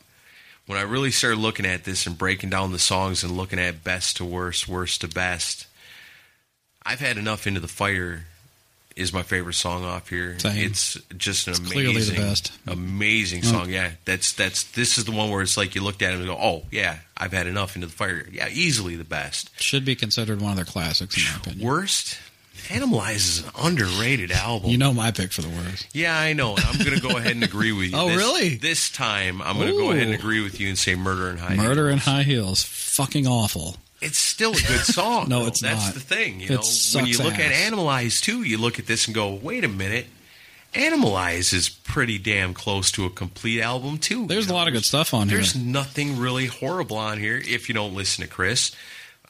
[SPEAKER 1] When I really started looking at this and breaking down the songs and looking at best to worst, worst to best, I've had enough into the fire. Is my favorite song off here.
[SPEAKER 2] Same.
[SPEAKER 1] It's just an amazing,
[SPEAKER 2] clearly the best.
[SPEAKER 1] amazing song. Yeah, that's that's this is the one where it's like you looked at it and go, oh yeah, I've had enough into the fire. Yeah, easily the best.
[SPEAKER 2] Should be considered one of their classics, in my opinion.
[SPEAKER 1] Worst, Animalize is an underrated album.
[SPEAKER 2] You know my pick for the worst.
[SPEAKER 1] yeah, I know. And I'm going to go ahead and agree with you.
[SPEAKER 2] Oh,
[SPEAKER 1] This-
[SPEAKER 2] really?
[SPEAKER 1] This time, I'm going to go
[SPEAKER 2] Ooh.
[SPEAKER 1] ahead and agree with you and say Murder and High.
[SPEAKER 2] Murder in
[SPEAKER 1] Heels.
[SPEAKER 2] High Heels. Fucking awful.
[SPEAKER 1] It's still a good song.
[SPEAKER 2] No,
[SPEAKER 1] though.
[SPEAKER 2] it's
[SPEAKER 1] That's
[SPEAKER 2] not.
[SPEAKER 1] the thing. You
[SPEAKER 2] It
[SPEAKER 1] know, when you
[SPEAKER 2] sucks
[SPEAKER 1] look at
[SPEAKER 2] ass.
[SPEAKER 1] Animalize too, you look at this and go, "Wait a minute." Animalize is pretty damn close to a complete album too.
[SPEAKER 2] There's
[SPEAKER 1] You
[SPEAKER 2] a
[SPEAKER 1] know,
[SPEAKER 2] lot of good stuff on here.
[SPEAKER 1] There's nothing really horrible on here if you don't listen to Chris.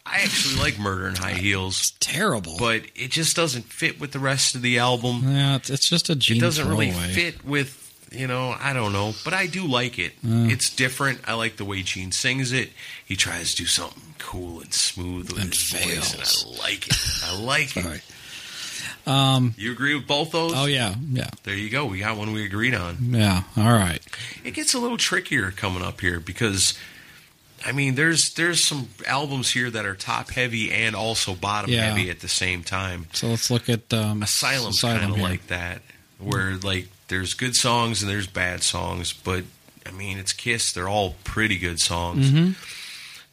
[SPEAKER 1] I actually like Murder in High Heels,
[SPEAKER 2] Terrible.
[SPEAKER 1] but it just doesn't fit with the rest of the album.
[SPEAKER 2] yeah, it's, it's just a gene
[SPEAKER 1] It doesn't really
[SPEAKER 2] throwaway.
[SPEAKER 1] fit with you know, I don't know, but I do like it. It's different. I like the way Gene sings it. He tries to do something cool and smooth with
[SPEAKER 2] And
[SPEAKER 1] his voice,
[SPEAKER 2] fails.
[SPEAKER 1] and I like it. I like
[SPEAKER 2] All
[SPEAKER 1] it.
[SPEAKER 2] right. Um,
[SPEAKER 1] You agree with both those?
[SPEAKER 2] Oh yeah, yeah,
[SPEAKER 1] There you go. We got one we agreed on.
[SPEAKER 2] yeah. All right.
[SPEAKER 1] It gets a little trickier coming up here because I mean there's there's some albums here that are top heavy and also bottom
[SPEAKER 2] Yeah.
[SPEAKER 1] heavy at the same time.
[SPEAKER 2] So let's look at um,
[SPEAKER 1] Asylum's
[SPEAKER 2] Asylum
[SPEAKER 1] kind of
[SPEAKER 2] here.
[SPEAKER 1] like that, where like there's good songs and there's bad songs, but I mean it's Kiss. They're all pretty good songs.
[SPEAKER 2] Mm-hmm.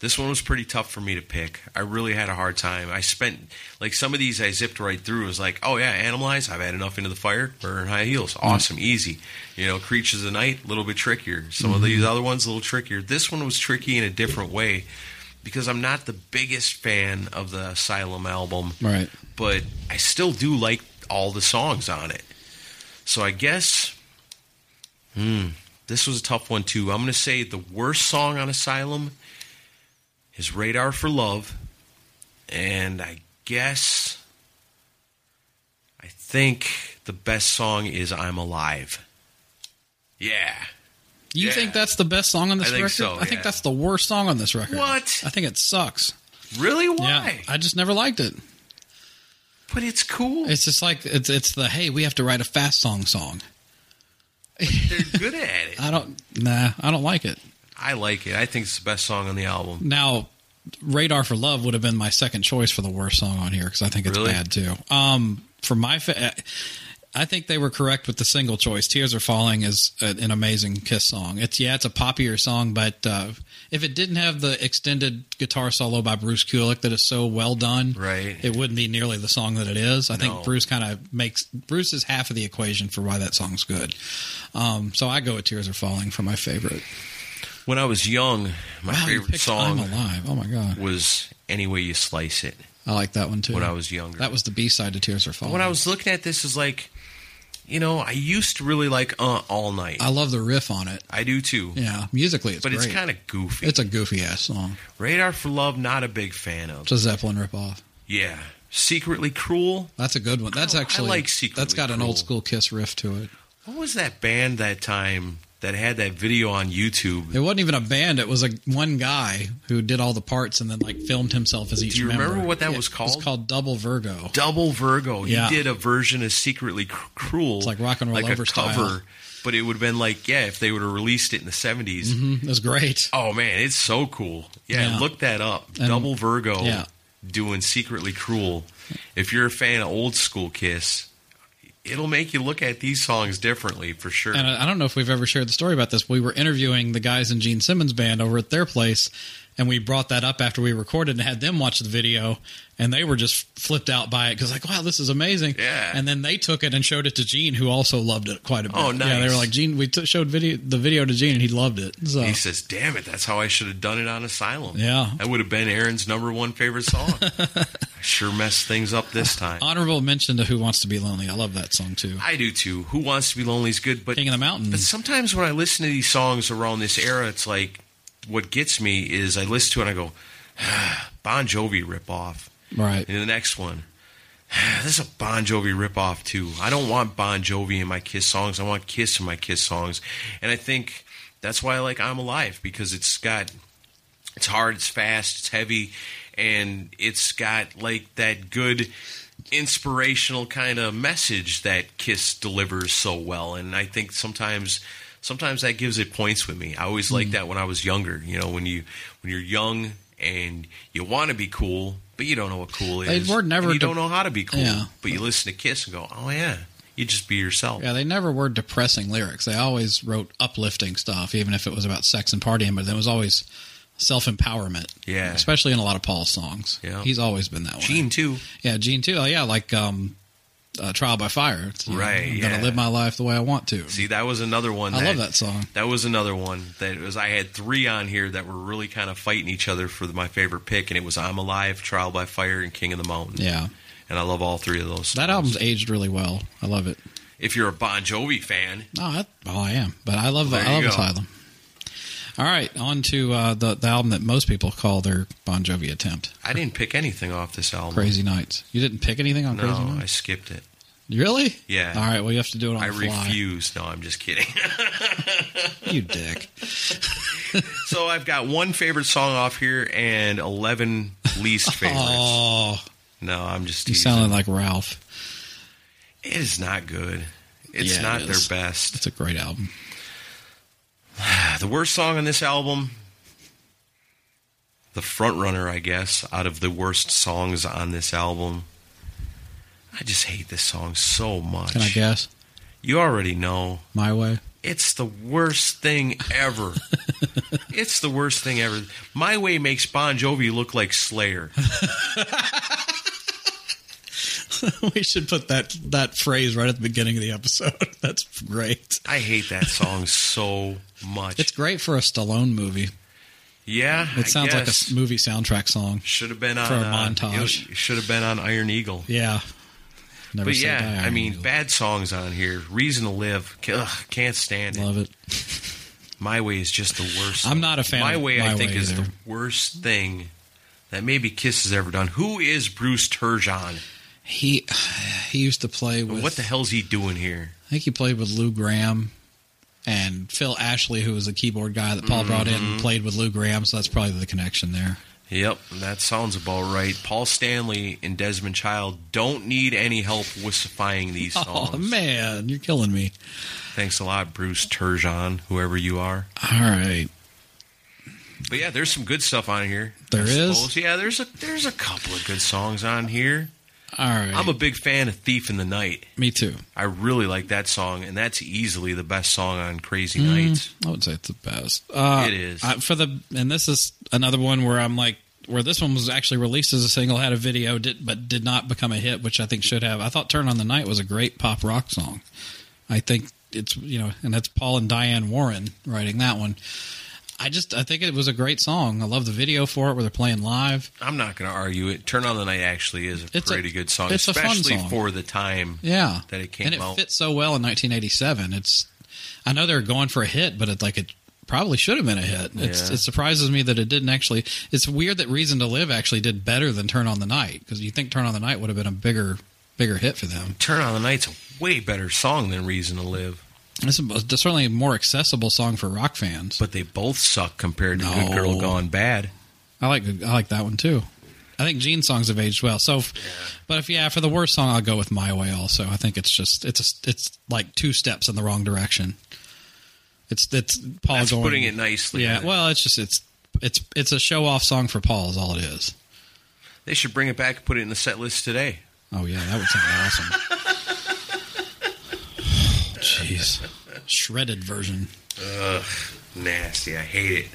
[SPEAKER 1] This one was pretty tough for me to pick. I really had a hard time. I spent like some of these I zipped right through. It was like, oh yeah, Animalize. I've had enough into the fire. Burn high heels.
[SPEAKER 2] Mm-hmm.
[SPEAKER 1] Awesome, easy. You know, Creatures of the Night. A little bit trickier. Some
[SPEAKER 2] Mm-hmm.
[SPEAKER 1] of these other ones a little trickier. This one was tricky in a different way because I'm not the biggest fan of the Asylum album
[SPEAKER 2] right.
[SPEAKER 1] but I still do like all the songs on it. So I guess, hmm, this was a tough one too. I'm going to say the worst song on Asylum is Radar for Love, and I guess I think the best song is I'm Alive. Yeah.
[SPEAKER 2] You
[SPEAKER 1] Yeah.
[SPEAKER 2] think that's the best song on this
[SPEAKER 1] I think
[SPEAKER 2] record?
[SPEAKER 1] so,
[SPEAKER 2] I think
[SPEAKER 1] yeah.
[SPEAKER 2] that's the worst song on this record.
[SPEAKER 1] What?
[SPEAKER 2] I think it sucks.
[SPEAKER 1] Really?
[SPEAKER 2] Yeah,
[SPEAKER 1] Why?
[SPEAKER 2] I just never liked it.
[SPEAKER 1] But it's cool.
[SPEAKER 2] It's just like it's it's the hey, we have to write a fast song song.
[SPEAKER 1] They're good at it.
[SPEAKER 2] I don't nah, I don't like it.
[SPEAKER 1] I like it. I think it's the best song on the album.
[SPEAKER 2] Now, Radar for Love would have been my second choice for the worst song on here because I think it's
[SPEAKER 1] Really?
[SPEAKER 2] bad too. Um, for my, fa- I think they were correct with the single choice. Tears Are Falling is a, an amazing Kiss song. It's yeah, it's a poppier song, but uh, if it didn't have the extended guitar solo by Bruce Kulick that is so well done,
[SPEAKER 1] Right.
[SPEAKER 2] it wouldn't be nearly the song that it is. I
[SPEAKER 1] No.
[SPEAKER 2] think Bruce kind of makes Bruce is half of the equation for why that song's good. Um, so I go with Tears Are Falling for my favorite.
[SPEAKER 1] When I was young, my
[SPEAKER 2] Wow, you
[SPEAKER 1] favorite
[SPEAKER 2] picked
[SPEAKER 1] song
[SPEAKER 2] I'm Alive. Oh my god,
[SPEAKER 1] was any way you slice it
[SPEAKER 2] I like that one too.
[SPEAKER 1] when I was younger.
[SPEAKER 2] That was the B side to Tears Are Falling.
[SPEAKER 1] when I was looking at this is like, you know, I used to really like uh, all night.
[SPEAKER 2] I love the riff on it.
[SPEAKER 1] I do too.
[SPEAKER 2] Yeah, musically it's
[SPEAKER 1] but
[SPEAKER 2] great.
[SPEAKER 1] it's kind of goofy.
[SPEAKER 2] it's a goofy ass song.
[SPEAKER 1] Radar for Love, not a big fan of.
[SPEAKER 2] It's a Zeppelin ripoff.
[SPEAKER 1] yeah. Secretly Cruel.
[SPEAKER 2] That's a good one. That's
[SPEAKER 1] I- I
[SPEAKER 2] actually
[SPEAKER 1] like Secretly
[SPEAKER 2] that's got an
[SPEAKER 1] Cruel.
[SPEAKER 2] old school Kiss riff to it.
[SPEAKER 1] What was that band that time that had that video on YouTube?
[SPEAKER 2] It wasn't even a band. It was a one guy who did all the parts and then like filmed himself as each.
[SPEAKER 1] you remember
[SPEAKER 2] member.
[SPEAKER 1] what that
[SPEAKER 2] Yeah,
[SPEAKER 1] was
[SPEAKER 2] It
[SPEAKER 1] called?
[SPEAKER 2] was called Double Virgo.
[SPEAKER 1] Double Virgo.
[SPEAKER 2] Yeah.
[SPEAKER 1] He did a version of Secretly Cr- Cruel.
[SPEAKER 2] It's like rock and roll
[SPEAKER 1] like
[SPEAKER 2] over
[SPEAKER 1] a
[SPEAKER 2] style.
[SPEAKER 1] cover. But it would have been like, yeah, if they would have released it in the 70s,
[SPEAKER 2] Mm, It was great.
[SPEAKER 1] Oh man, it's so cool. Yeah,
[SPEAKER 2] Yeah.
[SPEAKER 1] look that up.
[SPEAKER 2] And-
[SPEAKER 1] Double Virgo
[SPEAKER 2] yeah.
[SPEAKER 1] doing secretly cruel. If you're a fan of old school Kiss, it'll make you look at these songs differently for sure.
[SPEAKER 2] And uh, I, I don't know if we've ever shared the story about this. We were interviewing the guys in Gene Simmons' band over at their place, and we brought that up after we recorded and had them watch the video, and they were just flipped out by it because like, wow, this is amazing.
[SPEAKER 1] Yeah.
[SPEAKER 2] And then they took it and showed it to Gene, who also loved it quite a bit.
[SPEAKER 1] Oh,
[SPEAKER 2] Yeah, they
[SPEAKER 1] nice.
[SPEAKER 2] were like, Gene, we t- showed video the video to Gene, and he loved it. So
[SPEAKER 1] he says, "Damn it, that's how I should have done it on Asylum.
[SPEAKER 2] Yeah.
[SPEAKER 1] that would have been Aaron's number one favorite song. I sure messed things up this time.
[SPEAKER 2] honorable mention to Who Wants to Be Lonely. I love that song too.
[SPEAKER 1] I do too. Who wants to be lonely is good, but
[SPEAKER 2] King of the Mountain.
[SPEAKER 1] But sometimes when I listen to these songs around this era, it's like what gets me is I listen to it and I go, "Ah, Bon Jovi ripoff.
[SPEAKER 2] Right.
[SPEAKER 1] And the next one, "Ah, this is a Bon Jovi ripoff too. I don't want Bon Jovi in my Kiss songs. I want Kiss in my Kiss songs. And I think that's why I like I'm Alive because it's got, it's hard, it's fast, it's heavy, and it's got like that good inspirational kind of message that Kiss delivers so well. And I think sometimes sometimes that gives it points with me. I always
[SPEAKER 2] Hmm.
[SPEAKER 1] liked that when I was younger. You know, when you when you're young and you want to be cool, but you don't know what cool
[SPEAKER 2] They
[SPEAKER 1] is.
[SPEAKER 2] were never
[SPEAKER 1] and you
[SPEAKER 2] de-
[SPEAKER 1] don't know how to be cool.
[SPEAKER 2] Yeah.
[SPEAKER 1] But you listen to Kiss and go, Oh yeah. You just be yourself.
[SPEAKER 2] Yeah, they never were depressing lyrics. They always wrote uplifting stuff, even if it was about sex and partying. But it was always self empowerment.
[SPEAKER 1] Yeah.
[SPEAKER 2] especially in a lot of Paul's songs.
[SPEAKER 1] Yeah.
[SPEAKER 2] he's always been that way.
[SPEAKER 1] Gene too.
[SPEAKER 2] yeah, Gene too. Oh, yeah, like um, uh, Trial by Fire. It's, you know,
[SPEAKER 1] Right,
[SPEAKER 2] I'm
[SPEAKER 1] yeah.
[SPEAKER 2] gonna live my life the way I want to.
[SPEAKER 1] See, that was another one.
[SPEAKER 2] I love that song.
[SPEAKER 1] That was another one that was. I had three on here that were really kind of fighting each other for my favorite pick, and it was "I'm Alive," "Trial by Fire," and "King of the Mountain."
[SPEAKER 2] yeah,
[SPEAKER 1] and I love all three of those.
[SPEAKER 2] that
[SPEAKER 1] songs.
[SPEAKER 2] album's aged really well. I love it.
[SPEAKER 1] If you're a Bon Jovi fan,
[SPEAKER 2] No, I, well, I am, but I love
[SPEAKER 1] There
[SPEAKER 2] I love
[SPEAKER 1] you go.
[SPEAKER 2] Asylum. All right, on to uh, the the album that most people call their Bon Jovi attempt,
[SPEAKER 1] I didn't pick anything off this album.
[SPEAKER 2] Crazy Nights. You didn't pick anything on
[SPEAKER 1] Mm-hmm. No,
[SPEAKER 2] Crazy Nights.
[SPEAKER 1] I skipped it.
[SPEAKER 2] Really?
[SPEAKER 1] Yeah.
[SPEAKER 2] All right. Well, you have to do it on
[SPEAKER 1] I
[SPEAKER 2] the fly.
[SPEAKER 1] refuse. No, I'm just kidding.
[SPEAKER 2] You dick.
[SPEAKER 1] so I've got one favorite song off here and 11 least favorites.
[SPEAKER 2] Oh,
[SPEAKER 1] No, I'm just
[SPEAKER 2] you
[SPEAKER 1] teasing.
[SPEAKER 2] sounded like Ralph.
[SPEAKER 1] it is not good. It's
[SPEAKER 2] Yeah, it
[SPEAKER 1] not
[SPEAKER 2] is.
[SPEAKER 1] their best.
[SPEAKER 2] It's a great album.
[SPEAKER 1] The worst song on this album, the front runner, I guess, out of the worst songs on this album. I just hate this song so much.
[SPEAKER 2] Can I guess?
[SPEAKER 1] you already know.
[SPEAKER 2] My way.
[SPEAKER 1] It's the worst thing ever. it's the worst thing ever. My way makes Bon Jovi look like Slayer.
[SPEAKER 2] we should put that that phrase right at the beginning of the episode. That's great.
[SPEAKER 1] I hate that song so much.
[SPEAKER 2] It's great for a Stallone movie.
[SPEAKER 1] yeah,
[SPEAKER 2] It sounds like a s- movie soundtrack song.
[SPEAKER 1] should have been on
[SPEAKER 2] for a
[SPEAKER 1] uh,
[SPEAKER 2] montage.
[SPEAKER 1] It should have been on Iron Eagle.
[SPEAKER 2] Yeah. Never
[SPEAKER 1] But
[SPEAKER 2] Say
[SPEAKER 1] yeah,
[SPEAKER 2] Die,
[SPEAKER 1] I mean,
[SPEAKER 2] Eagle.
[SPEAKER 1] bad songs on here. Reason to Live, c- ugh, can't stand it.
[SPEAKER 2] love it.
[SPEAKER 1] My Way is just the worst.
[SPEAKER 2] I'm not a fan
[SPEAKER 1] My
[SPEAKER 2] of
[SPEAKER 1] Way, I
[SPEAKER 2] My
[SPEAKER 1] think,
[SPEAKER 2] Way
[SPEAKER 1] is the
[SPEAKER 2] either.
[SPEAKER 1] worst thing that maybe Kiss has ever done. Who is Bruce Turgeon?
[SPEAKER 2] He he used to play with
[SPEAKER 1] What the hell's he doing here?
[SPEAKER 2] I think he played with Lou Graham and Phil Ashley, who was the keyboard guy that Paul brought
[SPEAKER 1] Mm-hmm.
[SPEAKER 2] in, played with Lou Graham. So that's probably the connection there.
[SPEAKER 1] Yep, that sounds about right. Paul Stanley and Desmond Child don't need any help wussifying these songs.
[SPEAKER 2] Oh man, you're killing me.
[SPEAKER 1] Thanks a lot, Bruce Turgeon, whoever you are.
[SPEAKER 2] All right.
[SPEAKER 1] But yeah, there's some good stuff on here.
[SPEAKER 2] There
[SPEAKER 1] I
[SPEAKER 2] is?
[SPEAKER 1] suppose. Yeah, there's a there's a couple of good songs on here.
[SPEAKER 2] All right.
[SPEAKER 1] I'm a big fan of Thief in the Night.
[SPEAKER 2] me too.
[SPEAKER 1] I really like that song, and that's easily the best song on Crazy
[SPEAKER 2] Mm-hmm.
[SPEAKER 1] Nights.
[SPEAKER 2] I would say it's the best. Uh,
[SPEAKER 1] It is.
[SPEAKER 2] I, for the and this is another one where I'm like where this one was actually released as a single, had a video, did, but did not become a hit, which I think should have. I thought "Turn on the Night" was a great pop rock song. I think it's you know, and that's Paul and Diane Warren writing that one. I just I think it was a great song. I love the video for it where they're playing live.
[SPEAKER 1] I'm not going to argue it. Turn on the Night actually is a
[SPEAKER 2] It's a-
[SPEAKER 1] pretty good song,
[SPEAKER 2] it's a fun
[SPEAKER 1] especially
[SPEAKER 2] song.
[SPEAKER 1] for the time
[SPEAKER 2] Yeah,
[SPEAKER 1] that it came
[SPEAKER 2] and it
[SPEAKER 1] out.
[SPEAKER 2] fits so well in 1987. It's I know they're going for a hit, but it like it probably should have been a hit. It's,
[SPEAKER 1] Yeah.
[SPEAKER 2] It surprises me that it didn't actually. It's weird that Reason to Live actually did better than Turn on the Night because you think Turn on the Night would have been a bigger bigger hit for them.
[SPEAKER 1] Turn on the Night's a way better song than Reason to Live.
[SPEAKER 2] It's, a, it's certainly a more accessible song for rock fans.
[SPEAKER 1] But they both suck compared to
[SPEAKER 2] No.
[SPEAKER 1] Good Girl Gone Bad.
[SPEAKER 2] I like I like that one too. I think Gene's songs have aged well. So, if- but if yeah, for the worst song, I'll go with "My Way." Also, I think it's just it's a, it's like two steps in the wrong direction. It's it's Paul
[SPEAKER 1] That's
[SPEAKER 2] going
[SPEAKER 1] putting it nicely.
[SPEAKER 2] Yeah, well, it's just it's it's it's a show off song for Paul is all it is.
[SPEAKER 1] they should bring it back and put it in the set list today.
[SPEAKER 2] Oh yeah, that would sound awesome. Jeez. Shredded version.
[SPEAKER 1] Ugh, nasty. I hate it.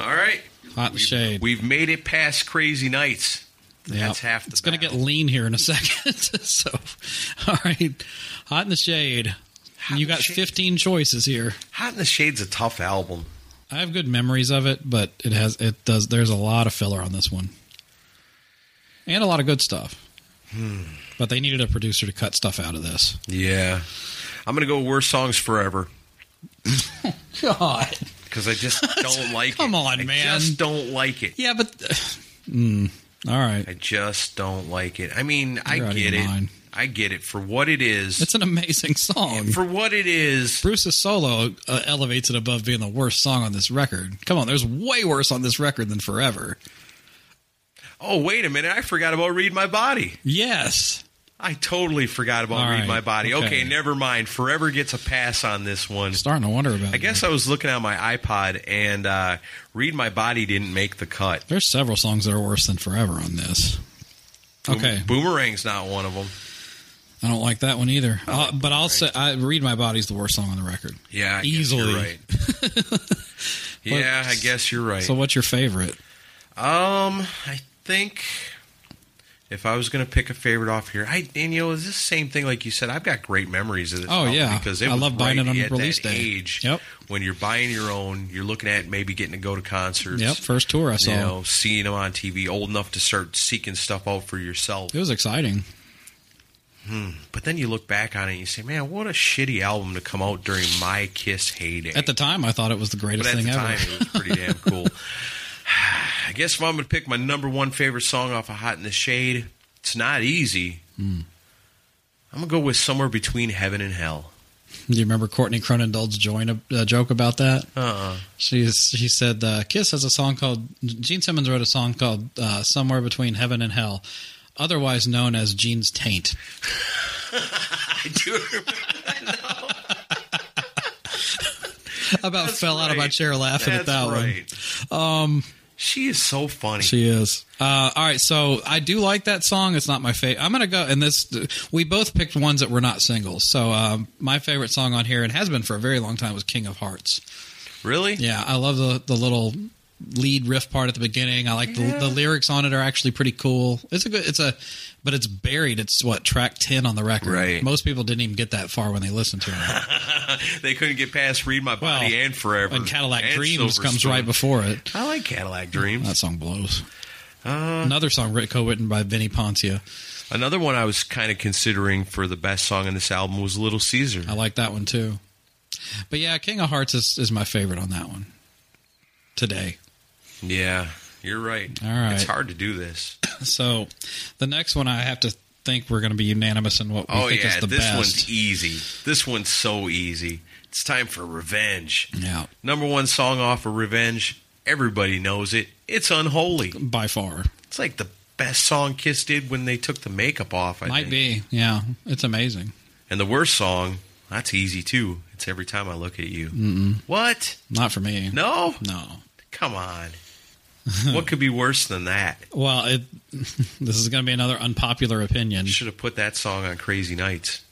[SPEAKER 1] All right.
[SPEAKER 2] Hot in the shade.
[SPEAKER 1] We've made it past crazy nights. That's half the
[SPEAKER 2] It's going to get
[SPEAKER 1] battle.
[SPEAKER 2] lean here in a second. so, all right. Hot in the shade.
[SPEAKER 1] in
[SPEAKER 2] you
[SPEAKER 1] the
[SPEAKER 2] got
[SPEAKER 1] Shade.
[SPEAKER 2] 15 choices here.
[SPEAKER 1] Hot in the Shade's a tough album.
[SPEAKER 2] I have good memories of it, but it has it does there's a lot of filler on this one. And a lot of good stuff.
[SPEAKER 1] Hmm.
[SPEAKER 2] But they needed a producer to cut stuff out of this.
[SPEAKER 1] Yeah. I'm going to go Worst Songs Forever
[SPEAKER 2] God.
[SPEAKER 1] because I just don't like it.
[SPEAKER 2] Come on,
[SPEAKER 1] I
[SPEAKER 2] man.
[SPEAKER 1] just don't like it.
[SPEAKER 2] Yeah, but Mm. all right.
[SPEAKER 1] I just don't like it. I mean, I
[SPEAKER 2] You're out of
[SPEAKER 1] get
[SPEAKER 2] your
[SPEAKER 1] it.
[SPEAKER 2] mind.
[SPEAKER 1] I get it for what it is.
[SPEAKER 2] It's an amazing song.
[SPEAKER 1] for what it is.
[SPEAKER 2] Bruce's solo uh, elevates it above being the worst song on this record. Come on, there's way worse on this record than Forever.
[SPEAKER 1] Oh, wait a minute. I forgot about Read My Body.
[SPEAKER 2] Yes.
[SPEAKER 1] I totally forgot about
[SPEAKER 2] All
[SPEAKER 1] Read
[SPEAKER 2] right,
[SPEAKER 1] My Body. Okay.
[SPEAKER 2] okay.
[SPEAKER 1] never mind. Forever gets a pass on this one.
[SPEAKER 2] Starting to wonder about
[SPEAKER 1] I guess I was looking at my iPod and uh, Read My Body didn't make the cut.
[SPEAKER 2] There's several songs that are worse than Forever on this.
[SPEAKER 1] Boom-
[SPEAKER 2] Okay.
[SPEAKER 1] Boomerang's not one of them.
[SPEAKER 2] I don't like that one either.
[SPEAKER 1] I like
[SPEAKER 2] Uh, but I'll say, I read my body's the worst song on the record.
[SPEAKER 1] Yeah, I guess
[SPEAKER 2] Easily.
[SPEAKER 1] you're right. yeah, I guess you're right.
[SPEAKER 2] So what's your favorite?
[SPEAKER 1] Um, I think if I was going to pick a favorite off here, I and you know, it's the same thing like you said. I've got great memories of this.
[SPEAKER 2] Oh,
[SPEAKER 1] album
[SPEAKER 2] yeah.
[SPEAKER 1] because it
[SPEAKER 2] I
[SPEAKER 1] was
[SPEAKER 2] love buying
[SPEAKER 1] right
[SPEAKER 2] it on
[SPEAKER 1] at
[SPEAKER 2] release
[SPEAKER 1] that
[SPEAKER 2] day.
[SPEAKER 1] Age,
[SPEAKER 2] Yep.
[SPEAKER 1] When you're buying your own, you're looking at maybe getting to go to concerts.
[SPEAKER 2] Yep, first tour I saw.
[SPEAKER 1] You know, seeing them on TV, old enough to start seeking stuff out for yourself.
[SPEAKER 2] It was exciting.
[SPEAKER 1] But then you look back on it and you say, "Man, what a shitty album to come out during my Kiss heyday."
[SPEAKER 2] At the time, I thought it was the
[SPEAKER 1] but
[SPEAKER 2] greatest
[SPEAKER 1] at
[SPEAKER 2] thing
[SPEAKER 1] the
[SPEAKER 2] ever.
[SPEAKER 1] time, it was pretty damn cool. I guess if I'm going to pick my number one favorite song off of Hot in the Shade, it's not easy.
[SPEAKER 2] Hmm.
[SPEAKER 1] I'm going to go with Somewhere Between Heaven and Hell.
[SPEAKER 2] Do you remember Courtney Cronendold's join a, uh joke about that?
[SPEAKER 1] Uh-uh.
[SPEAKER 2] She she said uh, Kiss has a song called Gene Simmons wrote a song called uh, "Somewhere Between Heaven and Hell," otherwise known as Gene's Taint.
[SPEAKER 1] I do remember
[SPEAKER 2] I about
[SPEAKER 1] That's
[SPEAKER 2] fell out of my
[SPEAKER 1] right.
[SPEAKER 2] chair laughing
[SPEAKER 1] That's
[SPEAKER 2] at that one. Um,
[SPEAKER 1] right. she is so funny.
[SPEAKER 2] She is. Uh, all right, so I do like that song. It's not my favorite. I'm gonna go and this. We both picked ones that were not singles. So um, my favorite song on here and has been for a very long time was "King of Hearts."
[SPEAKER 1] really?
[SPEAKER 2] Yeah, I love the the little lead riff part at the beginning. I like the, the lyrics on it are actually pretty cool. It's a good. It's a, but it's buried. It's what track ten on the record.
[SPEAKER 1] Right.
[SPEAKER 2] Most people didn't even get that far when they listened to it.
[SPEAKER 1] They couldn't get past Read My Body
[SPEAKER 2] Well,
[SPEAKER 1] and Forever.
[SPEAKER 2] And Cadillac
[SPEAKER 1] and
[SPEAKER 2] Dreams
[SPEAKER 1] Silver
[SPEAKER 2] comes
[SPEAKER 1] Spoon.
[SPEAKER 2] right before it.
[SPEAKER 1] I like Cadillac Dreams.
[SPEAKER 2] That song blows. Another song co-written by Vinnie Poncia.
[SPEAKER 1] Another one I was kind of considering for the best song on this album was Little Caesar.
[SPEAKER 2] I like that one too. But yeah, King of Hearts is, is my favorite on that one today.
[SPEAKER 1] Yeah, you're right.
[SPEAKER 2] All right.
[SPEAKER 1] It's hard to do this.
[SPEAKER 2] So the next one I have to think we're going to be unanimous in what we
[SPEAKER 1] Oh
[SPEAKER 2] think
[SPEAKER 1] yeah,
[SPEAKER 2] is the
[SPEAKER 1] this
[SPEAKER 2] best.
[SPEAKER 1] one's e- easy. This one's so easy. It's time for revenge.
[SPEAKER 2] yeah,
[SPEAKER 1] Number one song off of Revenge. Everybody knows it. It's unholy.
[SPEAKER 2] by far.
[SPEAKER 1] It's like the best song Kiss did when they took the makeup off. I
[SPEAKER 2] Might
[SPEAKER 1] think.
[SPEAKER 2] be. Yeah, it's amazing.
[SPEAKER 1] And the worst song. That's easy too. It's every time I look at you. What?
[SPEAKER 2] Not for me.
[SPEAKER 1] No?
[SPEAKER 2] No.
[SPEAKER 1] Come on. what could be worse than that?
[SPEAKER 2] Well, it, this is going to be another unpopular opinion.
[SPEAKER 1] You should have put that song on Crazy Nights.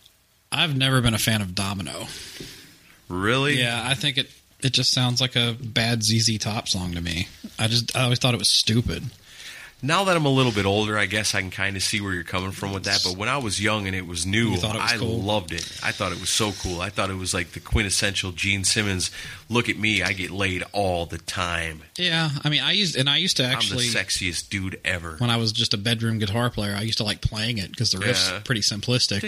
[SPEAKER 2] I've never been a fan of Domino.
[SPEAKER 1] Really?
[SPEAKER 2] Yeah, I think it it just sounds like a bad ZZ Top song to me. I just I always thought it was stupid.
[SPEAKER 1] Now that I'm a little bit older, I guess I can kind of see where you're coming from with that. But when I was young and it was new,
[SPEAKER 2] You thought it was
[SPEAKER 1] I
[SPEAKER 2] cool?
[SPEAKER 1] loved it. I thought it was so cool. I thought it was like the quintessential Gene Simmons. Look at me, I get laid all the time.
[SPEAKER 2] Yeah, I mean, I used and I used to actually
[SPEAKER 1] I'm the sexiest dude ever.
[SPEAKER 2] when I was just a bedroom guitar player, I used to like playing it because the riff's
[SPEAKER 1] Yeah.
[SPEAKER 2] pretty simplistic.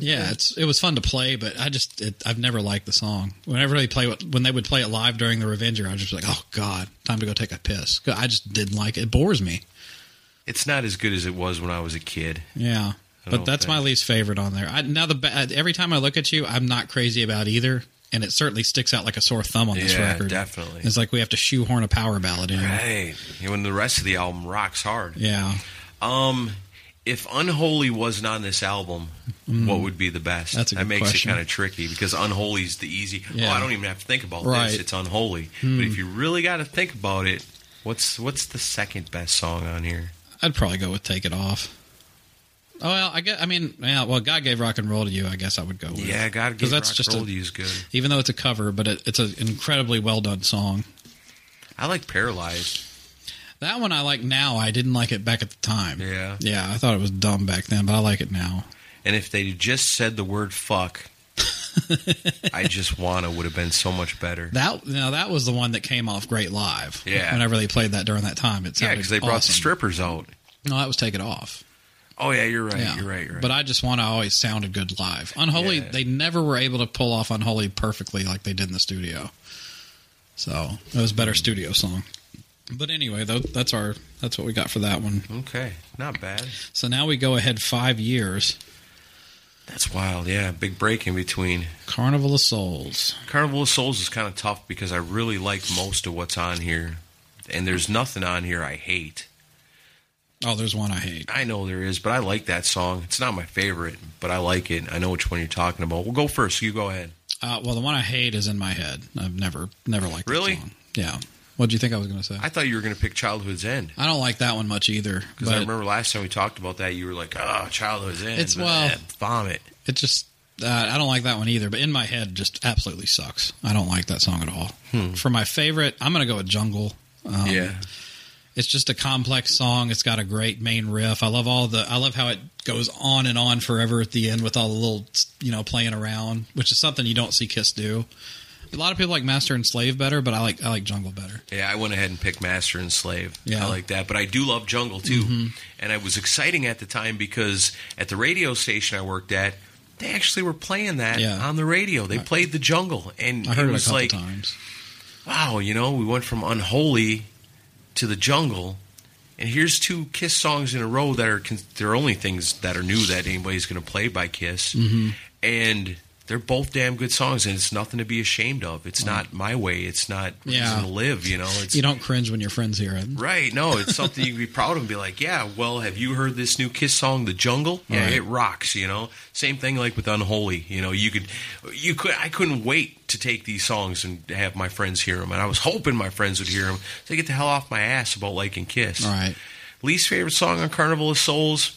[SPEAKER 2] Yeah, it's it was fun to play, but I just it, I've never liked the song. Whenever they play what when they would play it live during the Revenger, I was just like, oh god, time to go take a piss. 'Cause I just didn't like it. It bores me.
[SPEAKER 1] It's not as good as it was when I was a kid. I
[SPEAKER 2] Yeah, but
[SPEAKER 1] don't
[SPEAKER 2] that's
[SPEAKER 1] think-
[SPEAKER 2] my least favorite on there. I, now the ba- every time I look at you, I'm not crazy about either, and it certainly sticks out like a sore thumb on this
[SPEAKER 1] Yeah,
[SPEAKER 2] record.
[SPEAKER 1] definitely.
[SPEAKER 2] it's like we have to shoehorn a power ballad in. here.
[SPEAKER 1] Right. When the rest of the album rocks hard.
[SPEAKER 2] Yeah,
[SPEAKER 1] Um, if Unholy wasn't on this album, what would be the best?
[SPEAKER 2] Mm. That's a
[SPEAKER 1] that
[SPEAKER 2] good
[SPEAKER 1] makes
[SPEAKER 2] question.
[SPEAKER 1] it kind of tricky because Unholy's the easy.
[SPEAKER 2] Yeah.
[SPEAKER 1] Oh, I don't even have to think about
[SPEAKER 2] Right. Hmm.
[SPEAKER 1] this. It's Unholy. But if you really got to think about it, what's what's the second best song on here?
[SPEAKER 2] I'd probably go with Take It Off. Oh well, I guess I mean, yeah, well, God gave rock and roll to you. I guess I would go with.
[SPEAKER 1] Yeah, God gave
[SPEAKER 2] Because that's
[SPEAKER 1] rock
[SPEAKER 2] just
[SPEAKER 1] and roll
[SPEAKER 2] a-
[SPEAKER 1] to you is good.
[SPEAKER 2] Even though it's a cover, but it, it's an incredibly well done song.
[SPEAKER 1] I like Paralyzed.
[SPEAKER 2] That one I like now. I didn't like it back at the time.
[SPEAKER 1] Yeah.
[SPEAKER 2] Yeah, I thought it was dumb back then, but I like it now.
[SPEAKER 1] And if they just said the word fuck, I just wanna would have been so much better.
[SPEAKER 2] That now that was the one that came off great live.
[SPEAKER 1] Yeah.
[SPEAKER 2] Whenever they played that during that time, it
[SPEAKER 1] Yeah,
[SPEAKER 2] sounded
[SPEAKER 1] because they brought
[SPEAKER 2] awesome.
[SPEAKER 1] the strippers out.
[SPEAKER 2] No, that was take it off.
[SPEAKER 1] Oh yeah, you're right.
[SPEAKER 2] yeah,
[SPEAKER 1] You're right. You're right.
[SPEAKER 2] But I just want to always sounded good live. Unholy,
[SPEAKER 1] Yeah.
[SPEAKER 2] they never were able to pull off Unholy perfectly like they did in the studio. So it was a better studio song. But anyway, though, that's our that's what we got for that one.
[SPEAKER 1] okay, not bad.
[SPEAKER 2] So now we go ahead five years.
[SPEAKER 1] That's wild. Yeah, big break in between.
[SPEAKER 2] Carnival of Souls.
[SPEAKER 1] Carnival of Souls is kind of tough because I really like most of what's on here, and there's nothing on here I hate.
[SPEAKER 2] Oh, there's one I hate.
[SPEAKER 1] I know there is, but I like that song. It's not my favorite, but I like it. I know which one you're talking about. We'll go first. You go ahead.
[SPEAKER 2] Uh, well, the one I hate is in my head. I've never never liked. that
[SPEAKER 1] Really?
[SPEAKER 2] song. Yeah. What do you think I was going to say?
[SPEAKER 1] I thought you were going to pick Childhood's End
[SPEAKER 2] I don't like that one much either.
[SPEAKER 1] because I
[SPEAKER 2] But
[SPEAKER 1] remember last time we talked about that. You were like, "Ah, Childhood's End."
[SPEAKER 2] It's,
[SPEAKER 1] but,
[SPEAKER 2] well-
[SPEAKER 1] eh, vomit.
[SPEAKER 2] it just uh, I don't like that one either. But in my head, just absolutely sucks. I don't like that song at all. For my favorite, I'm going to go with Jungle. Um,
[SPEAKER 1] Hmm. yeah,
[SPEAKER 2] It's just a complex song. It's got a great main riff. I love all the. I love how it goes on and on forever at the end with all the little, you know, playing around, which is something you don't see Kiss do. A lot of people like Master and Slave better, but I like I like Jungle better.
[SPEAKER 1] Yeah, I went ahead and picked Master and Slave.
[SPEAKER 2] Yeah. Mm-hmm.
[SPEAKER 1] I like that. But I do love Jungle too. And it was exciting at the time because at the radio station I worked at, they actually were playing that
[SPEAKER 2] Yeah.
[SPEAKER 1] on the radio. They played the jungle. And
[SPEAKER 2] I heard
[SPEAKER 1] it
[SPEAKER 2] it, a
[SPEAKER 1] was
[SPEAKER 2] couple
[SPEAKER 1] like,
[SPEAKER 2] times.
[SPEAKER 1] wow, you know, we went from unholy to the jungle. And here's two Kiss songs in a row that are con- they're only things that are new that anybody's going to play by Kiss,
[SPEAKER 2] Mm-hmm.
[SPEAKER 1] and they're both damn good songs, and it's nothing to be ashamed of. It's not my way. It's not
[SPEAKER 2] Yeah.
[SPEAKER 1] yeah. to live. You know, it's
[SPEAKER 2] You don't cringe when your friends hear it.
[SPEAKER 1] Right. No, it's something you can be proud of and be like, yeah, well, have you heard this new Kiss song, The Jungle? Yeah,
[SPEAKER 2] Right.
[SPEAKER 1] it rocks, you know. Same thing like with Unholy, you know, you could you could I couldn't wait to take these songs and have my friends hear them and I was hoping my friends would hear them to get the hell off my ass about liking Kiss.
[SPEAKER 2] All right.
[SPEAKER 1] Least favorite song on Carnival of Souls?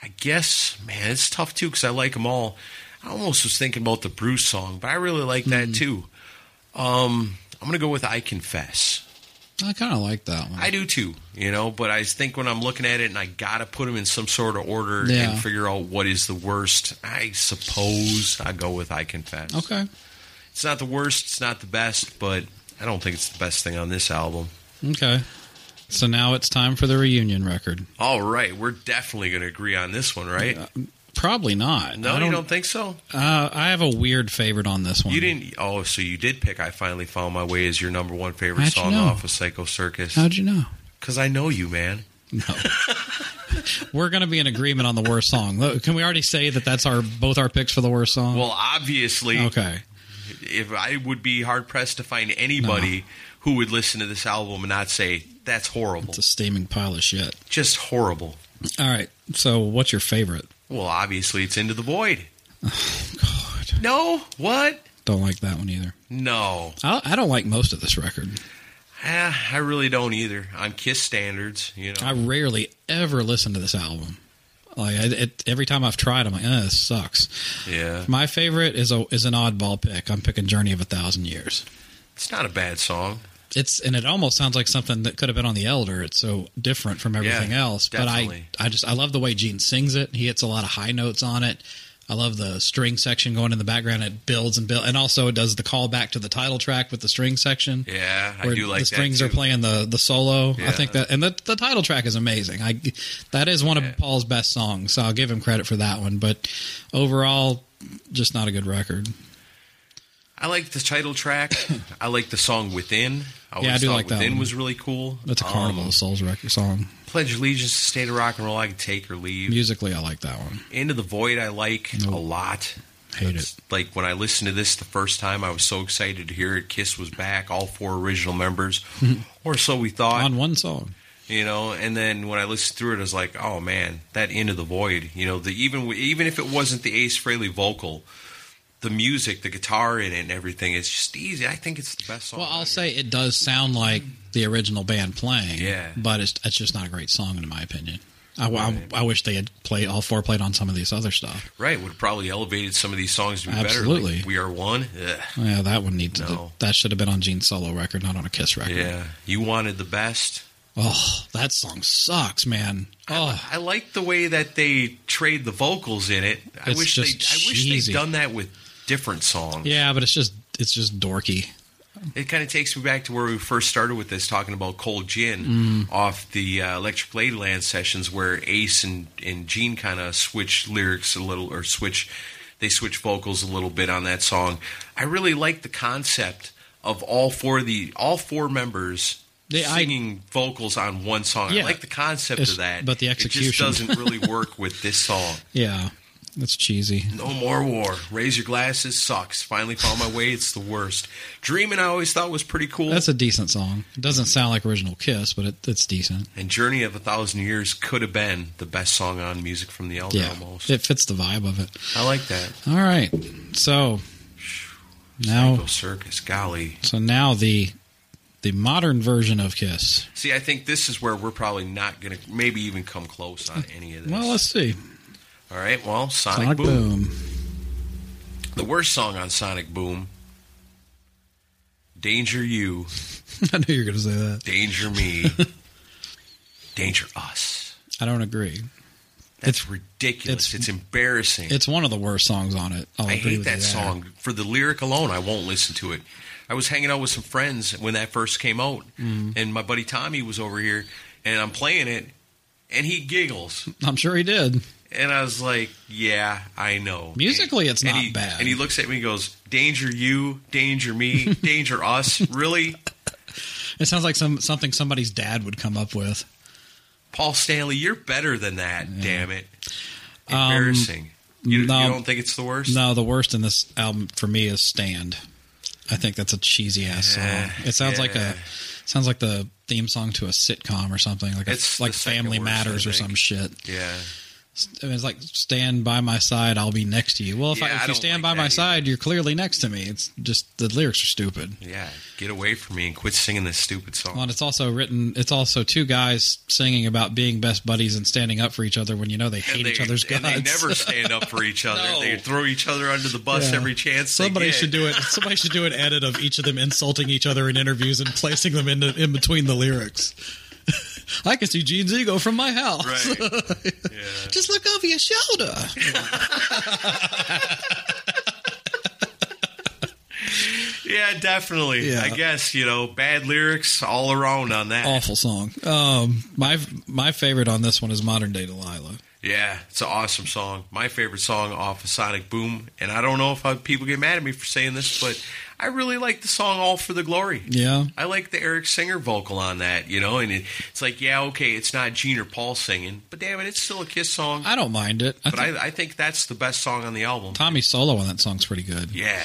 [SPEAKER 1] I guess, man, it's tough too because I like them all. I almost was thinking about the Bruce song, but I really like that
[SPEAKER 2] Hmm.
[SPEAKER 1] too. Um, I'm going to go with I Confess.
[SPEAKER 2] I kind of like that one.
[SPEAKER 1] I do too, you know. But I think when I'm looking at it, and I gotta put them in some sort of order
[SPEAKER 2] Yeah.
[SPEAKER 1] and figure out what is the worst. I suppose I go with I confess.
[SPEAKER 2] okay.
[SPEAKER 1] It's not the worst. It's not the best, but I don't think it's the best thing on this album.
[SPEAKER 2] Okay. So now it's time for the reunion record.
[SPEAKER 1] All right, we're definitely gonna agree on this one, right?
[SPEAKER 2] Probably not.
[SPEAKER 1] no,
[SPEAKER 2] I
[SPEAKER 1] you don't think so.
[SPEAKER 2] Uh, I have a weird favorite on this one.
[SPEAKER 1] You didn't. Oh, so you did pick "I Finally Found My Way" as your number one favorite
[SPEAKER 2] How'd you
[SPEAKER 1] song
[SPEAKER 2] know?
[SPEAKER 1] off of Psycho Circus.
[SPEAKER 2] How'd you know?
[SPEAKER 1] Because I know you, man.
[SPEAKER 2] No. We're going to be in agreement on the worst song. Look, Can we already say that that's our both our picks for the worst song?
[SPEAKER 1] Well, obviously,
[SPEAKER 2] okay.
[SPEAKER 1] if I would be hard pressed to find anybody who would listen to this album and not say that's horrible,
[SPEAKER 2] It's a steaming pile of shit.
[SPEAKER 1] just horrible.
[SPEAKER 2] All right. So what's your favorite?
[SPEAKER 1] Well, obviously it's into the void.
[SPEAKER 2] God.
[SPEAKER 1] No, what?
[SPEAKER 2] Don't like that one either.
[SPEAKER 1] No,
[SPEAKER 2] I, I don't like most of this record.
[SPEAKER 1] Ah, I really don't either. On Kiss standards, you know,
[SPEAKER 2] I rarely ever listen to this album. Like I, it, every time I've tried, I'm like, eh, this sucks.
[SPEAKER 1] yeah,
[SPEAKER 2] My favorite is a is an oddball pick. I'm picking Journey of a Thousand Years.
[SPEAKER 1] it's not a bad song.
[SPEAKER 2] It's and it almost sounds like something that could have been on the Elder. It's so different from everything
[SPEAKER 1] Yeah,
[SPEAKER 2] else.
[SPEAKER 1] definitely.
[SPEAKER 2] But I I just I love the way Gene sings it. He hits a lot of high notes on it. I love the string section going in the background. It builds and builds, and also it does the callback to the title track with the string section.
[SPEAKER 1] Yeah, I
[SPEAKER 2] where
[SPEAKER 1] do like
[SPEAKER 2] the strings
[SPEAKER 1] that
[SPEAKER 2] are
[SPEAKER 1] too.
[SPEAKER 2] playing the the solo.
[SPEAKER 1] Yeah.
[SPEAKER 2] I think that and the, the title track is amazing. I that is one of
[SPEAKER 1] Yeah.
[SPEAKER 2] Paul's best songs, so I'll give him credit for that one. But overall, just not a good record.
[SPEAKER 1] I like the title track. I like the song Within. I always
[SPEAKER 2] I do
[SPEAKER 1] thought
[SPEAKER 2] like that
[SPEAKER 1] Within
[SPEAKER 2] one.
[SPEAKER 1] was really cool.
[SPEAKER 2] That's a
[SPEAKER 1] Um,
[SPEAKER 2] Carnival of Souls record song.
[SPEAKER 1] Pledge allegiance to state of rock and roll. I can take or leave.
[SPEAKER 2] Musically, I like that one.
[SPEAKER 1] Into the Void I like a lot.
[SPEAKER 2] Hate
[SPEAKER 1] That's- Like when I listened to this the first time, I was so excited to hear it. Kiss was back, all four original members, or so we thought,
[SPEAKER 2] on one song.
[SPEAKER 1] you know. And then when I listened through it, I was like, oh man, that Into the Void, you know. The even even if it wasn't the Ace Frehley vocal, the music, the guitar in it, and everything, it's just easy. I think it's the best song.
[SPEAKER 2] Well,
[SPEAKER 1] on
[SPEAKER 2] I'll
[SPEAKER 1] it.
[SPEAKER 2] say it does sound like the original band playing.
[SPEAKER 1] Yeah.
[SPEAKER 2] but it's it's just not a great song in my opinion. I, I, I wish they had played all four played on some of these other stuff.
[SPEAKER 1] Right, would have probably elevated some of these songs to be better.
[SPEAKER 2] Absolutely.
[SPEAKER 1] Like we are one. Ugh.
[SPEAKER 2] Yeah, that one needs
[SPEAKER 1] No.
[SPEAKER 2] that should have been on Gene's solo record, not on a Kiss record.
[SPEAKER 1] Yeah, you wanted the best.
[SPEAKER 2] Oh, that song sucks, man. Oh,
[SPEAKER 1] I like the way that they trade the vocals in it. I
[SPEAKER 2] It's
[SPEAKER 1] wish they,
[SPEAKER 2] just
[SPEAKER 1] I wish
[SPEAKER 2] cheesy.
[SPEAKER 1] they'd done that with different songs.
[SPEAKER 2] yeah, but it's just it's just dorky.
[SPEAKER 1] It kind of takes me back to where we first started with this, talking about cold gin
[SPEAKER 2] Mm.
[SPEAKER 1] off the uh, Electric Ladyland sessions, where Ace and and Gene kind of switch lyrics a little or switch they switch vocals a little bit on that song. I really like the concept of all four of the all four members.
[SPEAKER 2] They- I-
[SPEAKER 1] singing vocals on one song. I
[SPEAKER 2] Yeah.
[SPEAKER 1] like the concept
[SPEAKER 2] It's-
[SPEAKER 1] of that,
[SPEAKER 2] but the
[SPEAKER 1] it just
[SPEAKER 2] execution.
[SPEAKER 1] doesn't really work with this song.
[SPEAKER 2] Yeah, it's cheesy.
[SPEAKER 1] No more war. Raise your glasses. Sucks. Finally found my way. It's the worst. Dreaming, I always thought was pretty cool.
[SPEAKER 2] That's a decent song. It doesn't sound like original Kiss, but it, it's decent.
[SPEAKER 1] and Journey of a Thousand Years could have been the best song on music from the album.
[SPEAKER 2] Yeah,
[SPEAKER 1] Almost.
[SPEAKER 2] it fits the vibe of it.
[SPEAKER 1] I like that.
[SPEAKER 2] All right, so now Oh.
[SPEAKER 1] Psycho Circus. Golly.
[SPEAKER 2] so now the the modern version of Kiss.
[SPEAKER 1] See, I think this is where we're probably not going to maybe even come close on any of this.
[SPEAKER 2] Well, let's see.
[SPEAKER 1] All right. Well, Sonic,
[SPEAKER 2] Sonic
[SPEAKER 1] Boom.
[SPEAKER 2] Boom.
[SPEAKER 1] The worst song on Sonic Boom. Danger you.
[SPEAKER 2] I knew you were going to say that.
[SPEAKER 1] Danger me. danger us.
[SPEAKER 2] I don't agree.
[SPEAKER 1] That's ridiculous. It's,
[SPEAKER 2] it's-
[SPEAKER 1] embarrassing.
[SPEAKER 2] It's one of the worst songs on it. I'll
[SPEAKER 1] I
[SPEAKER 2] agree
[SPEAKER 1] hate
[SPEAKER 2] with
[SPEAKER 1] that
[SPEAKER 2] you there.
[SPEAKER 1] song for the lyric alone. I won't listen to it. I was hanging out with some friends when that first came out,
[SPEAKER 2] Mm-hmm.
[SPEAKER 1] and my buddy Tommy was over here, and I'm playing it, and he giggles,
[SPEAKER 2] I'm sure he did.
[SPEAKER 1] and I was like, "Yeah, I know."
[SPEAKER 2] Musically, it's
[SPEAKER 1] And
[SPEAKER 2] not
[SPEAKER 1] he-
[SPEAKER 2] bad.
[SPEAKER 1] And he looks at me and goes, "Danger you, danger me, danger us." Really,
[SPEAKER 2] It sounds like some something somebody's dad would come up with.
[SPEAKER 1] Paul Stanley, you're better than that. Damn it, embarrassing. you,
[SPEAKER 2] Um, no.
[SPEAKER 1] you don't think it's the worst?
[SPEAKER 2] No, the worst in this album for me is "Stand." I think that's a cheesy ass song.
[SPEAKER 1] Yeah,
[SPEAKER 2] It sounds like
[SPEAKER 1] yeah.
[SPEAKER 2] a sounds like the theme song to a sitcom or something, like a,
[SPEAKER 1] It's
[SPEAKER 2] like
[SPEAKER 1] the second
[SPEAKER 2] Family
[SPEAKER 1] worst, I
[SPEAKER 2] Matters or
[SPEAKER 1] think.
[SPEAKER 2] some shit.
[SPEAKER 1] Yeah.
[SPEAKER 2] I mean, it's like "Stand by my side, I'll be next to you." Well, if,
[SPEAKER 1] Yeah,
[SPEAKER 2] I, if
[SPEAKER 1] I
[SPEAKER 2] you
[SPEAKER 1] don't
[SPEAKER 2] stand
[SPEAKER 1] like
[SPEAKER 2] by my
[SPEAKER 1] that either.
[SPEAKER 2] side, you're clearly next to me. It's just the lyrics are stupid.
[SPEAKER 1] Yeah, get away from me and quit singing this stupid song.
[SPEAKER 2] Well, and it's also written. It's also two guys singing about being best buddies and standing up for each other when you know they hate
[SPEAKER 1] and
[SPEAKER 2] each
[SPEAKER 1] they-
[SPEAKER 2] other's
[SPEAKER 1] and
[SPEAKER 2] guts.
[SPEAKER 1] they never stand up for each other.
[SPEAKER 2] No.
[SPEAKER 1] They throw each other under the bus
[SPEAKER 2] Yeah.
[SPEAKER 1] every chance. they
[SPEAKER 2] Somebody
[SPEAKER 1] get.
[SPEAKER 2] should do it. Somebody should do an edit of each of them insulting each other in interviews and placing them in the, in between the lyrics. I can see Gene's ego from my house.
[SPEAKER 1] Right.
[SPEAKER 2] Just look over your shoulder.
[SPEAKER 1] Yeah, definitely.
[SPEAKER 2] Yeah.
[SPEAKER 1] I guess you know, bad lyrics all around on that.
[SPEAKER 2] Awful song. Um, my my favorite on this one is Modern Day Delilah.
[SPEAKER 1] Yeah, it's an awesome song. My favorite song off of Sonic Boom, and I don't know if I, people get mad at me for saying this, but I really like the song "All for the Glory."
[SPEAKER 2] Yeah.
[SPEAKER 1] I like the Eric Singer vocal on that. You know, and it, it's like, yeah, okay, it's not Gene or Paul singing, but damn it, it's still a Kiss song.
[SPEAKER 2] I don't mind it. I
[SPEAKER 1] but
[SPEAKER 2] think
[SPEAKER 1] I, I think that's the best song on the album.
[SPEAKER 2] Tommy's solo on that song's pretty good.
[SPEAKER 1] Yeah,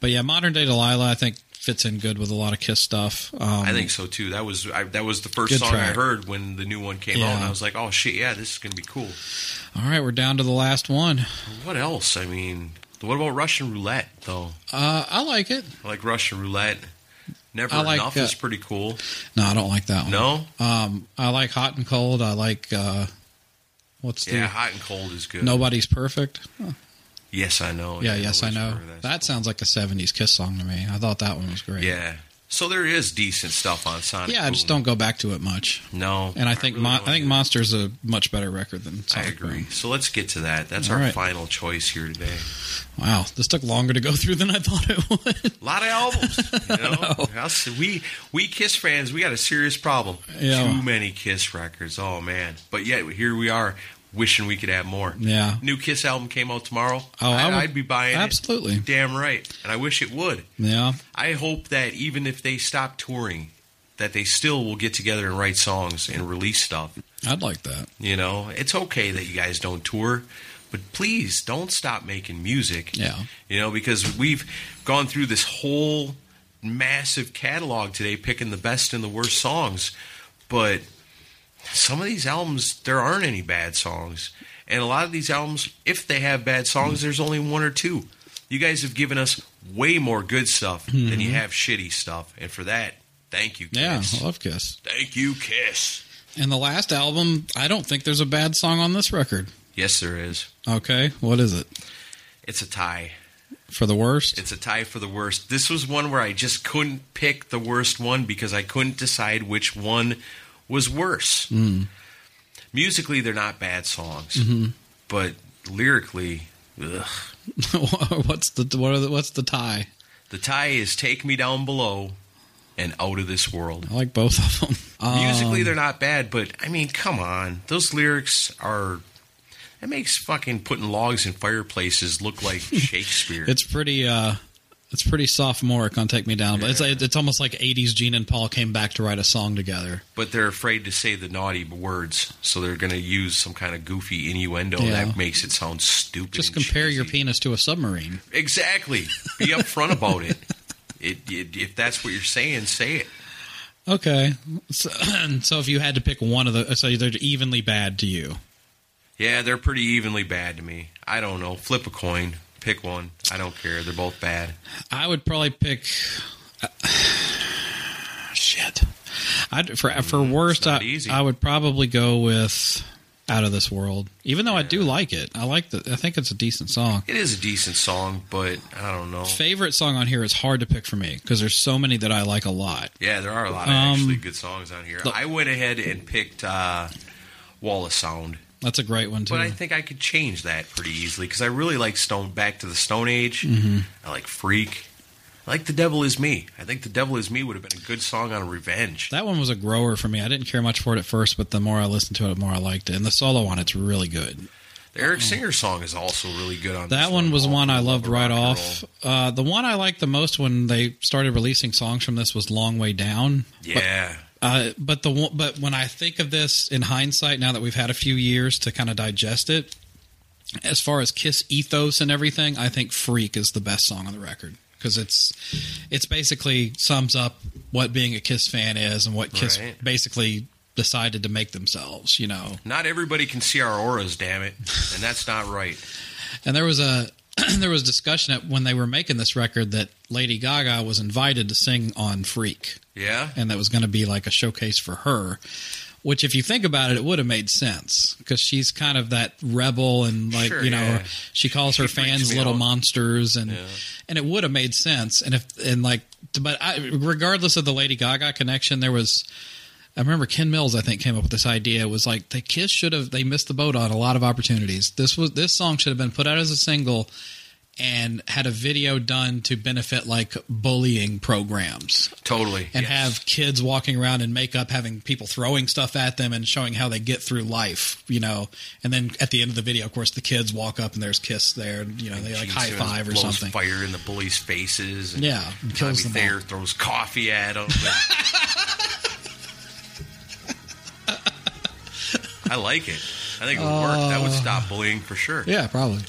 [SPEAKER 2] But yeah, Modern Day Delilah I think fits in good with a lot of Kiss stuff. Um,
[SPEAKER 1] I think so too. That was I, that was the first
[SPEAKER 2] Good
[SPEAKER 1] song I
[SPEAKER 2] track.
[SPEAKER 1] heard when the new one came out,
[SPEAKER 2] Yeah.
[SPEAKER 1] and I was like, "Oh shit, yeah, this is gonna be cool."
[SPEAKER 2] All right, we're down to the last one.
[SPEAKER 1] What else? I mean, what about Russian roulette though?
[SPEAKER 2] Uh, I like it.
[SPEAKER 1] I like Russian roulette. Never
[SPEAKER 2] I like,
[SPEAKER 1] enough
[SPEAKER 2] uh,
[SPEAKER 1] is pretty cool.
[SPEAKER 2] No, I don't like that one.
[SPEAKER 1] No,
[SPEAKER 2] Um, I like hot and cold. I like uh, what's the
[SPEAKER 1] yeah, hot and cold Oh, is good.
[SPEAKER 2] nobody's perfect.
[SPEAKER 1] Yes, I know.
[SPEAKER 2] yeah, yes, I
[SPEAKER 1] always
[SPEAKER 2] know.
[SPEAKER 1] remember
[SPEAKER 2] That sounds like a '70s Kiss song to me. I thought that one was great.
[SPEAKER 1] Yeah. So there is decent stuff on Sonic.
[SPEAKER 2] yeah. I just
[SPEAKER 1] Boom.
[SPEAKER 2] don't go back to it much.
[SPEAKER 1] No,
[SPEAKER 2] And I think
[SPEAKER 1] really
[SPEAKER 2] Mon-
[SPEAKER 1] don't
[SPEAKER 2] I think
[SPEAKER 1] either.
[SPEAKER 2] Monster's a much better record than
[SPEAKER 1] I
[SPEAKER 2] Sonic
[SPEAKER 1] agree.
[SPEAKER 2] Boom.
[SPEAKER 1] So let's get to that. That's
[SPEAKER 2] All
[SPEAKER 1] our
[SPEAKER 2] right.
[SPEAKER 1] final choice here today.
[SPEAKER 2] Wow, this took longer to go through than I thought it would.
[SPEAKER 1] A lot of albums. You know? Us- we we Kiss fans, we got a serious problem.
[SPEAKER 2] Yeah.
[SPEAKER 1] Too many Kiss records. Oh man! But yet here we are, wishing we could have more.
[SPEAKER 2] yeah.
[SPEAKER 1] New Kiss album came out tomorrow.
[SPEAKER 2] Oh, I
[SPEAKER 1] I'd,
[SPEAKER 2] would-
[SPEAKER 1] I'd be buying
[SPEAKER 2] Absolutely.
[SPEAKER 1] it. Damn right. And I wish it would.
[SPEAKER 2] Yeah.
[SPEAKER 1] I hope that even if they stop touring, that they still will get together and write songs and release stuff.
[SPEAKER 2] I'd like that.
[SPEAKER 1] You know, it's okay that you guys don't tour, but please don't stop making music.
[SPEAKER 2] Yeah.
[SPEAKER 1] You know, because we've gone through this whole massive catalog today, picking the best and the worst songs. But some of these albums, there aren't any bad songs. And a lot of these albums, if they have bad songs, there's only one or two. You guys have given us way more good stuff than you have shitty stuff. And for that, thank you,
[SPEAKER 2] Yeah.
[SPEAKER 1] Kiss.
[SPEAKER 2] I love Kiss.
[SPEAKER 1] Thank you, Kiss.
[SPEAKER 2] And the last album, I don't think there's a bad song on this record.
[SPEAKER 1] Yes, there is.
[SPEAKER 2] Okay, what is it?
[SPEAKER 1] It's a tie.
[SPEAKER 2] For the worst?
[SPEAKER 1] It's a tie for the worst. This was one where I just couldn't pick the worst one because I couldn't decide which one was worse.
[SPEAKER 2] Mm.
[SPEAKER 1] Musically, they're not bad songs,
[SPEAKER 2] hmm
[SPEAKER 1] but lyrically, ugh.
[SPEAKER 2] what's the what are the, what's the tie?
[SPEAKER 1] the tie is "Take Me Down Below" and "Out of This World."
[SPEAKER 2] I like both of them. Um,
[SPEAKER 1] Musically, they're not bad, but I mean, come on, those lyrics are. That makes fucking putting logs in fireplaces look like Shakespeare.
[SPEAKER 2] It's pretty. uh It's pretty sophomoric on "Take Me Down," but it's like- it's almost like '80s Gene and Paul came back to write a song together.
[SPEAKER 1] but they're afraid to say the naughty words, so they're going to use some kind of goofy innuendo
[SPEAKER 2] Yeah.
[SPEAKER 1] that makes it sound stupid.
[SPEAKER 2] Just
[SPEAKER 1] and
[SPEAKER 2] compare your
[SPEAKER 1] cheesy.
[SPEAKER 2] penis to a submarine.
[SPEAKER 1] exactly. Be upfront about it. It, it. If that's what you're saying, say it.
[SPEAKER 2] Okay, so, so if you had to pick one of the, so they're evenly bad to you.
[SPEAKER 1] Yeah, they're pretty evenly bad to me. I don't know. Flip a coin. Pick one. I don't care. They're both bad.
[SPEAKER 2] I would probably pick. uh, shit. I'd, for for worst,
[SPEAKER 1] not
[SPEAKER 2] I,
[SPEAKER 1] easy.
[SPEAKER 2] I would probably go with "Out of This World." Even though I do like it, I like the. I think it's a decent song.
[SPEAKER 1] It is a decent song, but I don't know.
[SPEAKER 2] Favorite song on here is hard to pick for me because there's so many that I like a lot.
[SPEAKER 1] Yeah, there are a lot of
[SPEAKER 2] Um,
[SPEAKER 1] actually good songs on here.
[SPEAKER 2] look-
[SPEAKER 1] I went ahead and picked uh, Wall of Sound,
[SPEAKER 2] That's a great one too.
[SPEAKER 1] but I think I could change that pretty easily because I really like Stone Back to the Stone Age.
[SPEAKER 2] Mm-hmm.
[SPEAKER 1] I like Freak. I like The Devil Is Me. I think The Devil Is Me would have been a good song on Revenge.
[SPEAKER 2] that one was a grower for me. I didn't care much for it at first, but the more I listened to it, the more I liked it. And the solo on it's really good.
[SPEAKER 1] The Eric Singer song is also really good on
[SPEAKER 2] Mm. That
[SPEAKER 1] this
[SPEAKER 2] one was
[SPEAKER 1] All
[SPEAKER 2] one
[SPEAKER 1] for
[SPEAKER 2] I
[SPEAKER 1] the Love
[SPEAKER 2] loved
[SPEAKER 1] of
[SPEAKER 2] right
[SPEAKER 1] Rock and
[SPEAKER 2] off.
[SPEAKER 1] Roll.
[SPEAKER 2] Uh, the one I liked the most when they started releasing songs from this was "Long Way Down."
[SPEAKER 1] Yeah.
[SPEAKER 2] Uh, but the one- but when I think of this in hindsight, now that we've had a few years to kind of digest it, as far as Kiss ethos and everything, I think "Freak" is the best song on the record because it's it's basically sums up what being a Kiss fan is and what Kiss
[SPEAKER 1] Right.
[SPEAKER 2] basically decided to make themselves. You know,
[SPEAKER 1] Not everybody can see our auras, damn it. And that's not right.
[SPEAKER 2] And there was a there was discussion at, when they were making this record that Lady Gaga was invited to sing on Freak,
[SPEAKER 1] Yeah?
[SPEAKER 2] and that was going to be like a showcase for her. Which, if you think about it, it would have made sense because she's kind of that rebel and like
[SPEAKER 1] Sure,
[SPEAKER 2] you know
[SPEAKER 1] yeah.
[SPEAKER 2] she calls her
[SPEAKER 1] She freaks
[SPEAKER 2] fans
[SPEAKER 1] me
[SPEAKER 2] little
[SPEAKER 1] out.
[SPEAKER 2] monsters and and it would have made sense and if and like but I, regardless of the Lady Gaga connection, there was. I remember Ken Mills, I think, came up with this idea. It was like the Kiss should have they missed the boat on a lot of opportunities. This was this song should have been put out as a single and had a video done to benefit like bullying programs
[SPEAKER 1] Totally.
[SPEAKER 2] and
[SPEAKER 1] Yes.
[SPEAKER 2] have kids walking around in makeup having people throwing stuff at them and showing how they get through life, you know. And then at the end of the video, of course, the kids walk up and there's Kiss there, and you know, they like
[SPEAKER 1] Gene
[SPEAKER 2] high
[SPEAKER 1] Simmons
[SPEAKER 2] five or
[SPEAKER 1] blows
[SPEAKER 2] something.
[SPEAKER 1] Fire in the bullies' faces. And
[SPEAKER 2] Yeah, and kills
[SPEAKER 1] Tommy
[SPEAKER 2] them all.
[SPEAKER 1] Thayer throws coffee at him. I like it. I think it would work. That would stop bullying for sure.
[SPEAKER 2] Uh. Yeah, probably.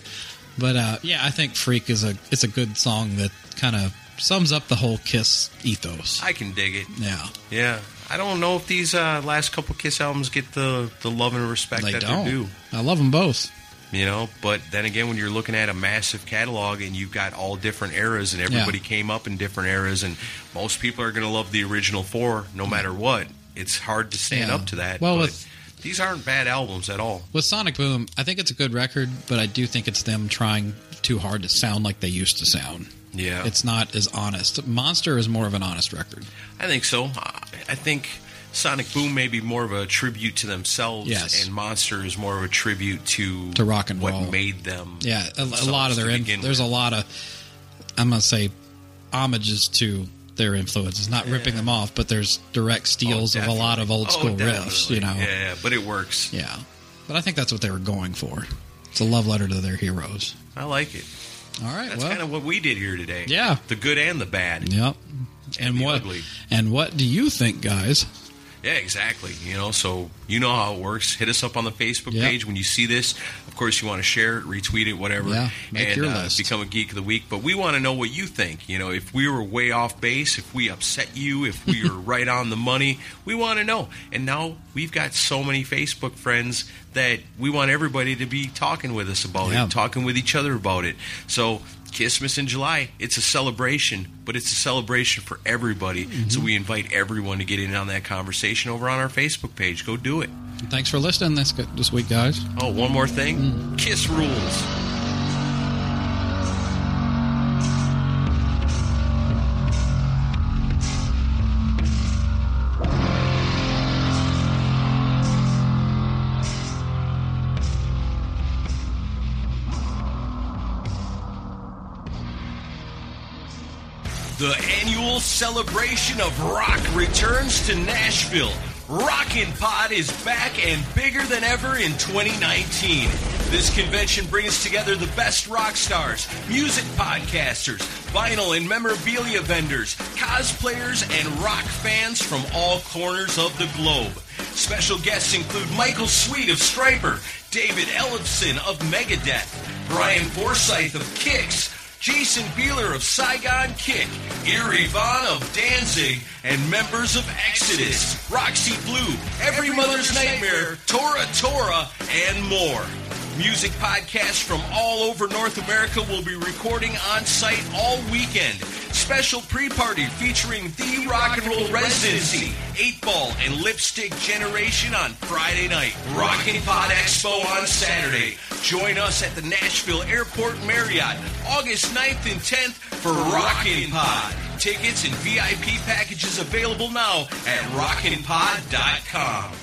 [SPEAKER 2] But uh, yeah, I think Freak is a it's a good song that kind of sums up the whole Kiss ethos.
[SPEAKER 1] I can dig it.
[SPEAKER 2] yeah,
[SPEAKER 1] Yeah. I don't know if these uh, last couple Kiss albums get the, the love and respect
[SPEAKER 2] they
[SPEAKER 1] that
[SPEAKER 2] don't.
[SPEAKER 1] they do.
[SPEAKER 2] I love them both.
[SPEAKER 1] you know but then again when you're looking at a massive catalog and you've got all different eras and everybody
[SPEAKER 2] Yeah.
[SPEAKER 1] came up in different eras and most people are going to love the original four no matter what it's hard to stand
[SPEAKER 2] Mm. Yeah.
[SPEAKER 1] up to that
[SPEAKER 2] Well,
[SPEAKER 1] but
[SPEAKER 2] with-
[SPEAKER 1] these aren't bad albums at all
[SPEAKER 2] With Sonic Boom, I think it's a good record, but I do think it's them trying too hard to sound like they used to sound.
[SPEAKER 1] yeah
[SPEAKER 2] It's not as honest. Monster is more of an honest record.
[SPEAKER 1] i think so i I think sonic boom may be more of a tribute to themselves
[SPEAKER 2] Yes.
[SPEAKER 1] and monster is more of a tribute to
[SPEAKER 2] To rock and
[SPEAKER 1] what
[SPEAKER 2] roll.
[SPEAKER 1] made them
[SPEAKER 2] Yeah, a, a
[SPEAKER 1] themselves
[SPEAKER 2] lot of their
[SPEAKER 1] to
[SPEAKER 2] in,
[SPEAKER 1] begin
[SPEAKER 2] there's
[SPEAKER 1] with.
[SPEAKER 2] a lot of I'm gonna say homages to their influences. Not ripping them off, but there's direct steals
[SPEAKER 1] Oh,
[SPEAKER 2] of a lot of
[SPEAKER 1] definitely.
[SPEAKER 2] old
[SPEAKER 1] Oh,
[SPEAKER 2] school riffs.
[SPEAKER 1] definitely.
[SPEAKER 2] You know,
[SPEAKER 1] yeah but it works
[SPEAKER 2] Yeah. But I think that's what they were going for. It's a love letter to their heroes.
[SPEAKER 1] i like it
[SPEAKER 2] All right.
[SPEAKER 1] that's
[SPEAKER 2] well,
[SPEAKER 1] kind of what we did here today
[SPEAKER 2] Yeah.
[SPEAKER 1] the good and the bad
[SPEAKER 2] yep. And
[SPEAKER 1] the
[SPEAKER 2] what
[SPEAKER 1] ugly.
[SPEAKER 2] and what do you think, guys?
[SPEAKER 1] Yeah, exactly. You know, so you know how it works. Hit us up on the Facebook
[SPEAKER 2] Yeah.
[SPEAKER 1] page when you see this. Of course, you want to share it, retweet it, whatever,
[SPEAKER 2] Yeah, make
[SPEAKER 1] and uh,
[SPEAKER 2] your list.
[SPEAKER 1] become a geek of the week. But we want to know what you think. You know, if we were way off base, if we upset you, if we were right on the money, we want to know. And now we've got so many Facebook friends that we want everybody to be talking with us about
[SPEAKER 2] Yeah.
[SPEAKER 1] it, talking with each other about it. So Christmas in July, it's a celebration, but it's a celebration for everybody. So we invite everyone to get in on that conversation over on our Facebook page. Go do it.
[SPEAKER 2] Thanks for listening this, this week, guys.
[SPEAKER 1] Oh, one more thing Kiss rules. The annual celebration of rock returns to Nashville. Rockin' Pod is back and bigger than ever in 2019. This convention brings together the best rock stars, music podcasters, vinyl and memorabilia vendors, cosplayers, and rock fans from all corners of the globe. Special guests include Michael Sweet of Striper, David Ellison of Megadeth, Brian Forsyth of Kicks, Jason Beeler of Saigon Kick, Erie Vaughn of Danzig, and members of Exodus, Roxy Blue, Every Mother's Nightmare, Tora Tora, and more. Music podcasts from all over North America will be recording on site all weekend. Special pre-party featuring the rock and roll residency, 8 Ball, and Lipstick Generation on Friday night. Rockin' Pod Expo on Saturday. Join us at the Nashville Airport Marriott, August 9th and 10th for Rockin' Pod. Tickets and VIP packages available now at rockinpod.com.